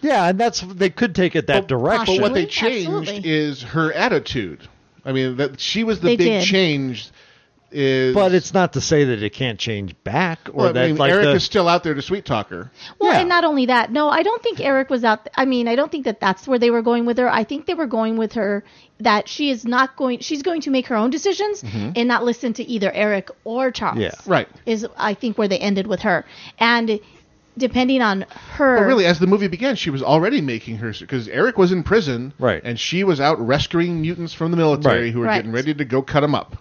Yeah, and that's they could take it that direction.
But what they changed is her attitude. I mean, that she was the
They
big
did.
change. Is
But it's not to say that it can't change back or
well,
that
I mean,
like
Eric
the,
is still out there to sweet talk her.
Well, and not only that, no, I don't think Eric was out. I mean, I don't think that that's where they were going with her. I think they were going with her that she is not going. She's going to make her own decisions
Mhm.
and not listen to either Eric or Charles.
Right.
Is I think where they ended with her, and depending on her.
But really, as the movie began, she was already making her because Eric was in prison, right? And she was out rescuing mutants from the military
Right.
who were
Right.
getting ready to go cut them up.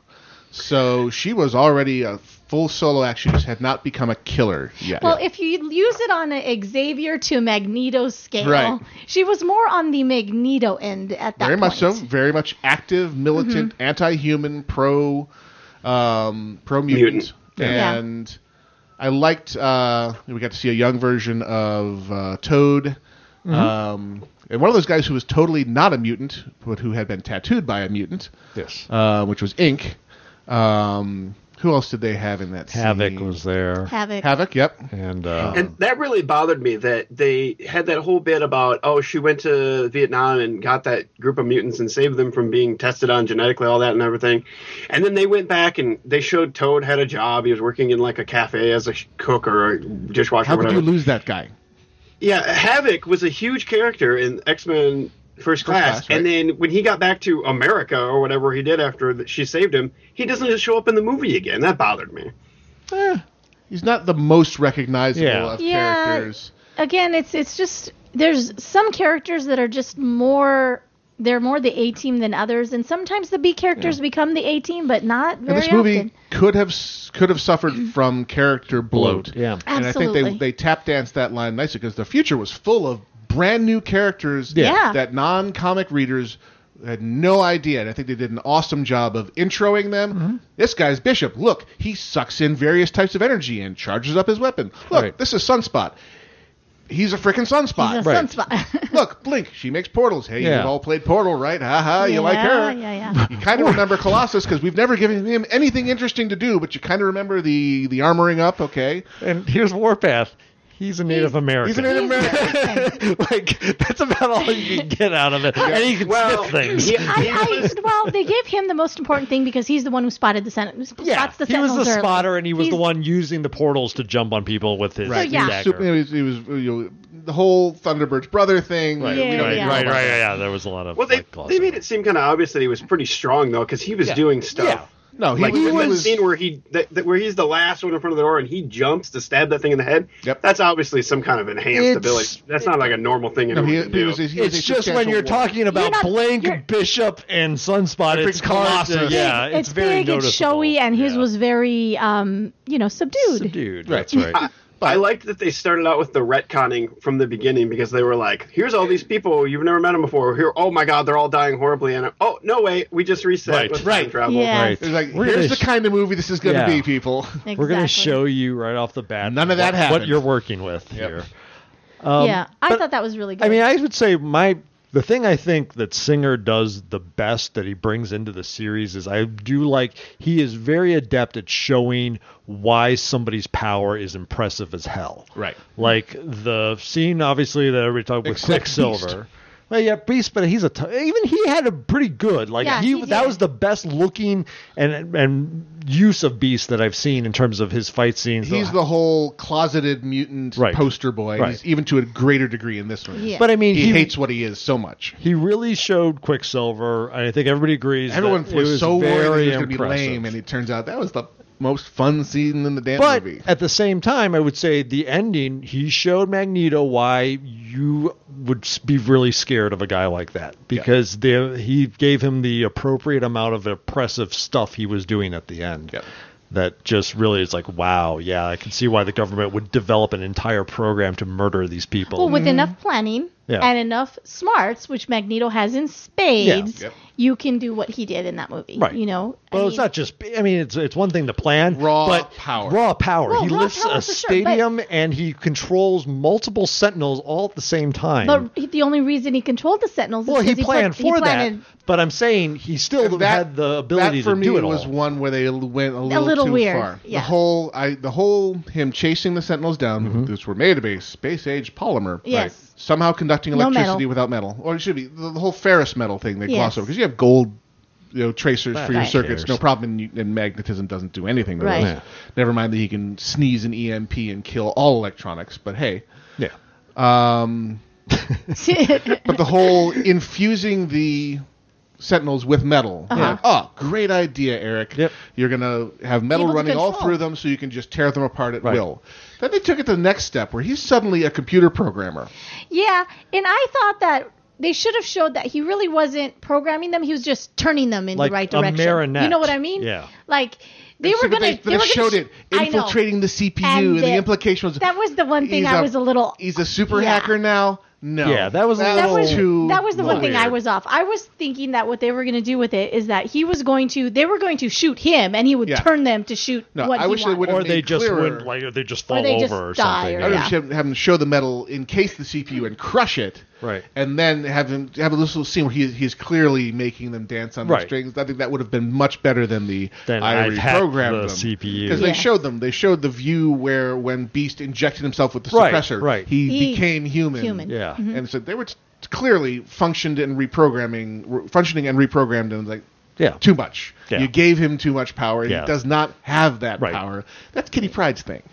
So she was already a full solo act. She just had not become a killer yet.
Well, if you use it on a Xavier to Magneto scale,
Right.
she was more on the Magneto end at that
very
point.
much so. Very much active, militant, anti-human, pro, um, pro mutant,
Mutant. Yeah.
and I liked. Uh, we got to see a young version of uh, Toad,
Mhm.
um, and one of those guys who was totally not a mutant, but who had been tattooed by a mutant.
Yes.
uh, which was Ink. Um, who else did they have in that?
Havoc
scene?
was there.
Havoc.
Havoc. Yep.
And uh,
and that really bothered me that they had that whole bit about oh she went to Vietnam and got that group of mutants and saved them from being tested on genetically all that and everything, and then they went back and they showed Toad had a job he was working in like a cafe as a sh- cook or a dishwasher.
How
or
could
whatever.
you lose that guy?
Yeah, Havoc was a huge character in X Men First Class,
Class, right.
and then when he got back to America or whatever he did after that she saved him, he doesn't just show up in the movie again. That bothered me.
He's not the most recognizable
Yeah.
of
Yeah.
characters.
Again, it's it's just there's some characters that are just more they're more the A team than others, and sometimes the B characters
Yeah.
become the A team, but not
And
very
this movie
often. Mm-hmm.
could have s- could have suffered from character bloat.
Yeah,
and I think
Absolutely.
they they tap danced that line nicely because the future was full of brand new characters
Yeah. Yeah.
that non comic readers had no idea. And I think they did an awesome job of introing them. This guy's Bishop. Look, he sucks in various types of energy and charges up his weapon. Look, this is Sunspot. He's a freaking sunspot.
He's a Right. sunspot.
Look, Blink. She makes portals. Hey,
Yeah.
you've all played Portal, right? Ha ha. You like her?
Yeah, yeah, yeah.
You kind of remember Colossus because we've never given him anything interesting to do, but you kind of remember the the armoring up, okay?
And here's Warpath. He's a Native American.
He's a Native
American. like that's about all you can get out of it. And he can sniff things.
I, I, well, they gave him the most important thing because he's the one who spotted the sentinels. spots the
he was the
Sentinels early.
spotter, and he was
He's-
the one using the portals to jump on people with his
Right. So, yeah.
dagger.
Super- it was, it was, you know, the whole Thunderbird's brother thing.
Right,
we don't
right,
need to
right,
go
right,
about
yeah,
that.
yeah. There was a lot of
Well, they
like, gloss
they made it seem kind of obvious that he was pretty strong though, because he was
Yeah.
doing stuff.
Yeah.
No, he
like
was-
in
he
that
was-
scene where he that, that- where he's the last one in front of the door and he jumps to stab that thing in the head.
Yep.
That's obviously some kind of enhanced
It's-
ability. That's not like a normal thing.
No,
anyone
he-
can
he
do.
was a- he was
It's just when you're talking about Blink, Bishop, and Sunspot, it's
Colossus.
Colossus. Yeah,
it's,
it's, very
big,
noticeable.
it's showy, and his was very, um, you know, subdued.
Dude,
that's right.
I liked that they started out with the retconning from the beginning because they were like, "Here's all these people you've never met them before. Here, oh my God, they're all dying horribly." And oh no, wait, we just reset
Right,
with
right.
time travel.
Yeah. Right.
It was like,
We're
here's
gonna
the
sh-
kind of movie this is going to
Yeah.
be, people.
We're going
Exactly.
to show you right off the bat
None of that
what, what
happened.
you're working with here.
yeah, I
but-
thought that was really good.
I mean, I would say my the thing I think that Singer does the best that he brings into the series is I do like he is very adept at showing why somebody's power is impressive as hell.
Right.
Like the scene obviously that everybody talked with
Except
Quicksilver.
Beast.
Well, yeah, Beast, but he's a t- even he had a pretty good like
Yeah,
he,
he
that
did.
was the best looking and and use of Beast that I've seen in terms of his fight scenes.
He's the whole closeted mutant
Right.
poster boy.
Right.
He's even to a greater degree in this one.
Yeah.
But I mean,
he,
he-
hates what he is so much.
He really showed Quicksilver, and I think everybody agrees.
Everyone
that it
was, so worried that
very
he was going to be
impressive.
lame, and it turns out that was the most fun scene in the damn
But
movie.
at the same time, I would say the ending. He showed Magneto why you would s- be really scared of a guy like that because the, he gave him the appropriate amount of oppressive stuff he was doing at the end. That just really is like, wow, yeah, I can see why the government would develop an entire program to murder these people.
Well, with enough planning
Mm-hmm. Yeah.
and enough smarts, which Magneto has in spades,
Yep.
you can do what he did in that movie.
Right.
You know, I
Well, it's
mean-
not just. I mean, it's it's one thing to plan, raw but power, raw power.
Well,
he
raw
lifts
power
a
for sure, but-
stadium and he controls multiple sentinels all at the same time.
But he- the only reason he controlled the Sentinels
well,
is
he
because
planned
he, put,
for
he planted
that, but I'm saying he still had the ability
that for
to
me
do it
was
all.
one where they went a little,
little
too
weird,
far.
yeah.
The whole I the whole him chasing the Sentinels down,
Mm-hmm.
which were made of a space age polymer.
Yes. Right.
Somehow conducting
No metal.
electricity without metal, or it should be the, the whole ferrous metal thing they gloss
Yes.
over because you have gold, you know, tracers
Right.
for your
Right.
circuits,
Cares.
no problem, and, you, and magnetism doesn't do anything. to
Right.
those.
Yeah.
Never mind that he can sneeze an EMP and kill all electronics, but hey.
Yeah.
Um, but the whole infusing the sentinels with metal.
Uh-huh.
Like, oh, great idea, Eric. Yep. You're gonna have metal
Able to
running all
control.
through them, so you can just tear them apart at will. Then they took it to the next step, where he's suddenly a computer programmer.
Yeah, and I thought that they should have showed that he really wasn't programming them; he was just turning them in
Like
the right
a
direction.
marionette.
You know what I mean?
Yeah.
Like they were
but
gonna.
they, but they
were
showed
gonna,
it infiltrating the CPU,
And
and, the
the-
implication was
That was the one thing
he's
I was a little.
He's a super
Yeah.
hacker now. No,
Yeah, that was a
That was,
too.
that was the one thing I
weird.
was off. I was thinking that what they were going to do with it is that he was going to, they were going to shoot him, and he would
Yeah.
turn them to shoot what he wanted.
would've
Or they
made
just
clearer-
wouldn't, like or they just
Or
fall
they
over
just
or
die
something.
or-
I would
Yeah.
have him- have him show the metal, encase the CPU, and crush it.
Right.
And then have him have a little scene where he he's clearly making them dance on the
Right.
strings. I think that would have been much better than the
Then
I
I've hacked
reprogrammed
the
them
CPU.
because they
Yes.
showed them. They showed the view where when Beast injected himself with the
Right,
suppressor,
right.
he,
He-
became human.
human. Yeah. Mhm.
And so they were t- clearly functioned and reprogramming, re- functioning and reprogrammed, and like.
Yeah.
Too much.
Yeah.
You gave him too much power.
Yeah.
He does not have that power. That's Kitty Pride's thing.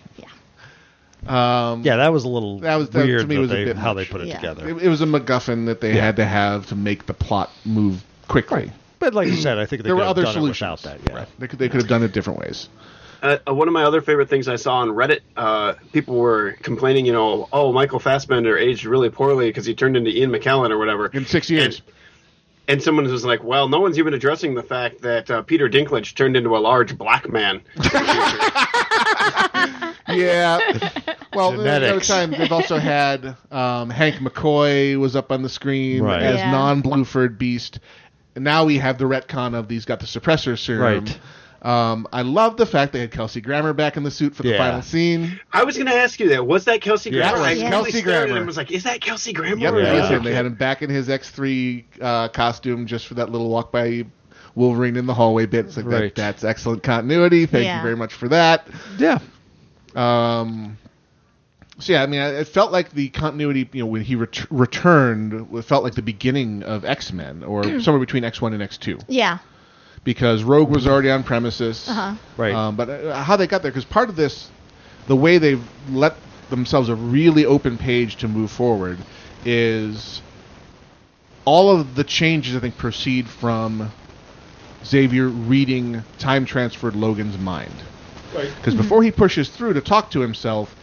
Um,
yeah, that was a little
That was that,
weird
to me
that
was
they-
a bit
how
much.
they put it together.
It, it was a MacGuffin that they had to have to make the plot move quickly.
But like you said, I think they
There
could
were
have
other
done
solutions.
it without that. Yeah.
They could they could have done it different ways.
Uh, uh, one of my other favorite things I saw on Reddit, uh, people were complaining, you know, oh, Michael Fassbender aged really poorly because he turned into Ian McKellen or whatever.
In six years.
And, and someone was like, well, no one's even addressing the fact that uh, Peter Dinklage turned into a large black man.
Yeah. Well, at another
Genetics.
time they've also had um, Hank McCoy was up on the screen
Right.
as
Yeah.
non-Bluford Beast. And now we have the retcon of these got the suppressor serum.
Right.
Um, I love the fact they had Kelsey Grammer back in the suit for the
Yeah.
final scene.
I was going to ask you that. Was that Kelsey
Yeah,
Grammer?
that was
I
Kelsey
really stared at
Grammer.
him and was like, is that Kelsey Grammer?
Yep,
or
it was
is that
him. They had him back in his X3 uh, costume just for that little walk by Wolverine in the hallway bit. It's like that-
Right.
that's excellent continuity. Thank
Yeah.
you very much for that.
Yeah.
Um. So yeah, I mean, I- it felt like the continuity. You know, when he ret- returned, it felt like the beginning of X Men, or somewhere between X One and X Two,
Yeah.
because Rogue was already on premises.
Uh-huh.
Right.
Um, but uh, how they got there? Because part of this, the way they've let themselves a really open page to move forward, is all of the changes I think proceed from Xavier reading time transferred Logan's mind.
Right.
Because
Mm-hmm.
before he pushes through to talk to himself,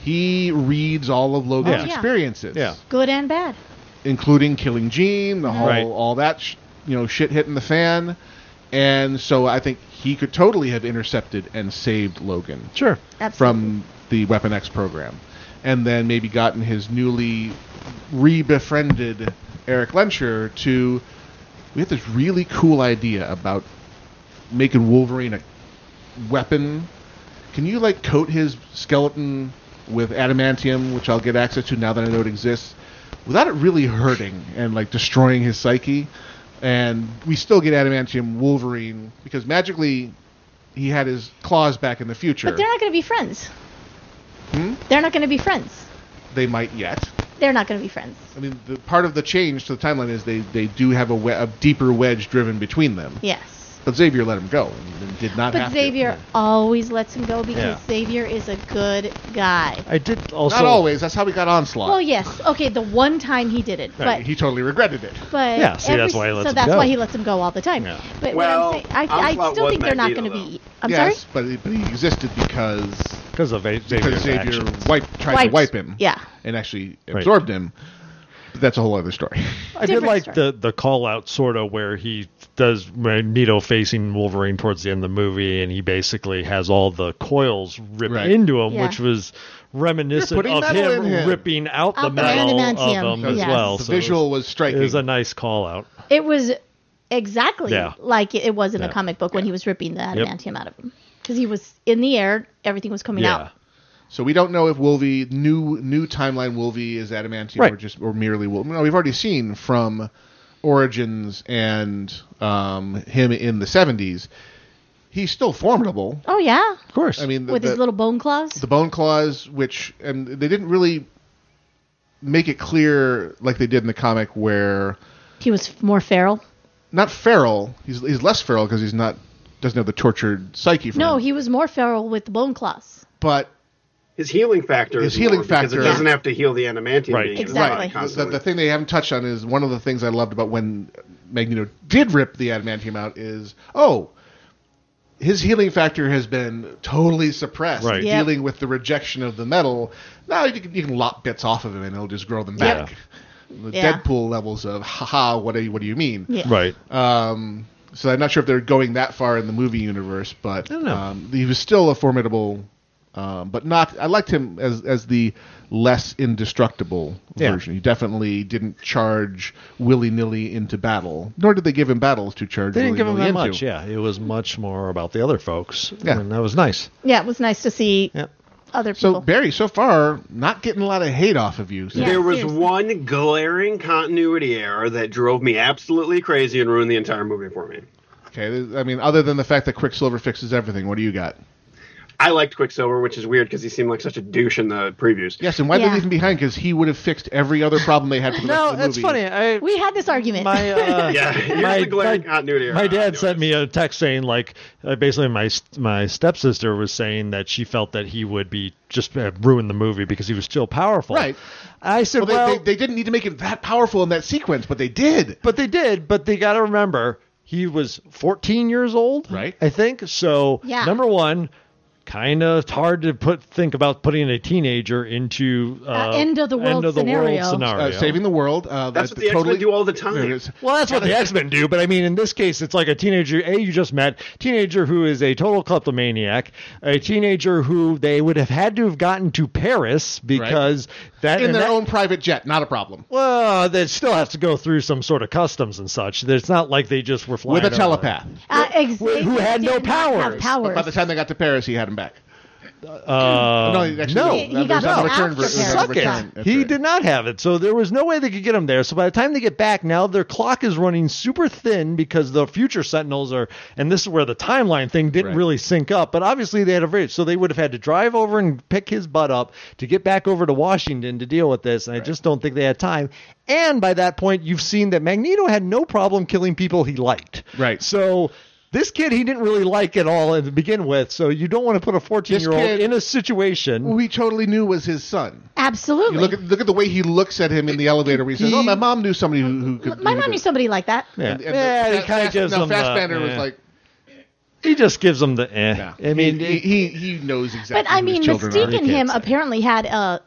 he reads all of Logan's
Oh, yeah.
experiences,
Good and bad.
including killing Jean, the whole
Right.
all that sh- you know shit hitting the fan, and so I think he could totally have intercepted and saved Logan.
Sure.
From the Weapon X program, and then maybe gotten his newly re-befriended Eric Lencher to. We had this really cool idea about making Wolverine a weapon. Can you like coat his skeleton with adamantium, which I'll get access to now that I know it exists, without it really hurting and like destroying his psyche? And we still get adamantium Wolverine because magically he had his claws back in the future.
But they're not going to be friends.
Hmm?
They're not going to be friends.
They might yet.
They're not going to be friends.
I mean, the part of the change to the timeline is they, they do have a, we- a deeper wedge driven between them.
Yes.
But Xavier let him go and, and did not
But
have
Xavier always lets him go because
Yeah.
Xavier is a good guy.
to. I did also.
not always. That's how we got Onslaught.
Well, yes. Okay, the one time he did it,
Right,
but
he totally regretted it.
but
Yeah, see,
every-
that's why he lets
so
him
that's
go.
why he lets him go all the time.
Yeah.
But
Well,
what I'm saying, I, I
Onslaught
still
was
think they're not
Magneto,
going to be. I'm
yes,
sorry.
but he, but he existed because
because of Xavier's
because Xavier
actions.
wiped, tried
Wiped,
to wipe him.
yeah.
and actually absorbed him. But that's a whole other story.
I did like the the call out sort of where he does Magneto facing Wolverine towards the end of the movie, and he basically has all the coils ripped
Right.
into him,
Yeah.
which was
You're
reminiscent
putting
of
metal
him,
in him.
ripping out the
Out the
metal
adamantium,
of him as
yes.
well.
The
So it was-
visual was striking.
It was a nice call out.
It was exactly
Yeah.
like it was in
Yeah.
a comic book when he was ripping the
Yep.
adamantium out of him because he was in the air, everything was coming out.
So we don't know if Wolvie new new timeline Wolvie is adamantium or
Right.
just or merely Wolvie. No, we've already seen from Origins and um, him in the seventies. He's still formidable.
Oh yeah, of
course.
I mean, the,
with
the,
his little bone claws.
the bone claws, which and they didn't really make it clear like they did in the comic where
He was more feral.
not feral. He's he's less feral because he's not doesn't have the tortured psyche. From
No,
him.
he was more feral with the bone claws.
but
his healing factor.
His
is
healing
more, because
factor-
it doesn't have to heal the adamantium.
Right.
being in the
Exactly.
body
The,
constantly.
the thing they haven't touched on is one of the things I loved about when Magneto did rip the adamantium out is oh, his healing factor has been totally suppressed,
Right. Yep.
dealing with the rejection of the metal. Now you can, you can lop bits off of him and it'll just grow them
Yep.
back. The
Yeah.
Deadpool levels of haha, what do you, what do you mean?
Yeah. Right.
Um, so I'm not sure if they're going that far in the movie universe, but
know.
um, he was still a formidable, um, but not. I liked him as as the less indestructible
Yeah.
version. He definitely didn't charge willy nilly into battle, nor did they give him battles to charge.
They didn't give him
willy-nilly
that
into.
much. Yeah, it was much more about the other folks.
Yeah.
and that was nice.
Yeah, it was nice to see other people.
So Barry, so far, not getting a lot of hate off of you. So
there was one glaring continuity error that drove me absolutely crazy and ruined the entire movie for me.
Okay, I mean, other than the fact that Quicksilver fixes everything, what do you got?
I liked Quicksilver, which is weird because he seemed like such a douche in the previews.
Yes, and why did they leave him behind? Because he would have fixed every other problem they had for the rest of the movie.
I,
we had this argument.
My, uh,
Yeah, here's the glaring continuity error.
My dad sent me a text saying, like, uh, basically, my my stepsister was saying that she felt that he would be just uh, ruin the movie because he was still powerful.
Right.
I said,
they,
well-
they, they didn't need to make him that powerful in that sequence, but they did.
But they did. But they got to remember, he was 14 years old, right? I think so.
Yeah.
Number one. Kind of hard to put think about putting a teenager into uh,
end of the world
end of the
scenario.
world scenario.
Uh, saving the world. Uh,
That's what the X-Men do all the time.
There it is.
Well, that's what the X Men do, but I mean, in this case, it's like a teenager A you just met, teenager who is a total kleptomaniac, a teenager who they would have had to have gotten to Paris because that
in
and
their
that-
own private jet, not a problem.
Well, they still have to go through some sort of customs and such. It's not like they just were
Oh,
flying
With a
over.
telepath.
Uh, ex-
who had no
did not have
powers.
But by the time they got to Paris, he had him back.
Uh,
No, actually,
no,
He- he that got was on the back return ver- after it was on the
Suck it.
return. That's
He did not have it, so there was no way they could get him there. So by the time they get back, now their clock is running super thin because the future Sentinels are, and this is where the timeline thing didn't really sync up. But obviously they had a very, so they would have had to drive over and pick his butt up to get back over to Washington to deal with this. And I just don't think they had time. And by that point, you've seen that Magneto had no problem killing people he liked. Right. So. This kid he didn't really like at all to begin with, so you don't want to put a 14 year old
kid-
in a situation
Who we totally knew was his son.
Absolutely.
You look at look at the way he looks at him in the elevator. Where he says, "Oh, my mom knew somebody who, who could."
my mom knew somebody like that.
Yeah,
And- and
yeah
the-
he kind
Fast-
of gives
no,
them. the-
Fassbender was
yeah.
like-
he just gives them the. Eh. I mean,
he, he he knows exactly.
But I
who his
mean,
children
Mystique
are.
and him apparently had a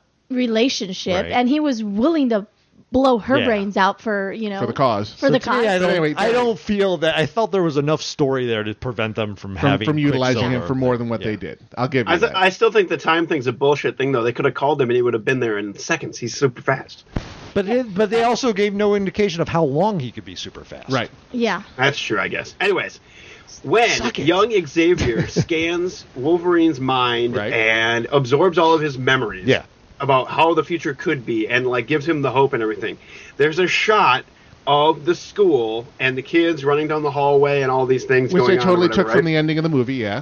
relationship,
Right.
and he was willing to blow her
Yeah.
brains out for you know
For the cause.
For
So
the
to me,
cause.
I don't, I don't feel that. I felt there was enough story there to prevent them from,
from,
having
from utilizing him
Quicksilver.
for more than what they did. I'll give you
I, th-
that.
I still think the time thing's a bullshit thing, though. They could have called him and he would have been there in seconds. He's super fast.
But it, but they also gave no indication of how long he could be super fast. Right.
Yeah.
That's true, I guess. Anyways, when young Xavier scans Wolverine's mind and absorbs all of his memories
Yeah.
about how the future could be and like gives him the hope and everything, there's a shot of the school and the kids running down the hallway and all these things
Which
going
they
on or
totally
whatever,
took from
right?
the ending of the movie. Yeah.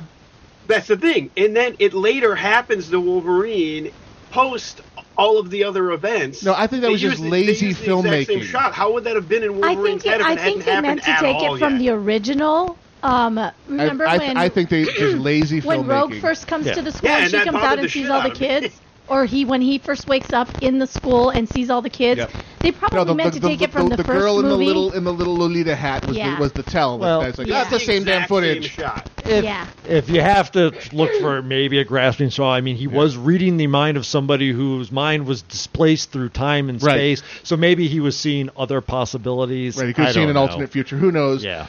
That's the thing. And then it later happens to Wolverine post all of the other events.
No, I think that
They
was just
used the-
lazy
they used the exact same
filmmaking.
shot. How would that have been in
I
Wolverine's
think
head
it,
if
I
it hadn't
think they
happened
meant to
at
take
all
it from
yet?
the original. Um, remember
I, I,
when
I think they just lazy
when Rogue
filmmaking.
first comes to the school,
Yeah,
and
and
she
that
comes out
bothered
and
the
sees
shit
all
out
the
of me.
kids. or he when he first wakes up in the school and sees all the kids,
Yep.
they probably meant to take it from the,
the
first
girl in the
movie.
little in the little Lolita hat was,
Yeah.
the, was the tell.
Well,
that's like
Yeah.
that's the same damn footage.
yeah.
If you have to look for maybe a grasping straw, I mean, he was reading the mind of somebody whose mind was displaced through time and
Right.
space, so maybe he was seeing other possibilities.
Right, he could
I
have seen
don't
an
know.
alternate future. Who knows?
Yeah.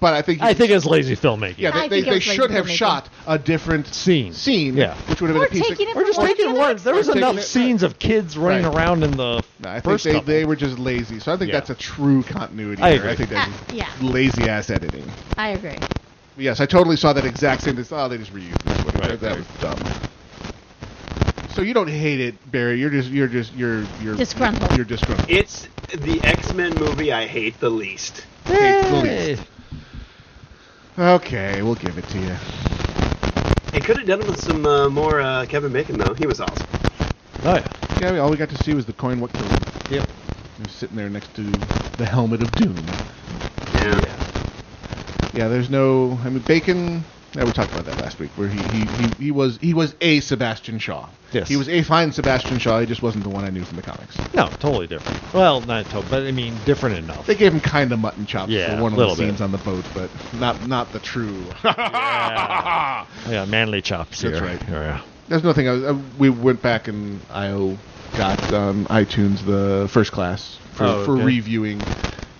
But I think
I think it's lazy filmmaking.
Yeah,
I
they, they,
think it
they
was lazy
should have
filmmaking.
shot a different
scene.
Scene,
Yeah.
which would have been a piece.
taking it
of,
Or just from one
taking ones. There was
Taking
enough
it-
scenes of kids running
Right.
around in the
No, I think
first
they,
couple.
they were just lazy. So I think
Yeah.
that's a true continuity.
I
error.
agree.
I think that's
Ah, yeah.
lazy ass editing.
I agree.
Yes, I totally saw that exact same. Oh, they just reused that. Whatever. That was dumb. So you don't hate it, Barry. You're just you're just you're you're
Disgruntled.
You're disgruntled.
It's the X Men movie I hate the least.
Hates the least. Okay, we'll give it to you.
They could have done it with some uh, more uh, Kevin Bacon though. He was awesome.
Oh yeah.
Yeah, we- all we got to see was the coin. What killed him?
Yep.
He was sitting there next to the helmet of doom.
Yeah.
Yeah, there's no. I mean, Bacon. Yeah, we talked about that last week, where he he, he, he was he was a Sebastian Shaw.
Yes.
He was a fine Sebastian Shaw. He just wasn't the one I knew from the comics.
No, totally different. Well, not totally, but I mean, different enough.
They gave him kind of mutton chops
Yeah,
for one of
little
the
bit.
scenes on the boat, but not not the true.
yeah. Yeah, manly chops
That's
here.
right.
Yeah.
There's nothing. I, I, we went back and I got um, iTunes the first class for,
Oh,
for
okay.
reviewing,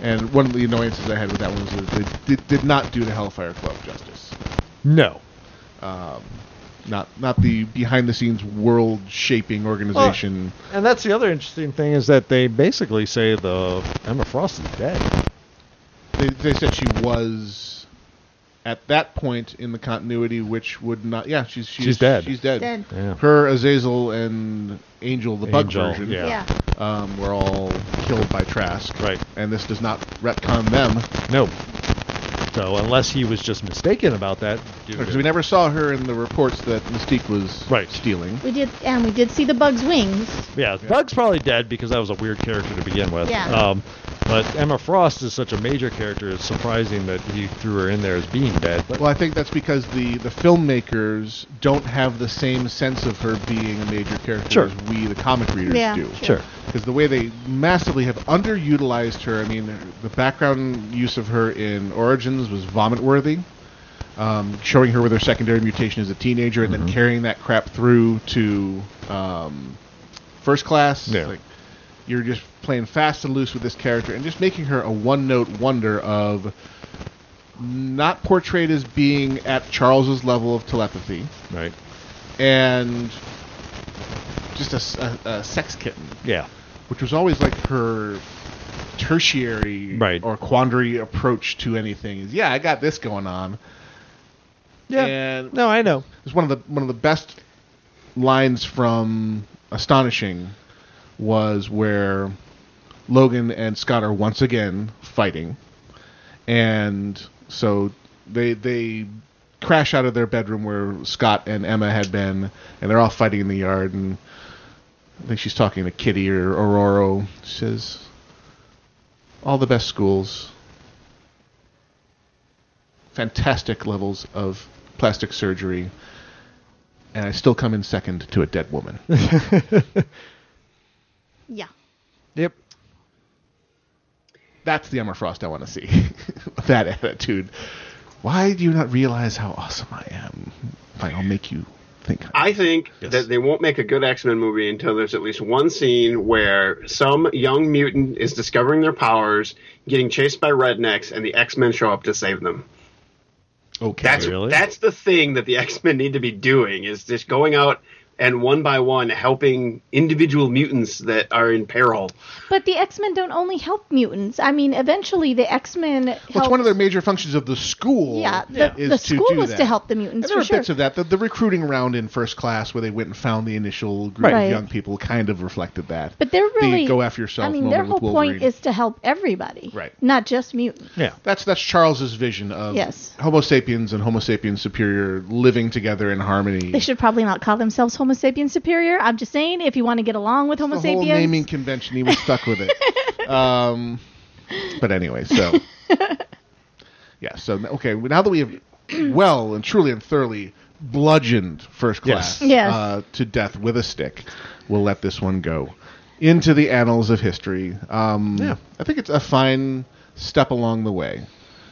and one of the annoyances I had with that one was that they did, did not do the Hellfire Club justice.
No.
Um, not not the behind the scenes world shaping organization.
And that's the other interesting thing is that they basically say the Emma Frost is dead.
they, they said she was at that point in the continuity, which would not. Yeah, she's she's,
She's dead.
She's dead.
Dead.
Yeah.
Her Azazel and Angel, the bug
Angel,
version,
yeah.
Um, were all killed by Trask.
Right.
And this does not retcon them
No. So unless he was just mistaken about that, due
because
to-
we never saw her in the reports that Mystique was
Right.
stealing.
We did, and we did see the bug's wings.
yeah, Bug's probably dead because that was a weird character to begin with.
Yeah.
Um, but Emma Frost is such a major character. It's surprising that he threw her in there as being dead. But
Well, I think that's because the, the filmmakers don't have the same sense of her being a major character
Sure.
as we, the comic readers,
Yeah.
do.
Sure.
Because the way they massively have underutilized her, I mean, the background use of her in Origins was vomit worthy. Um, showing her with her secondary mutation as a teenager and then carrying that crap through to um, first class.
Yeah.
Like, you're just playing fast and loose with this character and just making her a one note wonder of not portrayed as being at Charles's level of telepathy
right.
and just a s- a, a sex kitten,
Yeah.
which was always like her tertiary
Right.
or quandary approach to anything. Is yeah, I got this going on.
Yeah.
And
No, I know.
it's one of the one of the best lines from Astonishing was where Logan and Scott are once again fighting, and so they they crash out of their bedroom where Scott and Emma had been, and they're all fighting in the yard. And I think she's talking to Kitty or Aurora. She says, "All the best schools." fantastic levels of plastic surgery, and I still come in second to a dead woman.
Yeah.
Yep.
That's the Emma Frost I want to see. that attitude. Why do you not realize how awesome I am? Fine, I'll make you think. I-
I think that they won't make a good X Men movie until there's at least one scene where some young mutant is discovering their powers, getting chased by rednecks, and the X Men show up to save them.
okay,
That's that's the thing that the X Men need to be doing is just going out and one by one helping individual mutants that are in peril.
But the X Men don't only help mutants. I mean, eventually the X Men.
What's one of their major functions of the school?
Yeah, the,
is
the
to
school
do
was
that.
to help the
And
mutants
there
for
were
sure.
bits of that. The, the recruiting round in first class, where they went and found the initial group
Right.
of young people, kind of reflected that.
but they're
The
really
go after yourself.
I mean,
moment
their whole
with
point
Wolverine.
is to help everybody,
Right.
Not just mutants.
Yeah.
That's that's Charles's vision of
Yes.
Homo sapiens and Homo sapiens superior living together in harmony.
They should probably not call themselves Homo sapiens superior. I'm just saying, if you want to get along with Homo
the
sapiens,
whole naming convention. He was stuck with it. um, but anyway, so yeah, so okay. Now that we have well and truly and thoroughly bludgeoned first
Yes.
class
Yes.
Uh, to death with a stick will let this one go into the annals of history. Um,
Yeah.
I think it's a fine step along the way.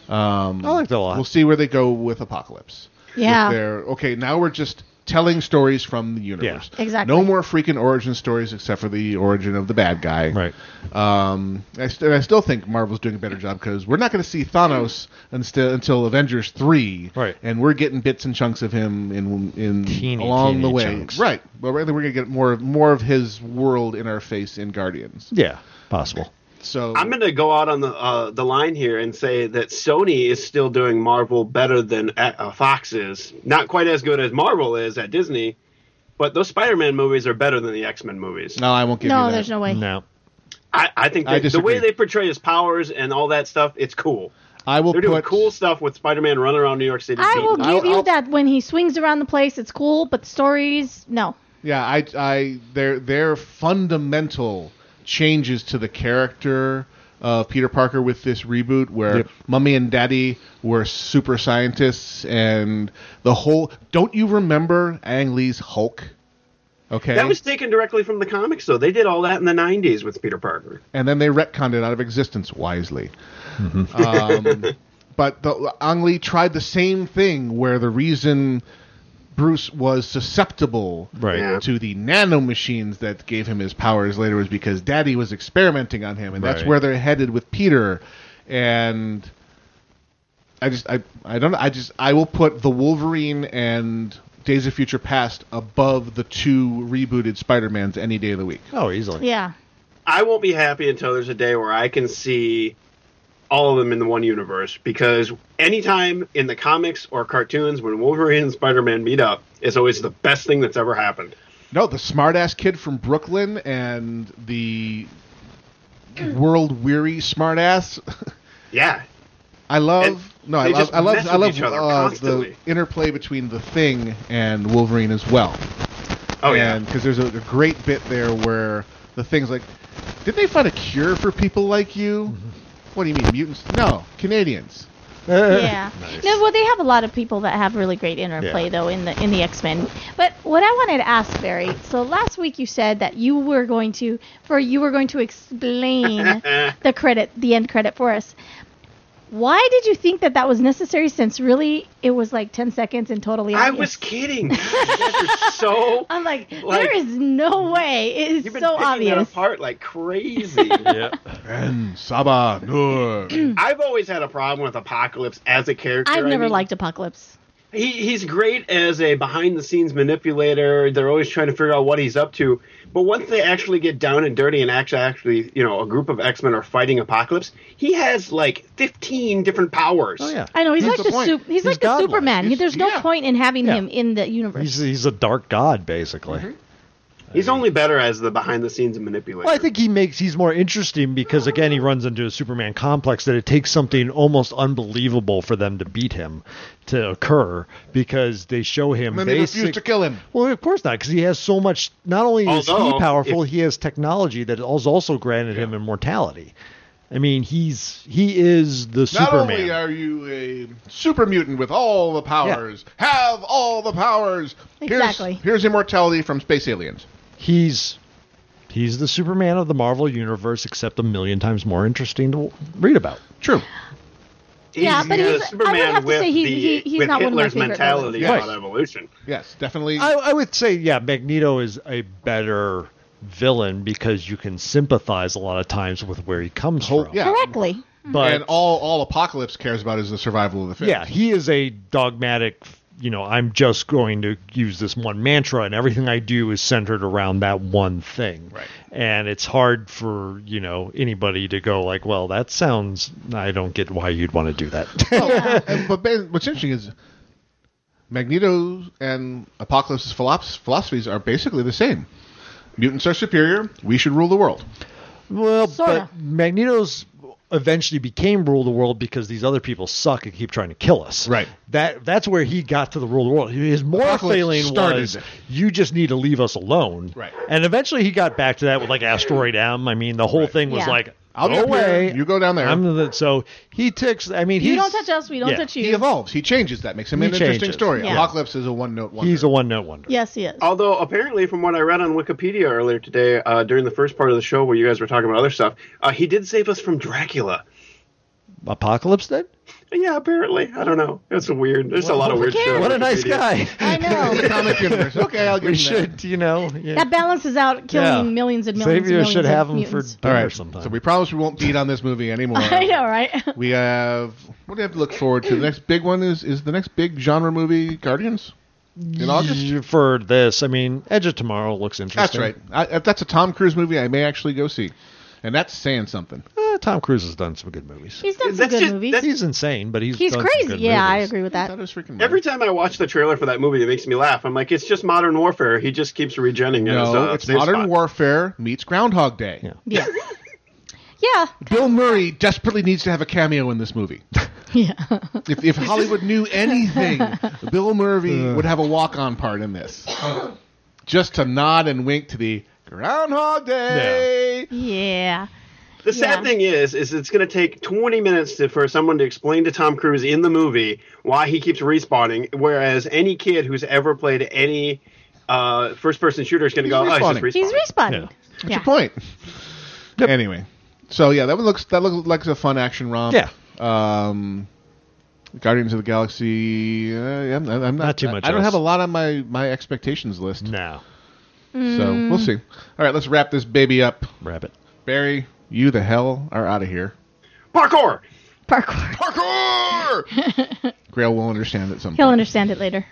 Um,
I like that a lot.
We'll see where they go with Apocalypse. If
Yeah.
they're- okay, now we're just telling stories from the universe.
Exactly.
No more freaking origin stories except for the origin of the bad guy. Right. Um, I, st- I still think Marvel's doing a better job because we're not going to see Thanos until until Avengers three. Right. And we're getting bits and chunks of him in in along
teeny
the way.
chunks.
Right. Well, rather we're going to get more more of his world in our face in Guardians.
Yeah, possible.
So
I'm going to go out on the uh, the line here and say that Sony is still doing Marvel better than uh, uh, Fox is. Not quite as good as Marvel is at Disney, but those Spider-Man movies are better than the X-Men movies.
No, I won't give you
No,
that.
there's no way.
No.
I, I think
I
that the way
disagree.
they portray his powers and all that stuff, it's cool.
I will
They're doing
put-
cool stuff with Spider-Man running around New York City.
I will give
beating-
you that when he swings around the place, it's cool, but the stories, no.
Yeah, I, I, their their fundamental changes to the character of Peter Parker with this reboot, where
Yep.
Mummy and Daddy were super scientists, and the whole. Don't you remember Ang Lee's Hulk? Okay,
That was taken directly from the comics, though. They did all that in the '90s with Peter Parker.
and then they retconned it out of existence wisely. Um, but the, Ang Lee tried the same thing, where the reason Bruce was susceptible
Right. Yeah.
to the nanomachines that gave him his powers later was because Daddy was experimenting on him, and that's
Right.
where they're headed with Peter. And I just, I, I don't, know, I just, I will put the Wolverine and Days of Future Past above the two rebooted Spider Mans any day of the week.
Oh, easily.
Yeah.
I won't be happy until there's a day where I can see all of them in the one universe because anytime in the comics or cartoons when Wolverine and Spider-Man meet up, it's always the best thing that's ever happened.
No, the smartass kid from Brooklyn and the world weary smartass.
Yeah.
I love no, I
they
love
just
I love
mess
I
with
love
each other
uh, the
constantly.
interplay between the Thing and Wolverine as well.
Oh, yeah.
because there's a, a great bit there where the Thing's like, "Did they find a cure for people like you?
Mm-hmm.
What do you mean mutants? No, Canadians."
yeah. No, well, they have a lot of people that have really great interplay
Yeah.
though in the in the X Men. But what I wanted to ask Barry, so last week you said that you were going to for you were going to explain
Eh.
the credit, the end credit for us. Why did you think that that was necessary? Since really it was like ten seconds and totally.
I
obvious?
was kidding. God, you guys are so
I'm like,
like-
there is no way. It is
you've been
so
picking that
obvious.
apart like crazy.
yeah.
Mm.
And Saba Nur.
I've always had a problem with Apocalypse as a character.
I've
I
never
mean,
liked Apocalypse.
He, he's great as a behind the scenes manipulator. They're always trying to figure out what he's up to. But once they actually get down and dirty and actually, actually, you know, a group of X Men are fighting Apocalypse, he has like 15 different powers. Oh, yeah.
I know he's like
That's the
the,
point.
sup- he's,
He's
like the
godlike.
Superman.
He's-
There's no
yeah.
point in having
Yeah.
him in the universe.
He's he's a dark god basically.
Mm-hmm.
He's only better as the behind the scenes manipulator.
Well, I think he makes he's more interesting because again he runs into a Superman complex that it takes something almost unbelievable for them to beat him to occur because they show him
And then they
basic-
refuse to kill him.
Well, of course not, because he has so much. Not only is
Although,
he powerful, he has technology that has also granted him immortality. I mean, he's he is the Superman.
Not only are you a super mutant with all the powers, have all the powers. Here's-
Exactly.
Here's, immortality from space aliens.
he's he's the Superman of the Marvel universe, except a million times more interesting to w- read about.
True.
Yeah, but he's- I would have to say he- he- he's
with
not one of my
Hitler's
favorite
mentality
villains.
about
Right.
evolution.
Yes, definitely.
Oh.
I, I would say, yeah, Magneto is a better villain because you can sympathize a lot of times with where he comes from.
yeah.
Correctly.
But-
and all all Apocalypse cares about is the survival of the fittest.
Yeah, he is a dogmatic. You know, I'm just going to use this one mantra, and everything I do is centered around that one thing. Right. And it's hard for you know anybody to go like, well, that sounds. I don't get why you'd want to do that.
And- but ba- what's interesting is Magneto and Apocalypse's philosoph- philosophies are basically the same. Mutants are superior. We should rule the world.
Well,
Sorta.
but Magneto's eventually became rule of the world because these other people suck and keep trying to kill us. Right. That that's where he got to the rule of the world. His moral
Apocalypse
failing
started
was
it.
you just need to leave us alone.
Right.
And eventually he got back to that with like Asteroid M. I mean, the whole thing was
Yeah.
like
I'll be
go
up here.
away.
You go down there.
I'm the, so he ticks. I mean,
you
he's,
don't touch us, we don't touch you.
He evolves. He changes. That makes him
He
an interesting
changes.
story.
Yeah.
Apocalypse is a one note wonder.
He's a one note wonder.
Yes, he is.
Although apparently, from what I read on Wikipedia earlier today, uh, during the first part of the show where you guys were talking about other stuff, uh, he did save us from Dracula.
Apocalypse did.
Yeah, apparently. I don't know. That's weird. There's a lot of weird shit. on
What a nice
Wikipedia.
guy.
I know.
Comic universe. Okay, I'll give
we
him
should, you know. yeah.
That balances out killing
Yeah.
millions and millions.
Xavier
and millions
should
of
have him for
mutants.
dinner
All right.
sometime.
So we promise we won't beat on this movie anymore.
I know, right?
We have what do we have to look forward to? The next big one is is the next big genre movie Guardians in August.
Y- for this. I mean, Edge of Tomorrow looks
That's
interesting.
right. I, if that's a Tom Cruise movie, I may actually go see, and that's saying something.
Eh, Tom Cruise has done some good movies.
He's done some
That's
good
just-
movies.
that's-
He's insane, but he's
He's
done Some
crazy.
good
Yeah, I
movies.
agree with
That
that.
is freaking
Every time I watch the trailer for that movie, it makes me laugh. I'm like, it's just modern warfare. He just keeps regenerating. in his,
no,
uh,
it's
safe
Modern
spot.
Warfare meets Groundhog Day.
Yeah. yeah.
Bill Murray desperately needs to have a cameo in this movie.
Yeah.
If, if Hollywood knew anything, Bill Murray would have a walk on part in this. Just to nod and wink to the Groundhog Day.
Yeah.
The sad
Yeah.
thing is, is it's going to take 20 minutes to, for someone to explain to Tom Cruise in the movie why he keeps respawning, whereas any kid who's ever played any uh, first-person shooter is going to
He's
go, "Oh, he's
respawning.
just
He's
respawning."
responding.
That's your point. Anyway, so yeah, that one looks that looks like a fun action romp.
Yeah.
Um, Guardians of the Galaxy. Uh, I'm, I'm not,
Not too much
I, don't
else.
have a lot on my my expectations list.
No,
So we'll see. All right, let's wrap this baby up.
rabbit.
Barry, you the hell are out of here.
Parkour.
Parkour.
Parkour. Grail will understand at some
He'll
point.
understand it later.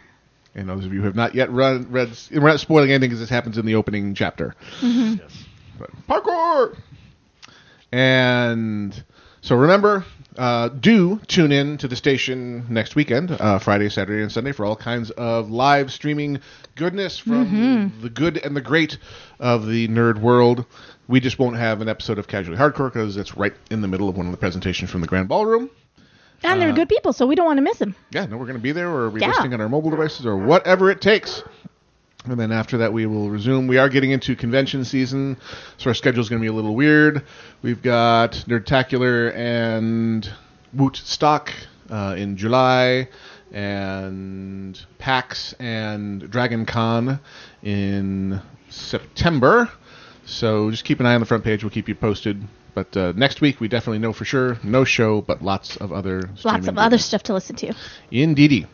And those of you who have not yet run, read, we're not spoiling anything because this happens in the opening chapter. But parkour! And so remember, uh, do tune in to the station next weekend, uh, Friday, Saturday, and Sunday, for all kinds of live streaming goodness from the good and the great of the nerd world. We just won't have an episode of Casually Hardcore because it's right in the middle of one of the presentations from the Grand Ballroom.
And
Uh,
they're good people, so we don't want to miss him.
Yeah, no, we're going to be there, or we're
Yeah.
listening on our mobile devices, or whatever it takes. And then after that, we will resume. We are getting into convention season, so our schedule is going to be a little weird. We've got Nerdtacular and Woot Stock uh, in July, and PAX and Dragon Con in September. So just keep an eye on the front page. We'll keep you posted. But uh, next week, we definitely know for sure. No show, but lots of other
Lots
streaming
of other
goodness.
stuff to listen to.
Indeedy.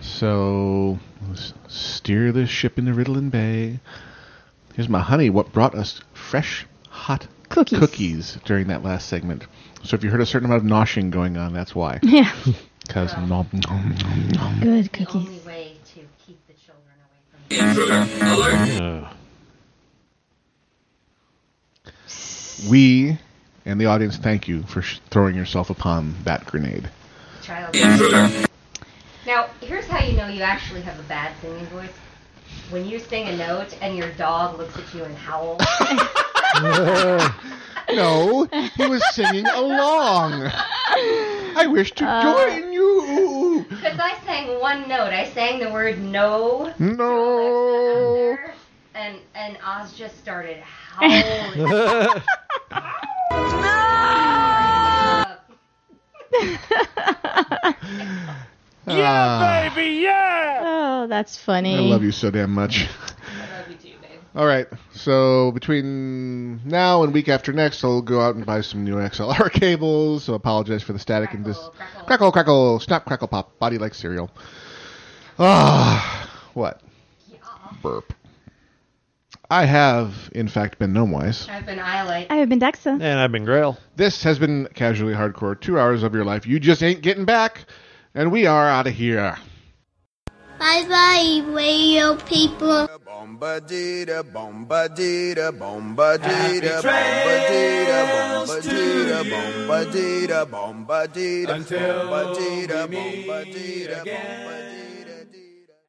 So let's steer the ship into Riddlin Bay. Here's my honey. What brought us fresh, hot
Cookies.
cookies during that last segment? So if you heard a certain amount of noshing going on, that's why.
Yeah.
Because nom, nom, nom, nom.
Good cookies.
we and the audience thank you for sh- throwing yourself upon that grenade.
Child. Now, here's how you know you actually have a bad singing voice. When you sing a note and your dog looks at you and howls.
No, he was singing along. I wish to
Uh.
join you.
Because I sang one note. I sang the word no.
No.
And, and Oz just started howling.
Ah.
Oh, that's funny.
I love you so damn much. All right, so between now and week after next, I'll go out and buy some new XLR cables. So apologize for the static and this crackle,
Crackle,
crackle, snap, crackle, pop, body like cereal. Ah, what? Burp. I have, in fact, been gnomewise.
I've been eyelid.
I have been Dexa.
And I've been Grail.
This has been casually hardcore. Two hours of your life you just ain't getting back, and we are out of here.
Bye bye, radio people.
Bombadita, bombadita, bombadita, bombadita, bombadita, bombadita, bombadita, bombadita, bombadita, bombadita.